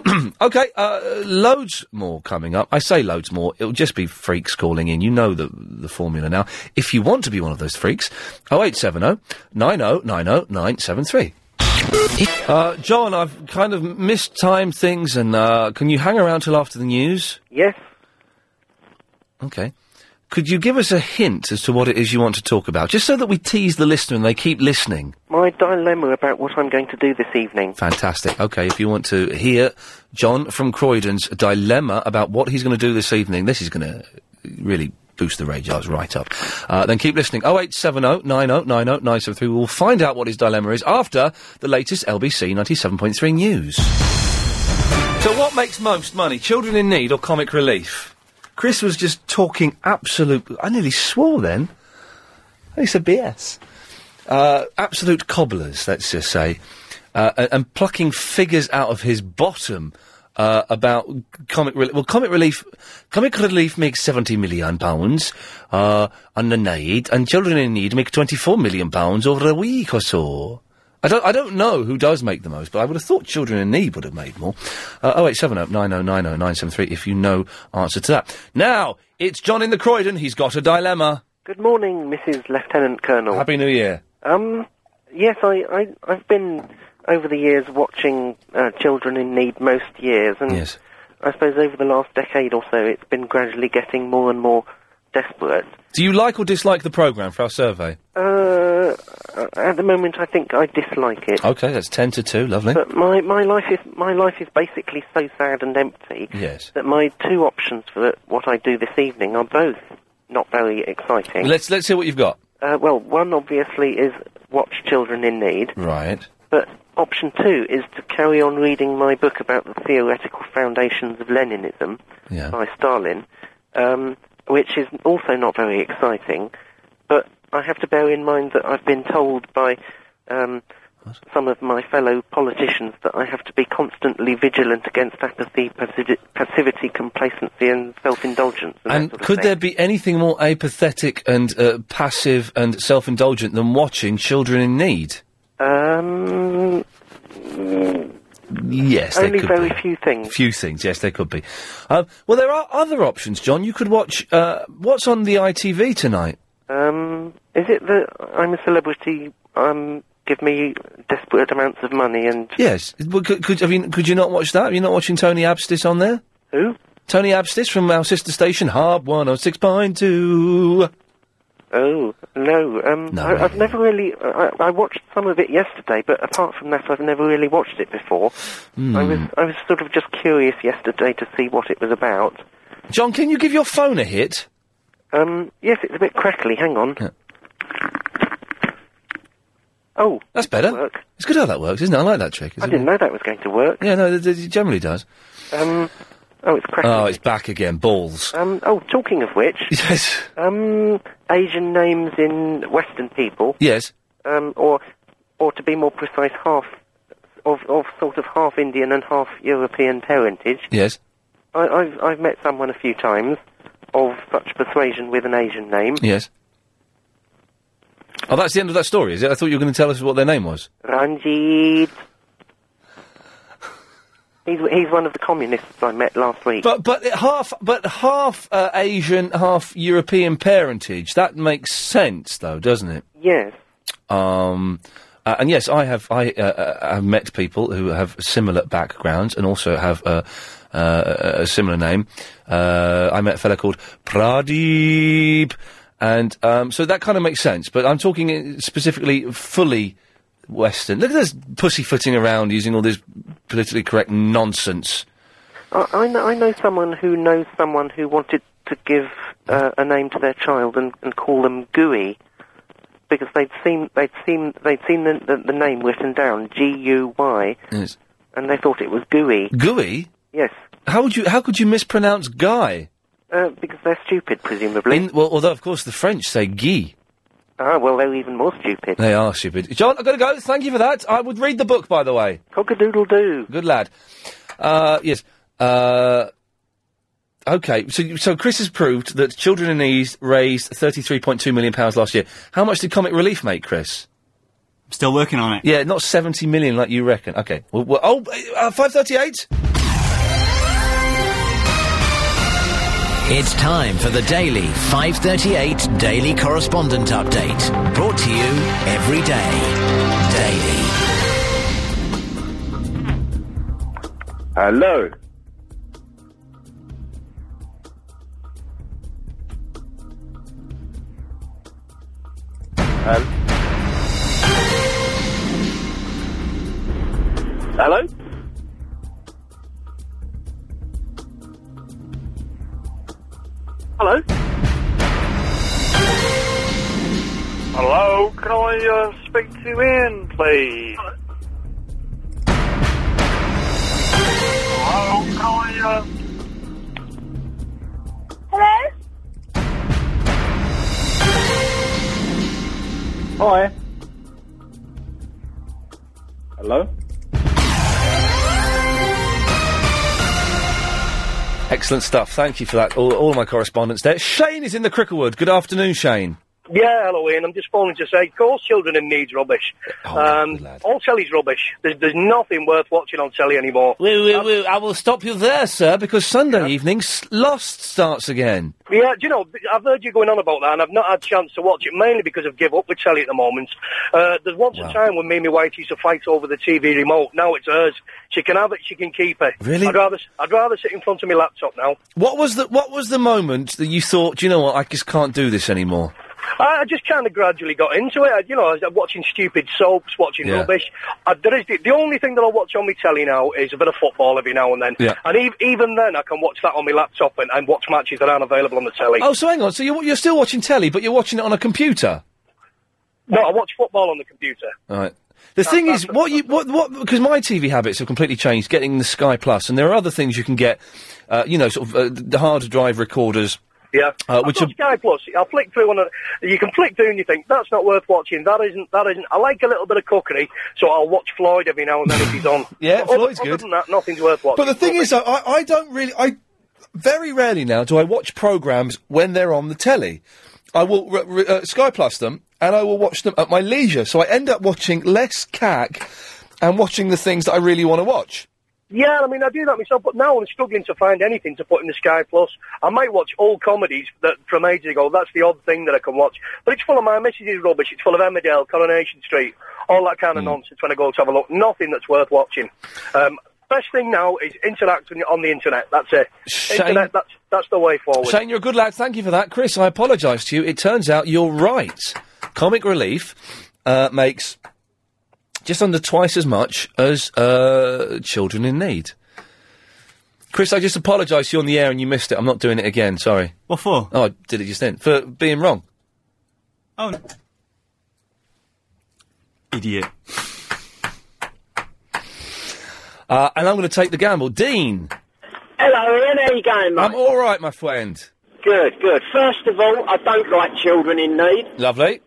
okay, uh, loads more coming up. I say loads more. It'll just be freaks calling in. You know the the formula now. If you want to be one of those freaks, 0870 9090973. Uh, John, I've kind of mistimed things, and uh, can you hang around till after the news?
Yes.
Okay. Could you give us a hint as to what it is you want to talk about, just so that we tease the listener and they keep listening?
My dilemma about what I'm going to do this evening.
Fantastic. Okay, if you want to hear John from Croydon's dilemma about what he's going to do this evening, this is going to really boost the rage hours right up. Uh, then keep listening. 0870 90 90 973. We'll find out what his dilemma is after the latest LBC 97.3 news. So, what makes most money? Children in need or comic relief? Chris was just talking absolute. I nearly swore then. It's a BS. Uh, absolute cobblers, let's just say, uh, a- and plucking figures out of his bottom uh, about comic relief. Well, comic relief, comic relief makes seventy million pounds uh, on the night, and children in need make twenty-four million pounds over a week or so. I don't, I don't know who does make the most, but I would have thought children in need would have made more. Uh, 0870 9090 973 if you know answer to that. Now, it's John in the Croydon. He's got a dilemma.
Good morning, Mrs. Lieutenant Colonel.
Happy New Year.
Um, yes, I, I, I've been over the years watching uh, children in need most years, and
Yes.
I suppose over the last decade or so, it's been gradually getting more and more desperate.
Do you like or dislike the programme for our survey?
Uh, at the moment, I think I dislike it.
Okay, that's 10 to 2. Lovely.
But my, my life is my life is basically so sad and empty
Yes.
that my two options for what I do this evening are both not very exciting.
Let's, let's hear what you've got.
Uh, well, one obviously is watch children in need,
Right.
but option two is to carry on reading my book about the theoretical foundations of Leninism
Yeah.
by Stalin, um, which is also not very exciting. But I have to bear in mind that I've been told by um, some of my fellow politicians that I have to be constantly vigilant against apathy, passi- passivity, complacency, and self-indulgence.
And could there be anything more apathetic and uh, passive and self indulgent than watching children in need?
Um,
Yes, there
Only
could
very
be.
few things.
Few things, yes, there could be. Um, well, there are other options, John. You could watch uh, what's on the ITV tonight.
Um, is it that I'm a celebrity? Um, give me desperate amounts of money and
Yes, well, could, could I mean, could you not watch that? Are you not watching Tony Abstis on there?
Who?
Tony Abstis from our sister station, Harb One Hundred Six Point Two.
oh no, um,
No,
I, I've never really. I, I watched some of it yesterday, but apart from that, I've never really watched it before.
Hmm.
I was I was sort of just curious yesterday to see what it was about.
John, can you give your phone a hit?
Um, yes, it's a bit crackly. Hang on. Oh,
that's better. It's good how that works, isn't it? I like that trick.
I didn't know that was going to work.
Yeah, no, it, it generally does.
Um, oh, it's crackly.
Oh, it's back again. Balls.
Um, oh, talking of which,
yes,
um, Asian names in Western people,
yes.
um, or or to be more precise, half of of sort of half Indian and half European parentage.
Yes.
I, I've I've met someone a few times of such persuasion with an Asian name,
Yes. Oh, that's the end of that story, is it? I thought you were going to tell us what their name was.
Ranjit. He's he's one of the communists I met last week.
But but it- half but half uh, Asian, half European parentage. That makes sense, though, doesn't it?
yes.
Um, uh, and yes, I have I uh, uh, have met people who have similar backgrounds and also have uh, uh, a similar name. Uh, I met a fella called Pradeep, and um, so that kind of makes sense. But I'm talking uh, specifically fully Western. Look at this pussyfooting around using all this politically correct nonsense.
I, I, know, I know someone who knows someone who wanted to give uh, a name to their child and, and call them Gooey because they'd seen they'd seen they'd seen the, the, the name written down G U Y
Yes.
and they thought it was Gooey.
Gooey.
Yes.
How would you? How could you mispronounce guy?
Uh, because they're stupid, presumably.
In, well, although of course the French say guy.
Ah, well, they're even more stupid.
They are stupid. John, I've got to go. Thank you for that. I would read the book, by the way.
Cock-a-doodle doo.
Good lad. Uh, yes. Uh, okay. So, so Chris has proved that Children in Need raised thirty-three point two million pounds last year. How much did Comic Relief make, Chris?
Still working on it.
Yeah, not seventy million like you reckon. Okay. Well, well, oh, uh, five thirty-eight.
It's time for the daily 538 Daily Correspondent Update. Brought to you every day. Daily.
Hello. Hel- Hello.
Hello. Hello, can I uh, speak to Ian, please? Hello, can I uh,
Hello?
Hi. Hello.
Excellent stuff. Thank you for that. All, all my correspondence there. Shane is in the Cricklewood. Good afternoon, Shane.
Yeah, hello Ian. I'm just phoning to say, of course, children in needs rubbish. um, all telly's rubbish. There's, there's nothing worth watching on telly anymore.
Woo, woo, woo. I will stop you there, sir, because Sunday evening s- Lost starts again.
Yeah, do you know, th- I've heard you going on about that, and I've not had a chance to watch it, mainly because I've give up with telly at the moment. Uh, there's once a time when me and my wife used to fight over the TV remote. Now it's hers. She can have it, she can keep it.
Really?
I'd rather, s- I'd rather sit in front of my laptop now.
What was the What was the moment that you thought, "Do you know what, I just can't do this anymore?
I I just kind of gradually got into it. I, you know, I was uh, watching stupid soaps, watching
Yeah.
rubbish. I, there is the, the only thing that I watch on my telly now is a bit of football every now and then.
Yeah.
And ev- even then, I can watch that on my laptop and, and watch matches that aren't available on the telly.
Oh, so hang on. So you're, you're still watching telly, but you're watching it on a computer.
No, I watch football on the computer.
All right. The thing is, what you what what because my TV habits have completely changed. Getting the Sky Plus, and there are other things you can get. Uh, you know, sort of uh, the hard drive recorders.
Yeah.
Uh, which
I've
are
got Sky Plus. I flick through on a, you can flick through and you think that's not worth watching. That isn't. That isn't. I like a little bit of cookery, so I'll watch Floyd every now and then if he's on.
Yeah,
But
Floyd's
other,
good.
Other than that, nothing's worth watching.
But the thing is, though, I, I don't really. I very rarely now do I watch programs when they're on the telly. I will re- re- uh, Sky Plus them, and I will watch them at my leisure. So I end up watching less cack and watching the things that I really want to watch.
Yeah, I mean, I do that myself, but now I'm struggling to find anything to put in the Sky Plus. I might watch old comedies that from ages ago. That's the odd thing that I can watch. But it's full of my missus' rubbish. It's full of Emmerdale, Coronation Street, all that kind of nonsense when I go to have a look. Nothing that's worth watching. Um, best thing now is interacting on the internet. That's it. Internet, that's, that's the way forward.
Shane, you're a good lad. Thank you for that, Chris. I apologise to you. It turns out you're right. Comic Relief uh, makes just under twice as much as uh, Children in Need. Chris, I just apologise to you on the air and you missed it. I'm not doing it again. Sorry.
What for?
Oh, I did it just then for being wrong.
Oh. Idiot.
Uh, and I'm going to take the gamble. Dean,
Hello, Ian. How you going, mate?
I'm all right, my friend.
Good, good. First of all, I don't like children in need.
Lovely.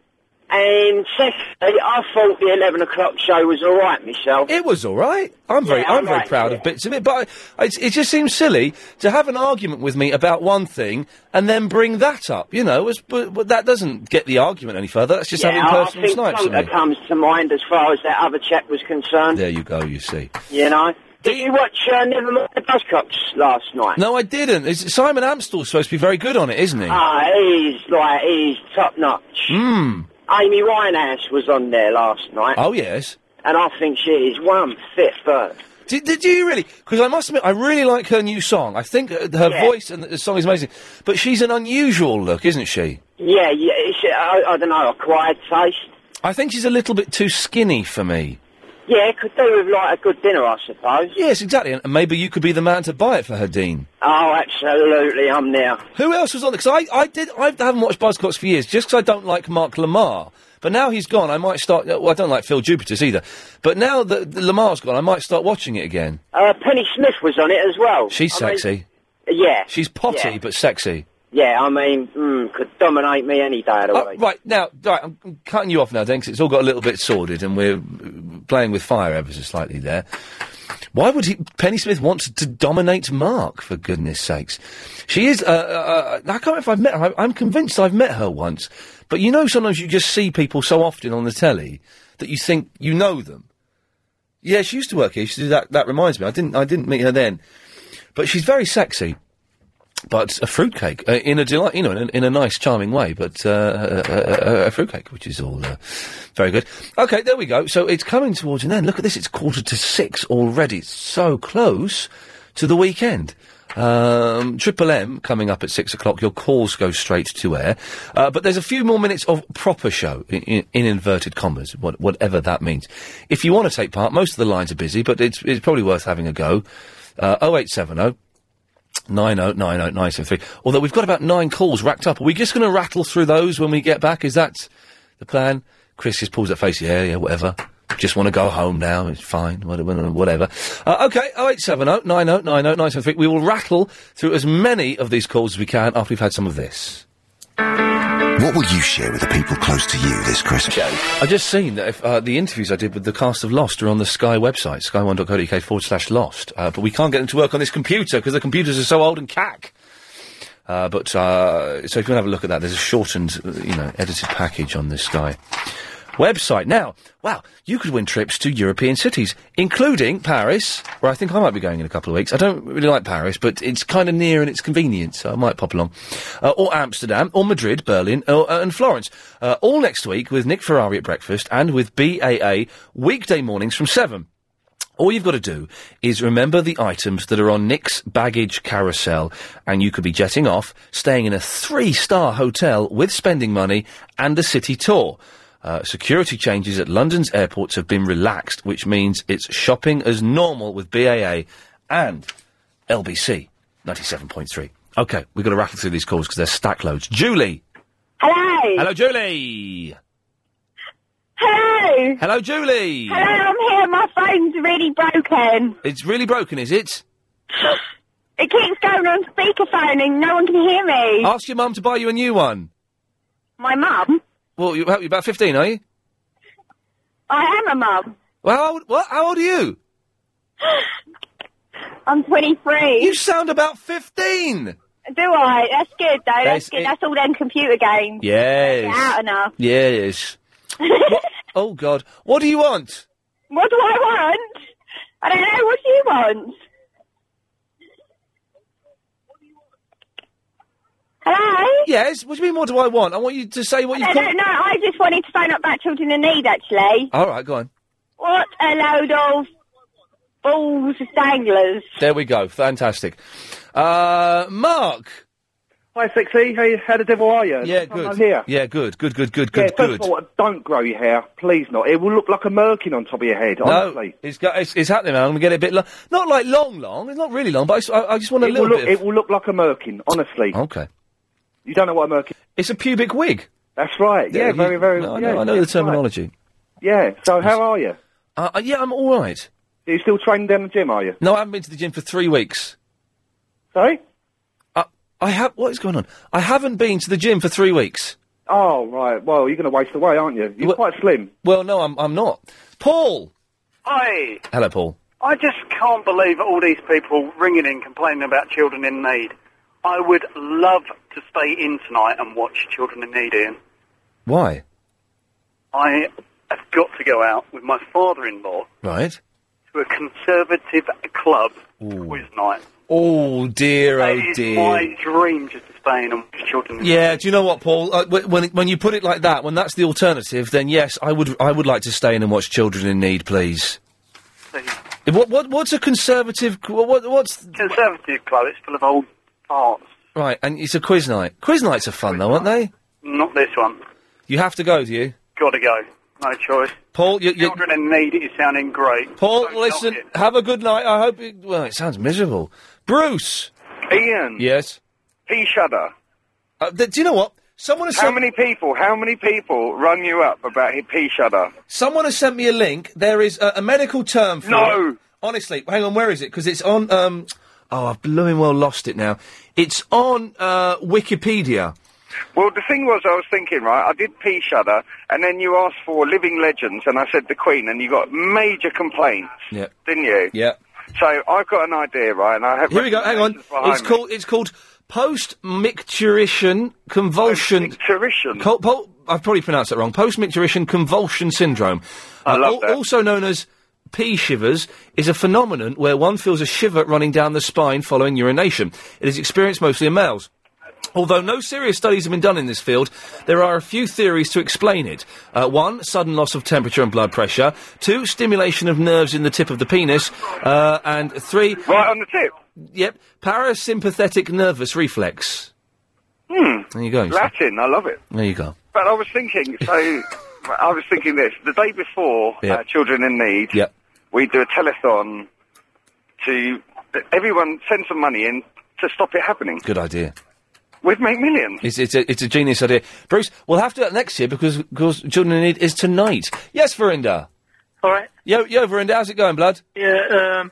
And secondly, I thought the 11 o'clock show was all right, Michelle.
It was all right. I'm very,
Yeah,
I'm very
alright,
proud of bits of it, but I, it, it just seems silly to have an argument with me about one thing and then bring that up. You know, it's, but, but that doesn't get the argument any further. That's just
yeah,
having
I
personal
think
snipes at
Plonker
me.
comes to mind as far as that other chap was concerned.
There you go. You see.
You know? Did you watch uh, Nevermind the Buzzcocks last night?
No, I didn't. It's, Simon Amstel's supposed to be very good on it, isn't he?
Ah, he's like, he's top notch.
Mm.
Amy Winehouse was on there last night.
Oh yes.
And I think she is one fit bird.
Did, did you really? Because I must admit, I really like her new song. I think uh, her
Yeah.
voice and the song is amazing. But she's an unusual look, isn't she?
Yeah, yeah, it's, uh, I, I don't know, acquired taste.
I think she's a little bit too skinny for me.
Yeah, it could do with like a good dinner, I suppose.
Yes, exactly. And and maybe you could be the man to buy it for her, Dean.
Oh, absolutely, I'm there.
Who else was on? Because I, I did. I haven't watched Buzzcocks for years, just because I don't like Mark Lamar. But now he's gone, I might start. uh, Well, I don't like Phil Jupiter's either. But now that Lamar's gone, I might start watching it again.
Uh, Penny Smith was on it as well.
She's
I mean-
sexy.
yeah.
She's potty
Yeah.
but sexy.
Yeah, I mean, mm, could dominate me any day of the
Oh,
week.
right now, right, I'm I'm cutting you off now, Dan, 'cause it's all got a little bit sordid, and we're uh, playing with fire ever so slightly there. Why would he, Penny Smith want to, to dominate Mark? For goodness sakes, she is. Uh, uh, uh, I can't remember if I've met her. I, I'm convinced I've met her once, but you know, sometimes you just see people so often on the telly that you think you know them. Yeah, she used to work here. She used to do that. That reminds me, I didn't. I didn't meet her then, but she's very sexy but a fruitcake uh, in a delight, you know, in, a- in a nice, charming way, but uh, a, a, a, a fruitcake, which is all uh, very good. Okay, there we go. So it's coming towards an end. Look at this; it's quarter to six already. It's so close to the weekend. Um, Triple M coming up at six o'clock. Your calls go straight to air, uh, but there's a few more minutes of proper show in, in, in inverted commas, what, whatever that means. If you want to take part, most of the lines are busy, but it's, it's probably worth having a go. Uh, 0870 9090973. Although we've got about nine calls racked up. Are we just going to rattle through those when we get back? Is that the plan? Chris just pulls that face. Yeah, yeah, whatever. Just want to go home now. It's fine. What- what- Whatever. Uh, okay, 0870 9090973. We will rattle through as many of these calls as we can after we've had some of this.
What will you share with the people close to you this Christmas?
I've just seen that if, uh, the interviews I did with the cast of Lost are on the Sky website, sky1.co.uk forward slash Lost. Uh, but we can't get them to work on this computer because the computers are so old and cack. Uh, but uh, so if you want to have a look at that, there's a shortened, uh, you know, edited package on the Sky website. Now, wow, you could win trips to European cities, including Paris, where I think I might be going in a couple of weeks. I don't really like Paris, but it's kind of near and it's convenient, so I might pop along. Uh, or Amsterdam, or Madrid, Berlin, or, uh, and Florence. Uh, all next week with Nick Ferrari at breakfast and with BAA weekday mornings from 7. All you've got to do is remember the items that are on Nick's baggage carousel, and you could be jetting off, staying in a three star hotel with spending money and a city tour. Uh, security changes at London's airports have been relaxed, which means it's shopping as normal with BAA and LBC 97.3. Okay, we've got to rattle through these calls because they're stack loads. Julie!
Hello.
Hello, Julie!
Hello.
Hello, Julie!
Hello, I'm here. My phone's really broken.
It's really broken, is it?
It keeps going on speakerphone and no one can hear me.
Ask your mum to buy you a new one.
My mum?
Well, you- you're about 15, are you?
I am a mum.
Well, how old, what? How old are you?
I'm 23.
You sound about 15.
Do I? That's good, though.
That's
That's, good.
it.
That's all them computer games.
Yes.
Get out enough.
Yes. What- oh God, what do you want?
What do I want? I don't know. What do you want? Hello?
Yes. What do you mean? What do I want? I want you to say what you.
I
have
don't know. I just wanted to phone up about children in need, actually.
All right, go on.
What a load of balls of danglers.
There we go. Fantastic. Uh, Mark.
Hi, sexy. Hey, how the devil are you?
Yeah,
Long
good.
I'm here.
Yeah, good, good, good, good,
yeah,
good,
first
good.
Of all, don't grow your hair, please not. It will look like a merkin on top of your head.
no,
Honestly,
it's, got, it's it's happening. Man. I'm gonna get it a bit long. Not like long, long. It's not really long, but I s- I, I just want a
it
little
will look.
bit. Of...
It will look like a merkin. Honestly,
Okay.
you don't know what a merkin.
It's a pubic wig.
That's right. Yeah,
you-
very, very.
No, I
yeah,
know, I know the
that's right.
terminology.
Yeah. So, how are you?
Uh, uh, yeah, I'm all right.
Are you still training down the gym? Are you?
No, I haven't been to the gym for three weeks.
Sorry?
I, I have. What is going on? I haven't been to the gym for three weeks.
Oh, right. Well, you're going to waste away, aren't you? You're quite slim.
Well, no, I'm. I'm not. Paul.
Hi.
Hello, Paul.
I just can't believe all these people ringing in complaining about children in need. I would love to stay in tonight and watch Children in Need, Ian.
Why?
I have got to go out with my father-in-law
Right.
to a conservative club quiz night.
Oh dear. Oh
It is
dear.
my dream just to stay in and watch Children in
Yeah, do you know what, Paul? Uh, wh- when when you put it like that, when that's the alternative, then yes, I would I would like to stay in and watch Children in Need, please.
Need.
What what what's a conservative? c- What, what what's
Conservative club, it's full of old farts.
right? And it's a quiz night. Quiz nights are fun though, aren't they?
Not this one.
You have to go, do you?
Gotta go. No choice.
Paul, you,
Children in Need is sounding great.
Paul, listen. Have a good night. I hope. It, well, it sounds miserable. Bruce.
Ian,
Yes.
P Shudder.
Uh, th- do you know what? Someone has
how many people? How many people run you up about his pee shudder?
Someone has sent me a link. There is a, a medical term for
No.
it. Honestly, hang on, where is it? Because it's on. Um, oh, I've blooming well lost it now. It's on uh, Wikipedia.
Well, the thing was, I was thinking, right? I did pee shudder, and then you asked for living legends, and I said the Queen, and you got major complaints,
Yeah.
didn't you?
Yeah.
So I've got an idea, right? And I have.
Here we go. Hang on.
recommendations behind
It's
me.
called. It's called post micturition convulsion. Micturition. po- I've probably pronounced that wrong. Post micturition convulsion syndrome. I love that. Also known as pee shivers is a phenomenon where one feels a shiver running down the spine following urination. It is experienced mostly in males. Although no serious studies have been done in this field, there are a few theories to explain it. Uh, one, sudden loss of temperature and blood pressure. Two, stimulation of nerves in the tip of the penis. Uh, and three. Right
on the tip?
Yep. Parasympathetic nervous reflex.
Hmm.
There you go. you see.
Latin. I love it.
There you go.
But I was thinking, so I was thinking this the day before
Yeah.
uh, Children in Need,
Yeah.
we do a telethon to everyone send some money in to stop it happening.
Good idea.
We'd make millions.
It's, it's, a, it's a genius idea. Bruce, we'll have to do that next year because, because Children in Need is tonight. Yes, Verinda.
All right.
Yo, yo, Verinda, how's it going, blood?
Yeah, um,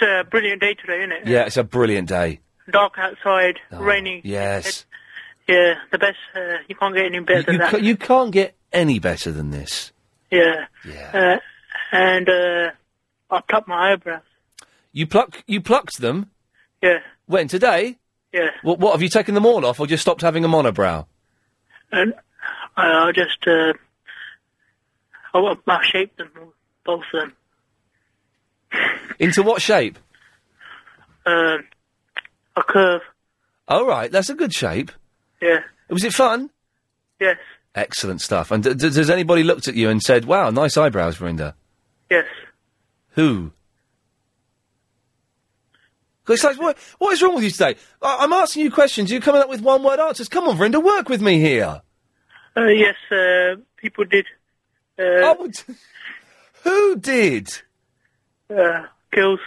it's a brilliant day today, isn't it?
Yeah, Oh, it's a brilliant day.
Dark outside, rainy.
Yes.
Yeah, the best. Uh, you can't get any better than
You,
that.
ca- you can't get any better than this.
yeah. Yeah. Uh, and uh, I plucked my eyebrows.
You pluck, you plucked them.
Yeah.
When today?
Yeah.
What, what have you taken them all off, or just stopped having a monobrow?
And I, I just. Uh, I, wa- I shaped them, both of them.
Into what shape?
Um, a curve.
All right, that's a good shape.
Yeah.
Was it fun?
Yes.
Excellent stuff. And d- d- has anybody looked at you and said, "Wow, nice eyebrows, Verinda"?
Yes.
Who? 'Cause It's like, what, what is wrong with you today? I- I'm asking you questions. You're coming up with one-word answers. Come on, Verinda, work with me here.
Uh, yes. Uh, people did. Uh,
Oh. Who did?
uh, girls.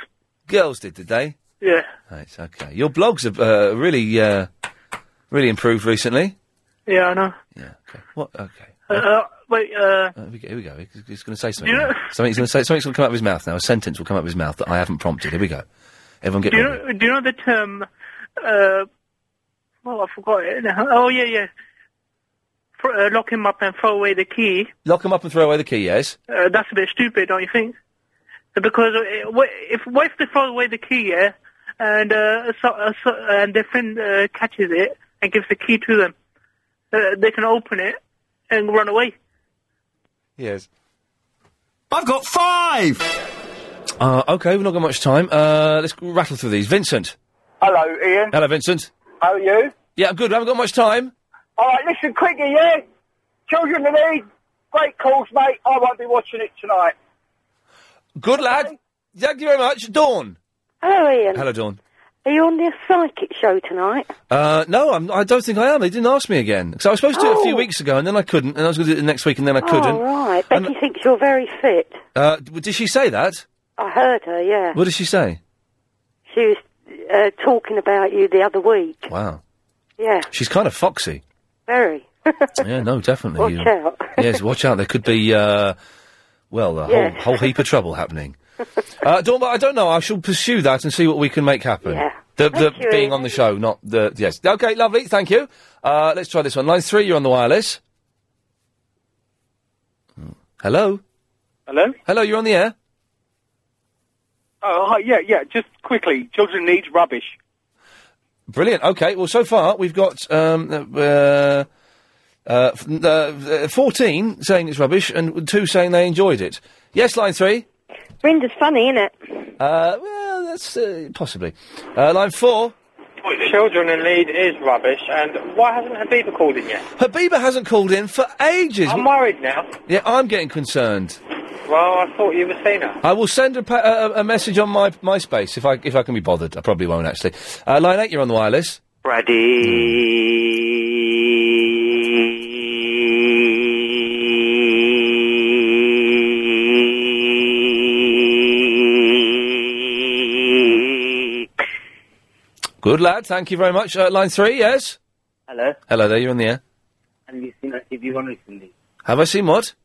Girls did today.
Yeah.
Right, okay. Your blogs have uh, really, uh, really improved recently.
Yeah, I know.
What? Okay.
Uh, uh, wait. Uh,
Uh, here we go. Here we go. He's, going to say something.
Do you know-
Something's going to say. Something's going to come out of his mouth now. A sentence will come out of his mouth that I haven't prompted. Here we go. Everyone get
do you
ready.
know, do you know the term? Uh, well, I forgot it. now. Oh yeah, yeah. For, uh, lock him up and throw away the key.
Lock him up and throw away the key. Yes.
Uh, that's a bit stupid, don't you think? Because uh, what if what if they throw away the key, yeah, and uh, so, uh, so, and their friend uh, catches it and gives the key to them, uh, they can open it and run away.
Yes. I've got five. Uh, okay, we've not got much time. Uh, let's rattle through these. Vincent.
Hello, Ian.
Hello, Vincent.
How are you?
Yeah, I'm good. I haven't got much time.
All right, listen quickly, yeah? Children in Need, great calls, mate. I won't be watching it tonight.
Good lad. Thank you very much, Dawn.
Hello, Ian.
Hello, Dawn.
Are you on the psychic show tonight?
Uh, no, I'm, I don't think I am. They didn't ask me again because I was supposed to do it a few
Oh.
weeks ago, and then I couldn't, and I was going to do it the next week, and then I couldn't.
Oh, right. Becky thinks you're very fit.
Uh, d- did she say that?
I heard her, yeah.
What did she say?
She was uh, talking about you the other week.
Wow.
Yeah,
She's kind of foxy.
very.
Yeah, no, definitely.
Watch
You-
out.
yes, watch out. There could be, uh, well, a
Yeah.
whole, whole heap of trouble happening. Uh, Dawn, but I don't know. I shall pursue that and see what we can make happen.
Yeah.
The, the
Thank you,
being
Ian.
on the show, not the yes. Okay, lovely. Thank you. Uh, let's try this one. Line three. You're on the wireless. Hmm. Hello.
Hello?
Hello. You're on the air.
Oh, hi, yeah, yeah. Just quickly, children need rubbish.
Brilliant. Okay. Well, so far we've got um, uh, uh, f- uh, uh, fourteen saying it's rubbish and two saying they enjoyed it. Yes, line three.
Brenda's funny, isn't it?
Uh, well, that's uh, possibly. Uh, line four.
Children in need is rubbish, and why hasn't Habiba called in yet?
Habiba hasn't called in for ages.
I'm worried now.
Yeah, I'm getting concerned.
Well, I thought you were seeing her.
I will send a, pa- a, a message on my MySpace if I if I can be bothered. I probably won't actually. Uh, line eight, you're on the wireless. Good lad, thank you very much. Uh, line three, yes.
Hello.
Uh, Hello there, you're on the air.
Have you seen ITV1 recently?
Have I seen what?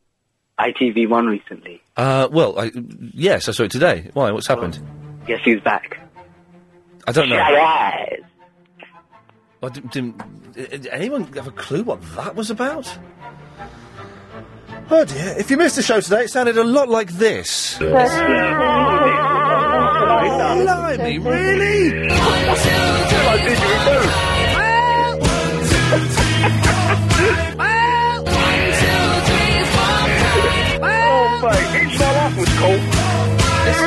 ITV1 recently.
Uh, well, I, yes, I saw it today. Why? What's happened?
Yes, he's back.
I don't know.
Yes.
I didn't, didn't- did anyone have a clue what that was about? Oh dear! If you missed the show today, it sounded a lot like this. Blimey, really?
Oh, mate, it's my life was cool.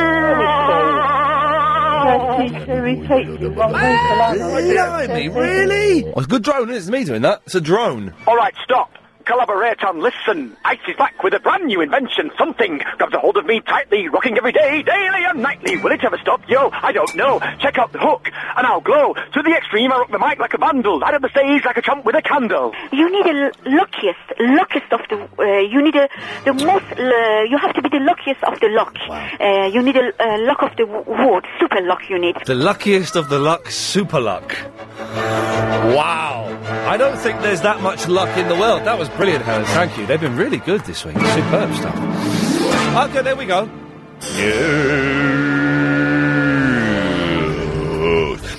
Blimey, really? Oh, it's a good drone. It's me doing that. It's a drone.
All right, stop. Collaborate and listen. Ice is back with a brand new invention. Something grabs a hold of me tightly, rocking every day, daily and nightly. Will it ever stop? Yo, I don't know. Check out the hook, and I'll glow. To the extreme, I rock the mic like a vandal. Out of the stage like a chump with a candle.
You need the l- luckiest, luckiest of the. Uh, you need a, the most. Uh, you have to be the luckiest of the luck. Uh, you need a uh, luck of the w- word. Super luck. You need.
The luckiest of the luck, super luck. Wow. I don't think there's that much luck in the world. That was brilliant, Helen. Thank you. They've been really good this week. Superb stuff. Okay, there we go.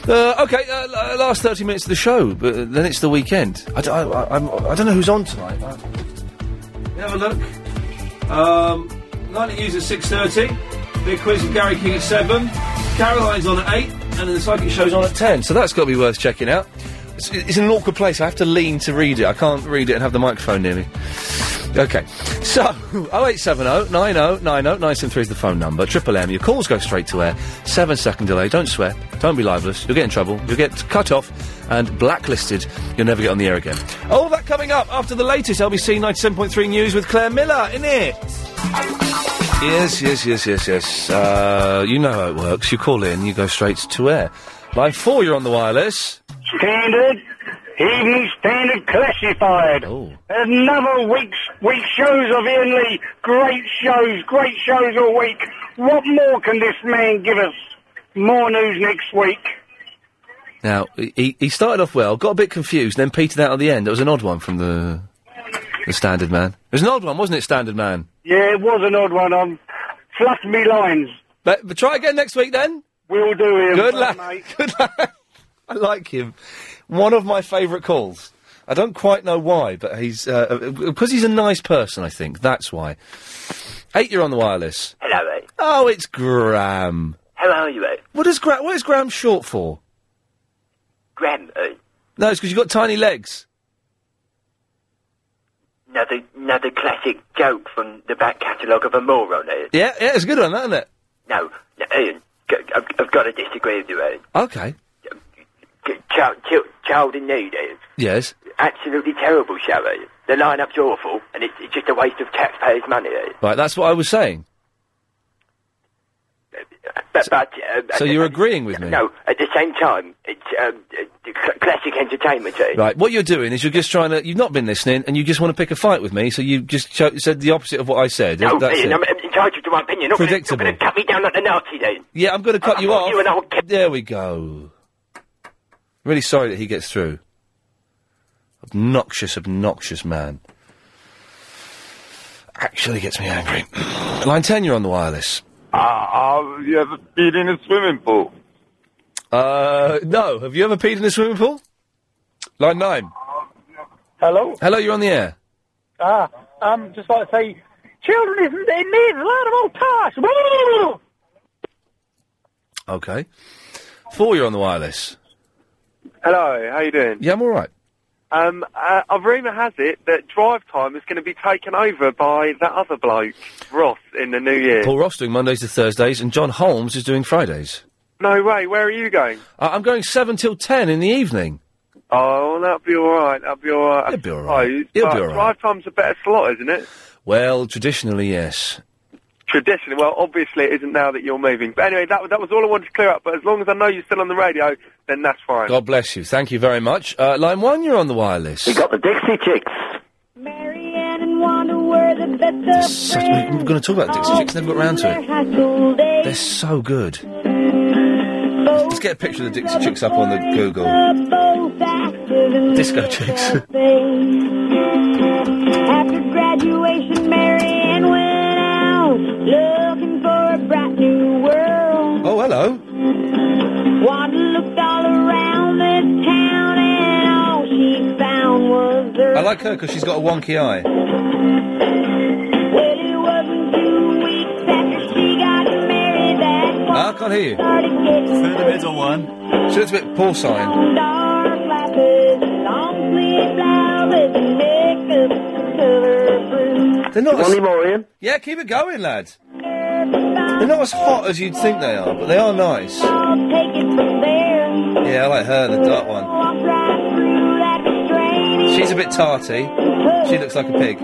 Uh, okay, uh, l- uh, last 30 minutes of the show, but uh, then it's the weekend. I, d- I, I, I'm, I don't know who's on tonight. Uh, have a look. Um, Nightly News at 6.30. Big quiz with Gary King at 7. Caroline's on at 8. And then the Psychic Show's on at 10. So that's got to be worth checking out. It's, it's in an awkward place. I have to lean to read it. I can't read it and have the microphone near me. Okay. So, 0870 90 90 973 is the phone number. Triple M. Your calls go straight to air. Seven second delay. Don't swear. Don't be libelous. You'll get in trouble. You'll get cut off and blacklisted. You'll never get on the air again. All that coming up after the latest LBC 97.3 news with Claire Miller in it. Yes, yes, yes, yes, yes. Uh, you know how it works. You call in, you go straight to air. Line four, you're on the wireless.
Standard, Evening Standard Classified. Another week's week shows of Ian Lee. Great shows, great shows all week. What more can this man give us? More news next week.
Now, he, he started off well, got a bit confused, then petered out at the end. It was an odd one from the the standard man. It was an odd one, wasn't it, standard man?
Yeah, it was an odd one. Um, fluffed me lines.
But, but try again next week then.
We'll do it.
Good luck. Good luck. I like him. One of my favourite calls. I don't quite know why, but he's uh, because he's a nice person. I think that's why. Eight, you're on the wireless.
Hello, mate.
Oh, it's Graham.
How are you, uh, mate?
What is Graham? What is Graham short for?
Graham, uh,
No, it's because you've got tiny legs.
another, another classic joke from the back catalogue of a moron, Ian.
Yeah, yeah, it's a good one, isn't it?
No, no Ian, g- I've, I've got to disagree with you, Ian.
Okay.
G- Child, child, child in need, Ian.
Yes.
Absolutely terrible show, Ian. The line-up's awful, and it's, it's just a waste of taxpayers' money, uh, Ian.
Right, that's what I was saying.
But, but uh,
So
uh,
you're agreeing with me?
no, at the same time, it's um, uh, cl- classic entertainment, Ian.
Right, what you're doing is you're just trying to. You've not been listening, and you just want to pick a fight with me. So you just cho- said the opposite of what I said.
No,
That's
Ian,
it.
I'm I'm entitled to my opinion. You're gonna- you're
Predictable.
gonna cut me down like the Nazi, Ian.
Yeah, I'm going to cut you
thought
off.
you and I were
There we go. Really sorry that he gets through. Obnoxious, obnoxious man. Actually gets me angry. Line 10, you're on the wireless.
Uh, you ever been in a swimming pool?
Uh, no. Have you ever peed in a swimming pool? Line 9.
Hello?
Hello, you're on the air.
Ah, um, just like to say, children isn't in need a lot of old tosh.
Okay. 4, you're on the wireless.
Hello, how you doing?
Yeah, I'm alright.
Um, uh, a rumour has it that drive time is going to be taken over by that other bloke, Ross, in the new year.
Paul Ross doing Mondays to Thursdays, and John Holmes is doing Fridays.
No way, where are you going?
Uh, I'm going 7 till 10 in the evening.
Oh, well, that'll be alright, that'll be alright.
It'll be alright. It'll be alright.
Drive time's a better slot, isn't it?
Well, traditionally, yes.
Traditionally, well, obviously it isn't now that you're moving. But anyway, that, that was all I wanted to clear up, but as long as I know you're still on the radio, then that's fine.
God bless you. Thank you very much. Uh, line one, you're on the wireless. We got the Dixie Chicks. Such, we, we were going to talk about Dixie Chicks, never got round to it. They're so good. Let's get a picture of the Dixie Chicks up on the Google. Disco Chicks.
After graduation, Mary Ann went out looking for a bright new world.
Oh, hello.
Wanda looked all around this town, and all she found was dirt.
I like her because she's got a wonky eye.
Well, it wasn't two weeks after she got married that
Ah, I can't hear you.
started getting
Through the middle one. She looks a bit porcine.
dark glasses, long sleeve blouses, and makeup to cover her
They're not
One
as... more, Ian. Yeah, keep it going, lad. They're not as hot as you'd think they are, but they are nice.
I'll take it from there.
Yeah, I like her, the dark one.
Walk right through like a train.
She's a bit tarty. She looks like a pig.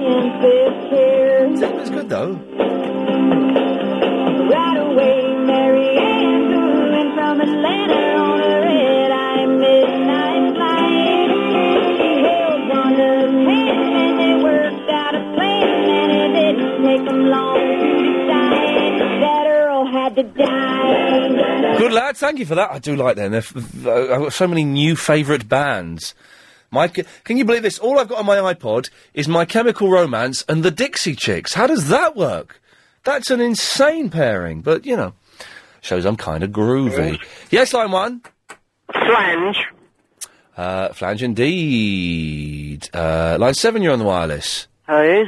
It's good though.
Right away, Mary Ann Goodman from Atlanta on a red-eye midnight flight. She held Wanda's hand and they worked out a plan, and it didn't take them long to decide that Earl had to die.
Good lad, thank you for that. I do like them. They're f- f- I've got so many new favourite bands. My, c- can you believe this? All I've got on my iPod is My Chemical Romance and the Dixie Chicks. How does that work? That's an insane pairing, but you know, shows I'm kind of groovy. Yes, line one.
Flange.
Uh, flange indeed. Uh, line seven, you're on the wireless.
How are you?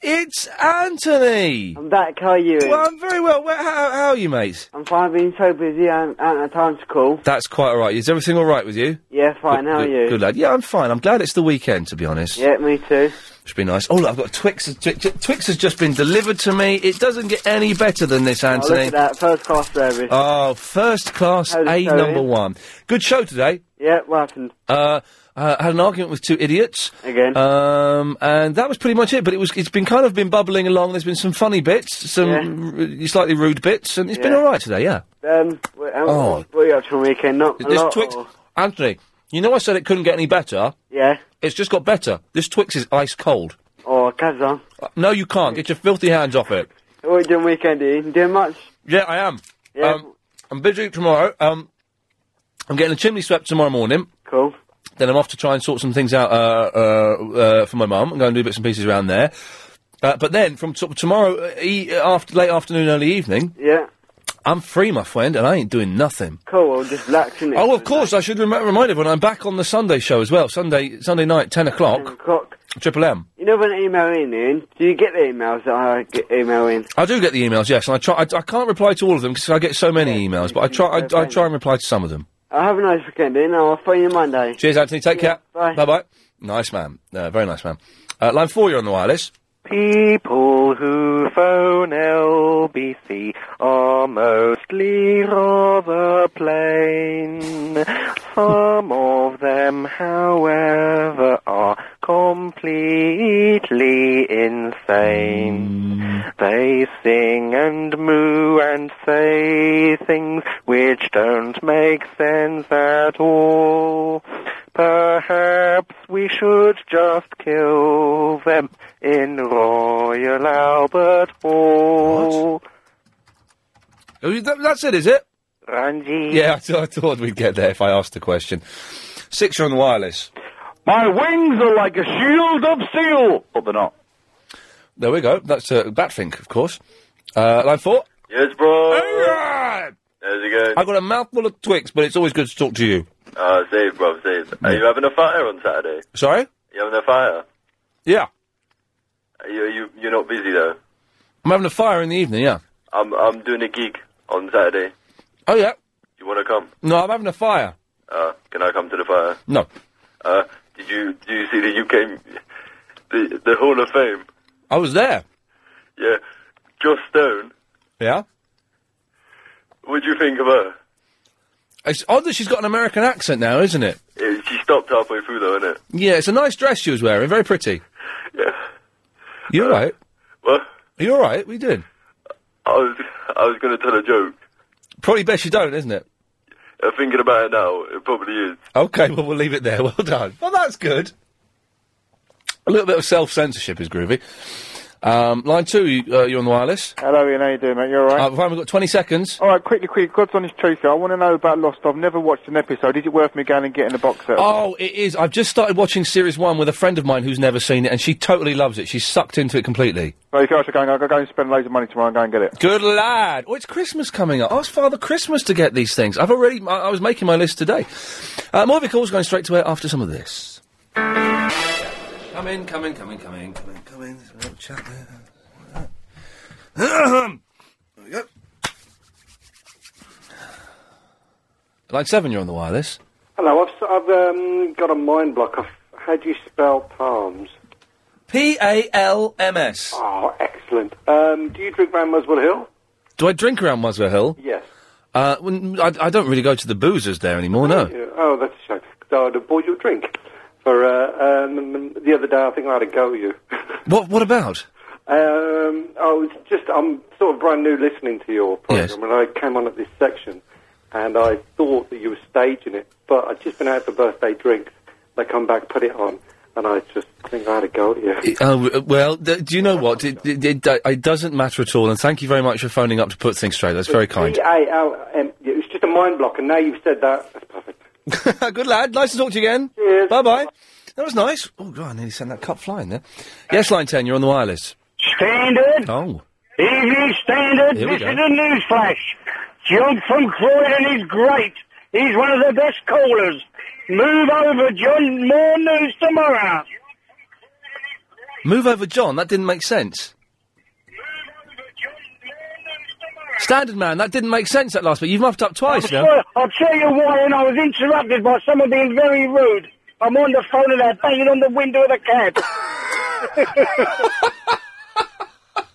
It's Anthony.
I'm back. How are you?
Well, I'm very well. Where, how, how are you, mate?
I'm fine. I've been so busy. I haven't had time to call.
That's quite all right. Is everything all right with you?
Yeah, fine.
Good-
how are
good-
you?
Good lad. Yeah, I'm fine. I'm glad it's the weekend, to be honest.
Yeah, me too.
Should be nice. Oh, look, I've got a Twix. Twix, Twix has just been delivered to me. It doesn't get any better than this,
Oh, look
Anthony.
at that first class service.
Oh, first class
How's it
A
going?
number one. Good show today.
yeah, what happened?
Uh, I had an argument with two idiots
Again.
um, and that was pretty much it. But it was it's been kind of been bubbling along. There's been some funny bits, some r- slightly rude bits, and it's been
Yeah.
all right today. Yeah.
Um, wh- how-
Oh.
what are you up to on the weekend? Not a
This
lot.
Twix,
or-
Anthony, you know I said it couldn't get any better.
Yeah.
It's just got better. This Twix is ice cold.
Or Kazan.
Uh, no, you can't. Get your filthy hands off it.
What are you doing weekend, Ian? Doing much?
Yeah, I am.
Yeah.
Um, I'm busy tomorrow. Um, I'm getting a chimney swept tomorrow morning.
Cool.
Then I'm off to try and sort some things out uh, uh, uh, for my mum. I'm going to do bits and pieces around there. Uh, but then from t- tomorrow, uh, e- after late afternoon, early evening,
Yeah.
I'm free, my friend, and I ain't doing nothing.
Cool. Well, just relaxing.
Oh, of course, I should rem- remind everyone I'm back on the Sunday show as well. Sunday, Sunday night, ten o'clock.
Cock.
Triple M.
You know when I email in, Ian? Do you get the emails that I get email in?
I do get the emails, yes, and I try. I, I can't reply to all of them because I get so many emails, but I try. I, I try and reply to some of them.
I have a nice weekend, Ian. I'll phone you Monday.
Cheers, Anthony. Take
Yeah,
care. Bye. Bye. Bye. Nice man. Uh, very nice man. Uh, line four, you're on the wireless.
People who phone LBC are mostly rather plain. Some of them, however, are completely insane. They sing and moo and say things which don't make sense at all. Perhaps we should just kill them in Royal Albert Hall.
Oh, you- that- that's it, is it?
Ranji.
Yeah, I, th- I thought we'd get there if I asked the question. Six, you're on the wireless.
My wings are like a shield of steel. But they're not.
There we go. That's uh, Batfink, of course. Uh, line four.
Yes, bro.
How's it going?
I got a mouthful of Twix, but it's always good to talk to you.
Uh, safe, bro, safe. Are you having a fire on Saturday?
Sorry?
You having a fire?
Yeah.
Are you, are you, you're not busy, though.
I'm having a fire in the evening, yeah.
I'm, I'm doing a gig on Saturday.
Oh, yeah.
You want to come?
No, I'm having a fire.
Uh, can I come to the fire?
No.
Uh, did you, did you see the UK, m- the, the Hall of Fame?
I was there.
Yeah. Joss Stone.
Yeah?
What do you think of her?
It's odd that she's got an American accent now, isn't it?
Eh, she stopped halfway through, though, innit?
Yeah, it's a nice dress she was wearing. Very pretty.
Yeah.
You alright?
What?
Are you alright? What are you doing?
I was, I was going to tell a joke.
Probably best you don't, isn't it?
Uh, thinking about it now, it probably is.
Okay, well, we'll leave it there. Well done. Well, that's good. A little bit of self censorship is groovy. Um, line two, you, uh, you're on the wireless.
Hello, Ian. How you doing, mate? You Oh, all right?
Uh, fine, we've got 20 seconds.
All right, quickly, quickly. God's honest truth. here. I want to know about Lost. I've never watched an episode. Is it worth me going and getting a box set?
Oh, it is. I've just started watching series one with a friend of mine who's never seen it, and she totally loves it. She's sucked into it completely.
So if you ask, go, and- go, go and spend loads of money tomorrow and go and get it.
Good lad. Oh, it's Christmas coming up. Ask Father Christmas to get these things. I've already. I, I was making my list today. Uh, more of your calls going straight to air after some of this. Come in, come in, come in, come in, come in, come in. There's a little chat there. There we go. Line seven, you're on the wireless.
Hello, I've, s- I've um, got a mind block. I've, how do you spell palms?
P A L M S.
Oh, excellent. Um, do you drink round Muswell Hill?
Do I drink around Muswell Hill?
Yes.
Uh, when, I, I don't really go to the boozers there anymore, no.
Yeah. Oh, that's a shame. 'Cause I would have bought you a drink. For uh, um, the other day, I think I had a go at you.
What What about?
Um, I was just, I'm sort of brand new listening to your program, and I came on at this section, and I thought that you were staging it, but I'd just been out for birthday drinks. They come back, put it on, and I just think I had a go at you.
Uh, w- well, th- do you know what? It, it, it, uh, it doesn't matter at all, and thank you very much for phoning up to put things straight. That's very kind.
um,
P-A-L-M, yeah, it was just a mind block, and now you've said that. That's perfect.
Good lad. Nice to talk to you again. Cheers. Bye bye. That was nice. Oh, God, I nearly sent that cup flying there. Yes, line 10, you're on the wireless.
Standard.
Oh.
Evening Standard.
Here we
This
go.
is a newsflash. John from Croydon is great. He's one of the best callers. Move over, John. More news tomorrow.
Move over, John. That didn't make sense. Standard man, that didn't make sense that last bit. You've muffed up twice now.
Well, I'll tell you why, and I was interrupted by someone being very rude. I'm on the phone and they're banging on the window of the cab.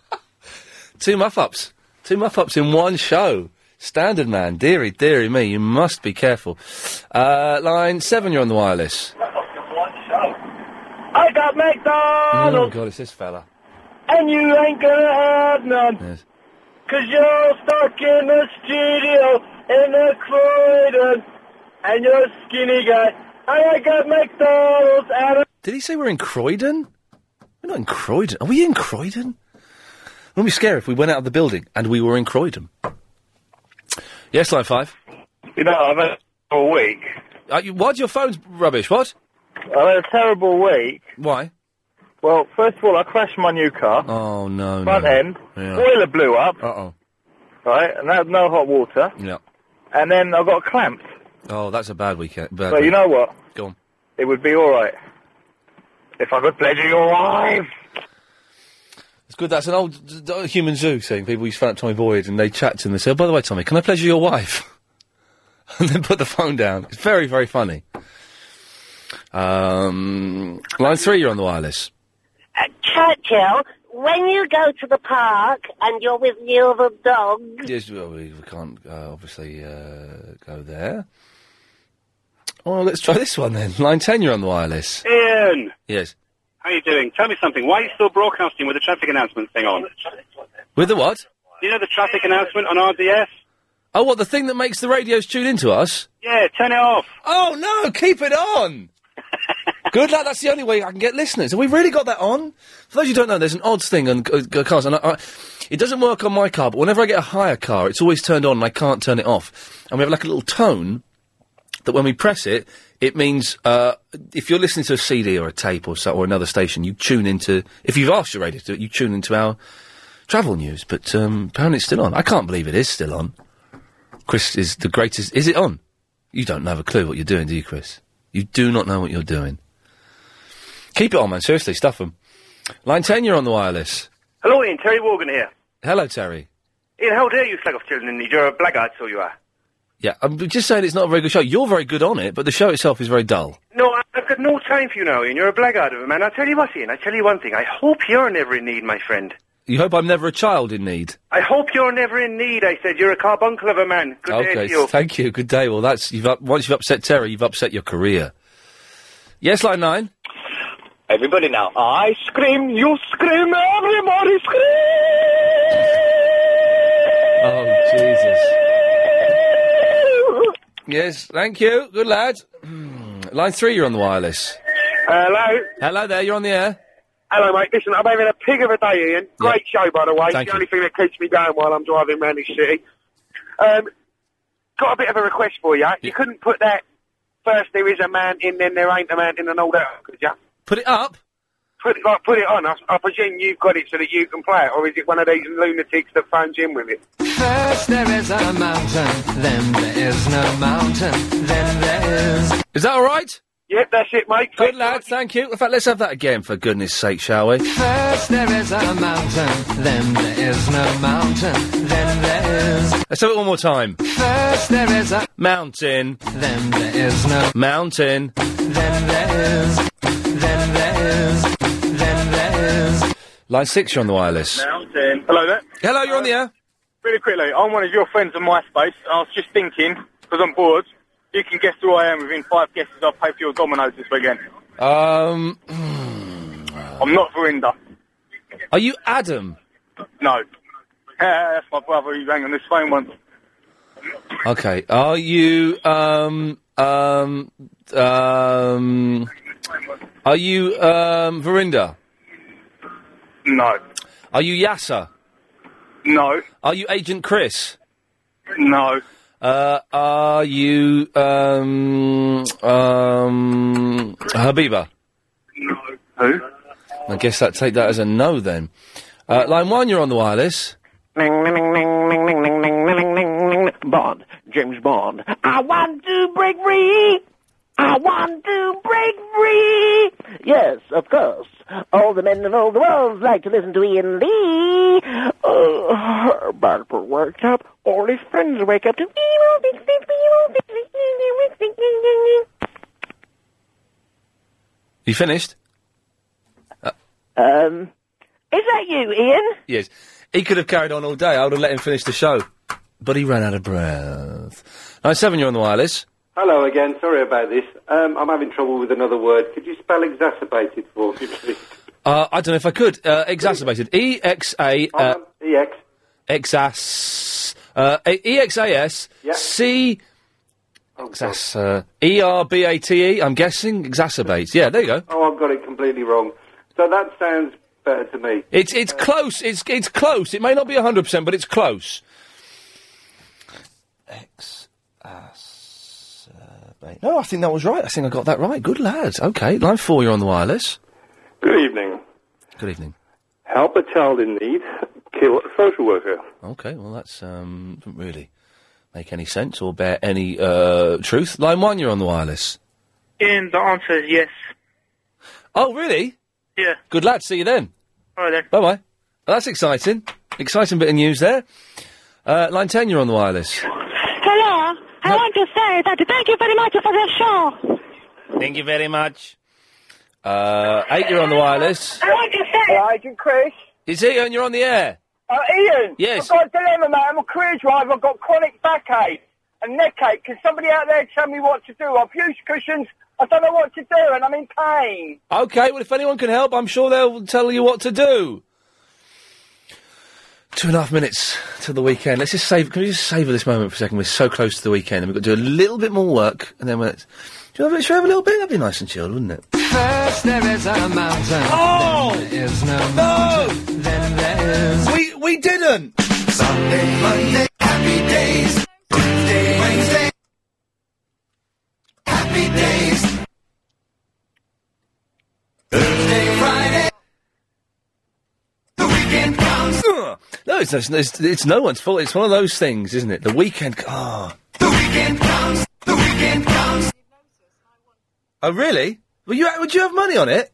Two muff ups. Two muff ups in one show. Standard man, dearie, dearie me, you must be careful. Uh, line seven, you're on the wireless.
I got
Oh,
McDonald's,
God, it's this fella.
and you ain't gonna have none.
Yes.
Cause you're stuck in the studio in a Croydon, and you're a skinny guy. And I got McDonald's and a...
Did he say we're in Croydon? We're not in Croydon. Are we in Croydon? Wouldn't be scary if we went out of the building and we were in Croydon. Yes, line five.
You know, I've had a week.
Uh, you, what? Your phone's rubbish. What?
I had a terrible week.
Why?
Well, first of all, I crashed my new car.
Oh no!
Front
no.
end.
Yeah.
Boiler blew up.
Uh oh.
Right, and had no hot water.
Yeah.
And then I got clamped.
Oh, that's a bad weekend. Bad
But you know what?
Go on.
It would be all right if I could pledge you your life.
It's good. That's an old uh, human zoo thing. People used to phone up Tommy Boyd and they chat to him. They say, oh, by the way, Tommy, can I pleasure your wife? and then put the phone down. It's very, very funny. Um, line three, you're on the wireless.
Uh, Churchill, when you go to the park and you're with the other dog,
Yes, well, we, we can't uh, obviously uh, go there. Oh, let's try this one then. Line 10, you're on the wireless.
Ian,
Yes.
how you doing? Tell me something. Why are you still broadcasting with the traffic announcement thing on?
With the what?
You know the traffic announcement on RDS?
Oh, what, the thing that makes the radios tune into us?
Yeah, turn it off.
Oh, no, keep it on! Good luck. That's the only way I can get listeners. Have we really got that on? For those who don't know, there's an odds thing on uh, uh, cars, and I, I, it doesn't work on my car. But whenever I get a higher car, it's always turned on, and I can't turn it off. And we have like a little tone that when we press it, it means uh, if you're listening to a CD or a tape or so, or another station, you tune into. If you've asked your radio to do it, you tune into our travel news. But um, apparently, it's still on. I can't believe it is still on. Chris is the greatest. Is it on? You don't have a clue what you're doing, do you, Chris? You do not know what you're doing. Keep it on, man. Seriously, stuff 'em. Line 10, you're on the wireless.
Hello, Ian. Terry Wogan here.
Hello, Terry.
Ian, how dare you slag off children in need? You're a blackguard, so you are.
Yeah, I'm just saying it's not a very good show. You're very good on it, but the show itself is very dull.
No, I- I've got no time for you now, Ian. You're a blackguard of a man. I tell you what, Ian. I tell you one thing. I hope you're never in need, my friend.
You hope I'm never a child in need.
I hope you're never in need. I said you're a carbuncle of a man. Good
okay,
day to you.
thank you. Good day. Well, that's you've up, once you've upset Terry, you've upset your career. Yes, line nine.
Everybody now. I scream, you scream, everybody scream!
Oh Jesus. Yes, thank you. Good lad. Hmm. Line three, you're on the wireless.
Hello.
Hello there. You're on the air.
Hello, mate. Listen, I'm having a pig of a day, Ian. Great show, by the way.
Thank
it's the only thing that keeps me going while I'm driving around this city. Um, got a bit of a request for you. You couldn't put that first there is a man in, then there ain't a man in, and all that, could you?
Put it up?
Put it, like, put it on. I, I presume you've got it so that you can play it, or is it one of these lunatics that phones in with it?
First there is a mountain, then there is no mountain, then there is.
Is that all right?
Yep, that's it, mate.
Good lad, thank you. In fact, let's have that again, for goodness sake, shall we?
First there is a mountain, then there is no mountain, then there is.
Let's have it one more time.
First there is a
Mountain.
Then there is no
mountain.
Then there is. Then there is. Then there is.
Line six, you're on the wireless.
Mountain. Hello there. Uh,
Hello, you're on the air.
Really quickly, I'm one of your friends on MySpace. I was just thinking, because I'm bored, you can guess who I am within five guesses. I'll pay for your dominoes this weekend.
Um, Uh.
I'm not Verinder.
are you Adam?
No. That's my brother. He rang on this phone once.
Okay. Are you um um um? Are you um Verinda?
No.
Are you Yasser?
No.
Are you Agent Chris?
No.
Uh, are you um um Habiba?
Who?
I guess that take that as a no then. Uh, line one, you're on the wireless.
Bond, James Bond. I want to break free. I want to break free. Yes, of course. All the men in all the world like to listen to Ian Lee. Uh, Barbara wakes up. All his friends wake up to.
You finished?
Uh,
Um, is that you, Ian?
Yes. He could have carried on all day. I would have let him finish the show. But he ran out of breath. Line seven, you're on the wireless.
Hello again. Sorry about this. Um, I'm having trouble with another word. Could you spell exacerbated for me, please?
Uh, I don't know if I could. Uh, exacerbated. E X A. uh,
E X.
Exas. Uh, e X A S. C.
Oh,
Exas. uh, E R B A T E. I'm guessing exacerbates. Yeah, there you go.
Oh, I've got it completely wrong. So that sounds better to me.
It's it's close. It's it's close. It may not be hundred percent, but it's close. uh, Exacerbate. uh, No, I think that was right. I think I got that right. Good lad. Okay, line four. You're on the wireless.
Good evening.
Good evening.
Help a child in need, kill a social worker.
Okay, well that's um doesn't really make any sense or bear any uh truth. Line one. You're on the wireless.
Ian, the answer is yes.
Oh, really?
Yeah.
Good lad. See you then.
All right then.
Bye bye. Well, that's exciting. Exciting bit of news there. Uh, line ten. You're on the wireless.
Hello. I want to say that thank you very much for the show.
Thank you very much. Uh, eight, you're on the wireless.
I want to say.
Hello, Agent Chris.
Is he on? You're on the air.
Uh, Ian.
Yes.
I've got a dilemma, mate. I'm a career driver. I've got chronic backache and neck ache. Can somebody out there tell me what to do? I've used cushions. I don't know what to do, and I'm in pain.
Okay, well, if anyone can help, I'm sure they'll tell you what to do. Two and a half minutes to the weekend. Let's just save. Can we just savour this moment for a second? We're so close to the weekend, and we've got to do a little bit more work, and then we're. Do you have, should we have a little bit? That'd be nice and chill, wouldn't it?
First there is a mountain.
Oh!
Then there is no
No!
mountain. Then there is.
We we didn't. Sunday, Monday, happy days. Tuesday, Wednesday,
happy days.
Thursday, Friday. The weekend comes. No, it's, it's, it's, it's no one's fault. It's one of those things, isn't it? The weekend. Ah. The weekend comes. The weekend comes. Oh, really? Would you, would you have money on it?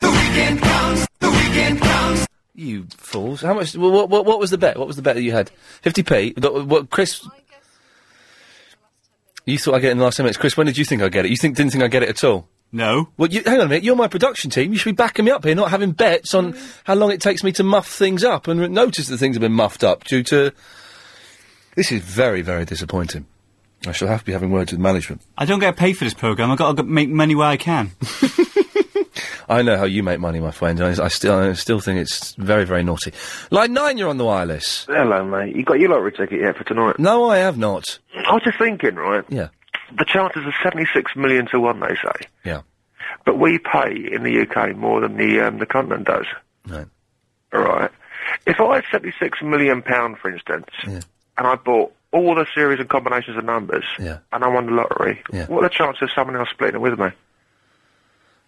The weekend comes. The weekend comes. You fools. How much? What, what, what was the bet? What was the bet that you had? 50p? Th- What, Chris. You thought I get it in the last 10 minutes. Chris, when did you think I get it? You think, didn't think I get it at all? No. Well, you, hang on a minute. You're my production team. You should be backing me up here, not having bets on how long it takes me to muff things up and re- notice that things have been muffed up due to. This is very, very disappointing. I shall have to be having words with management.
I don't get paid for this program. I got to make money where I can.
I know how you make money, my friend. and I, I still, I still think it's very, very naughty. Line nine, you're on the wireless.
Hello, mate. You got your lottery ticket yet for tonight?
No, I have not.
I was just thinking, right?
Yeah.
The chances are 76 million to one, they say.
Yeah.
But we pay in the UK more than the um, the continent does.
Right.
All right. If I had seventy six million pound, for instance, and I bought all the series and combinations of numbers,
Yeah.
and I won the lottery,
Yeah.
what are the chances of someone else splitting it with me?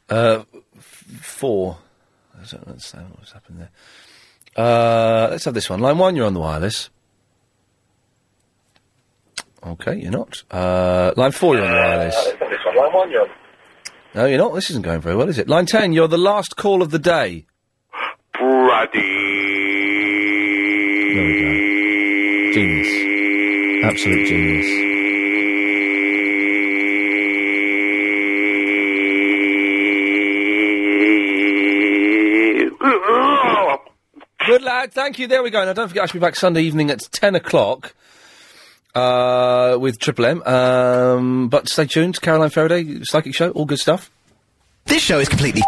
Uh, f- four. I don't understand what's happened there. Uh, let's have this one. Line one, you're on the wireless. Okay, you're not. Uh, line four, you're on the wireless. No, you're not. This isn't going very well, is it? Line ten, you're the last call of the day. Genius. Absolute genius. Good lad, thank you. There we go. Now, don't forget, I should be back Sunday evening at 10 o'clock uh, with Triple M. Um, but stay tuned. Caroline Faraday, Psychic Show, all good stuff. This show is completely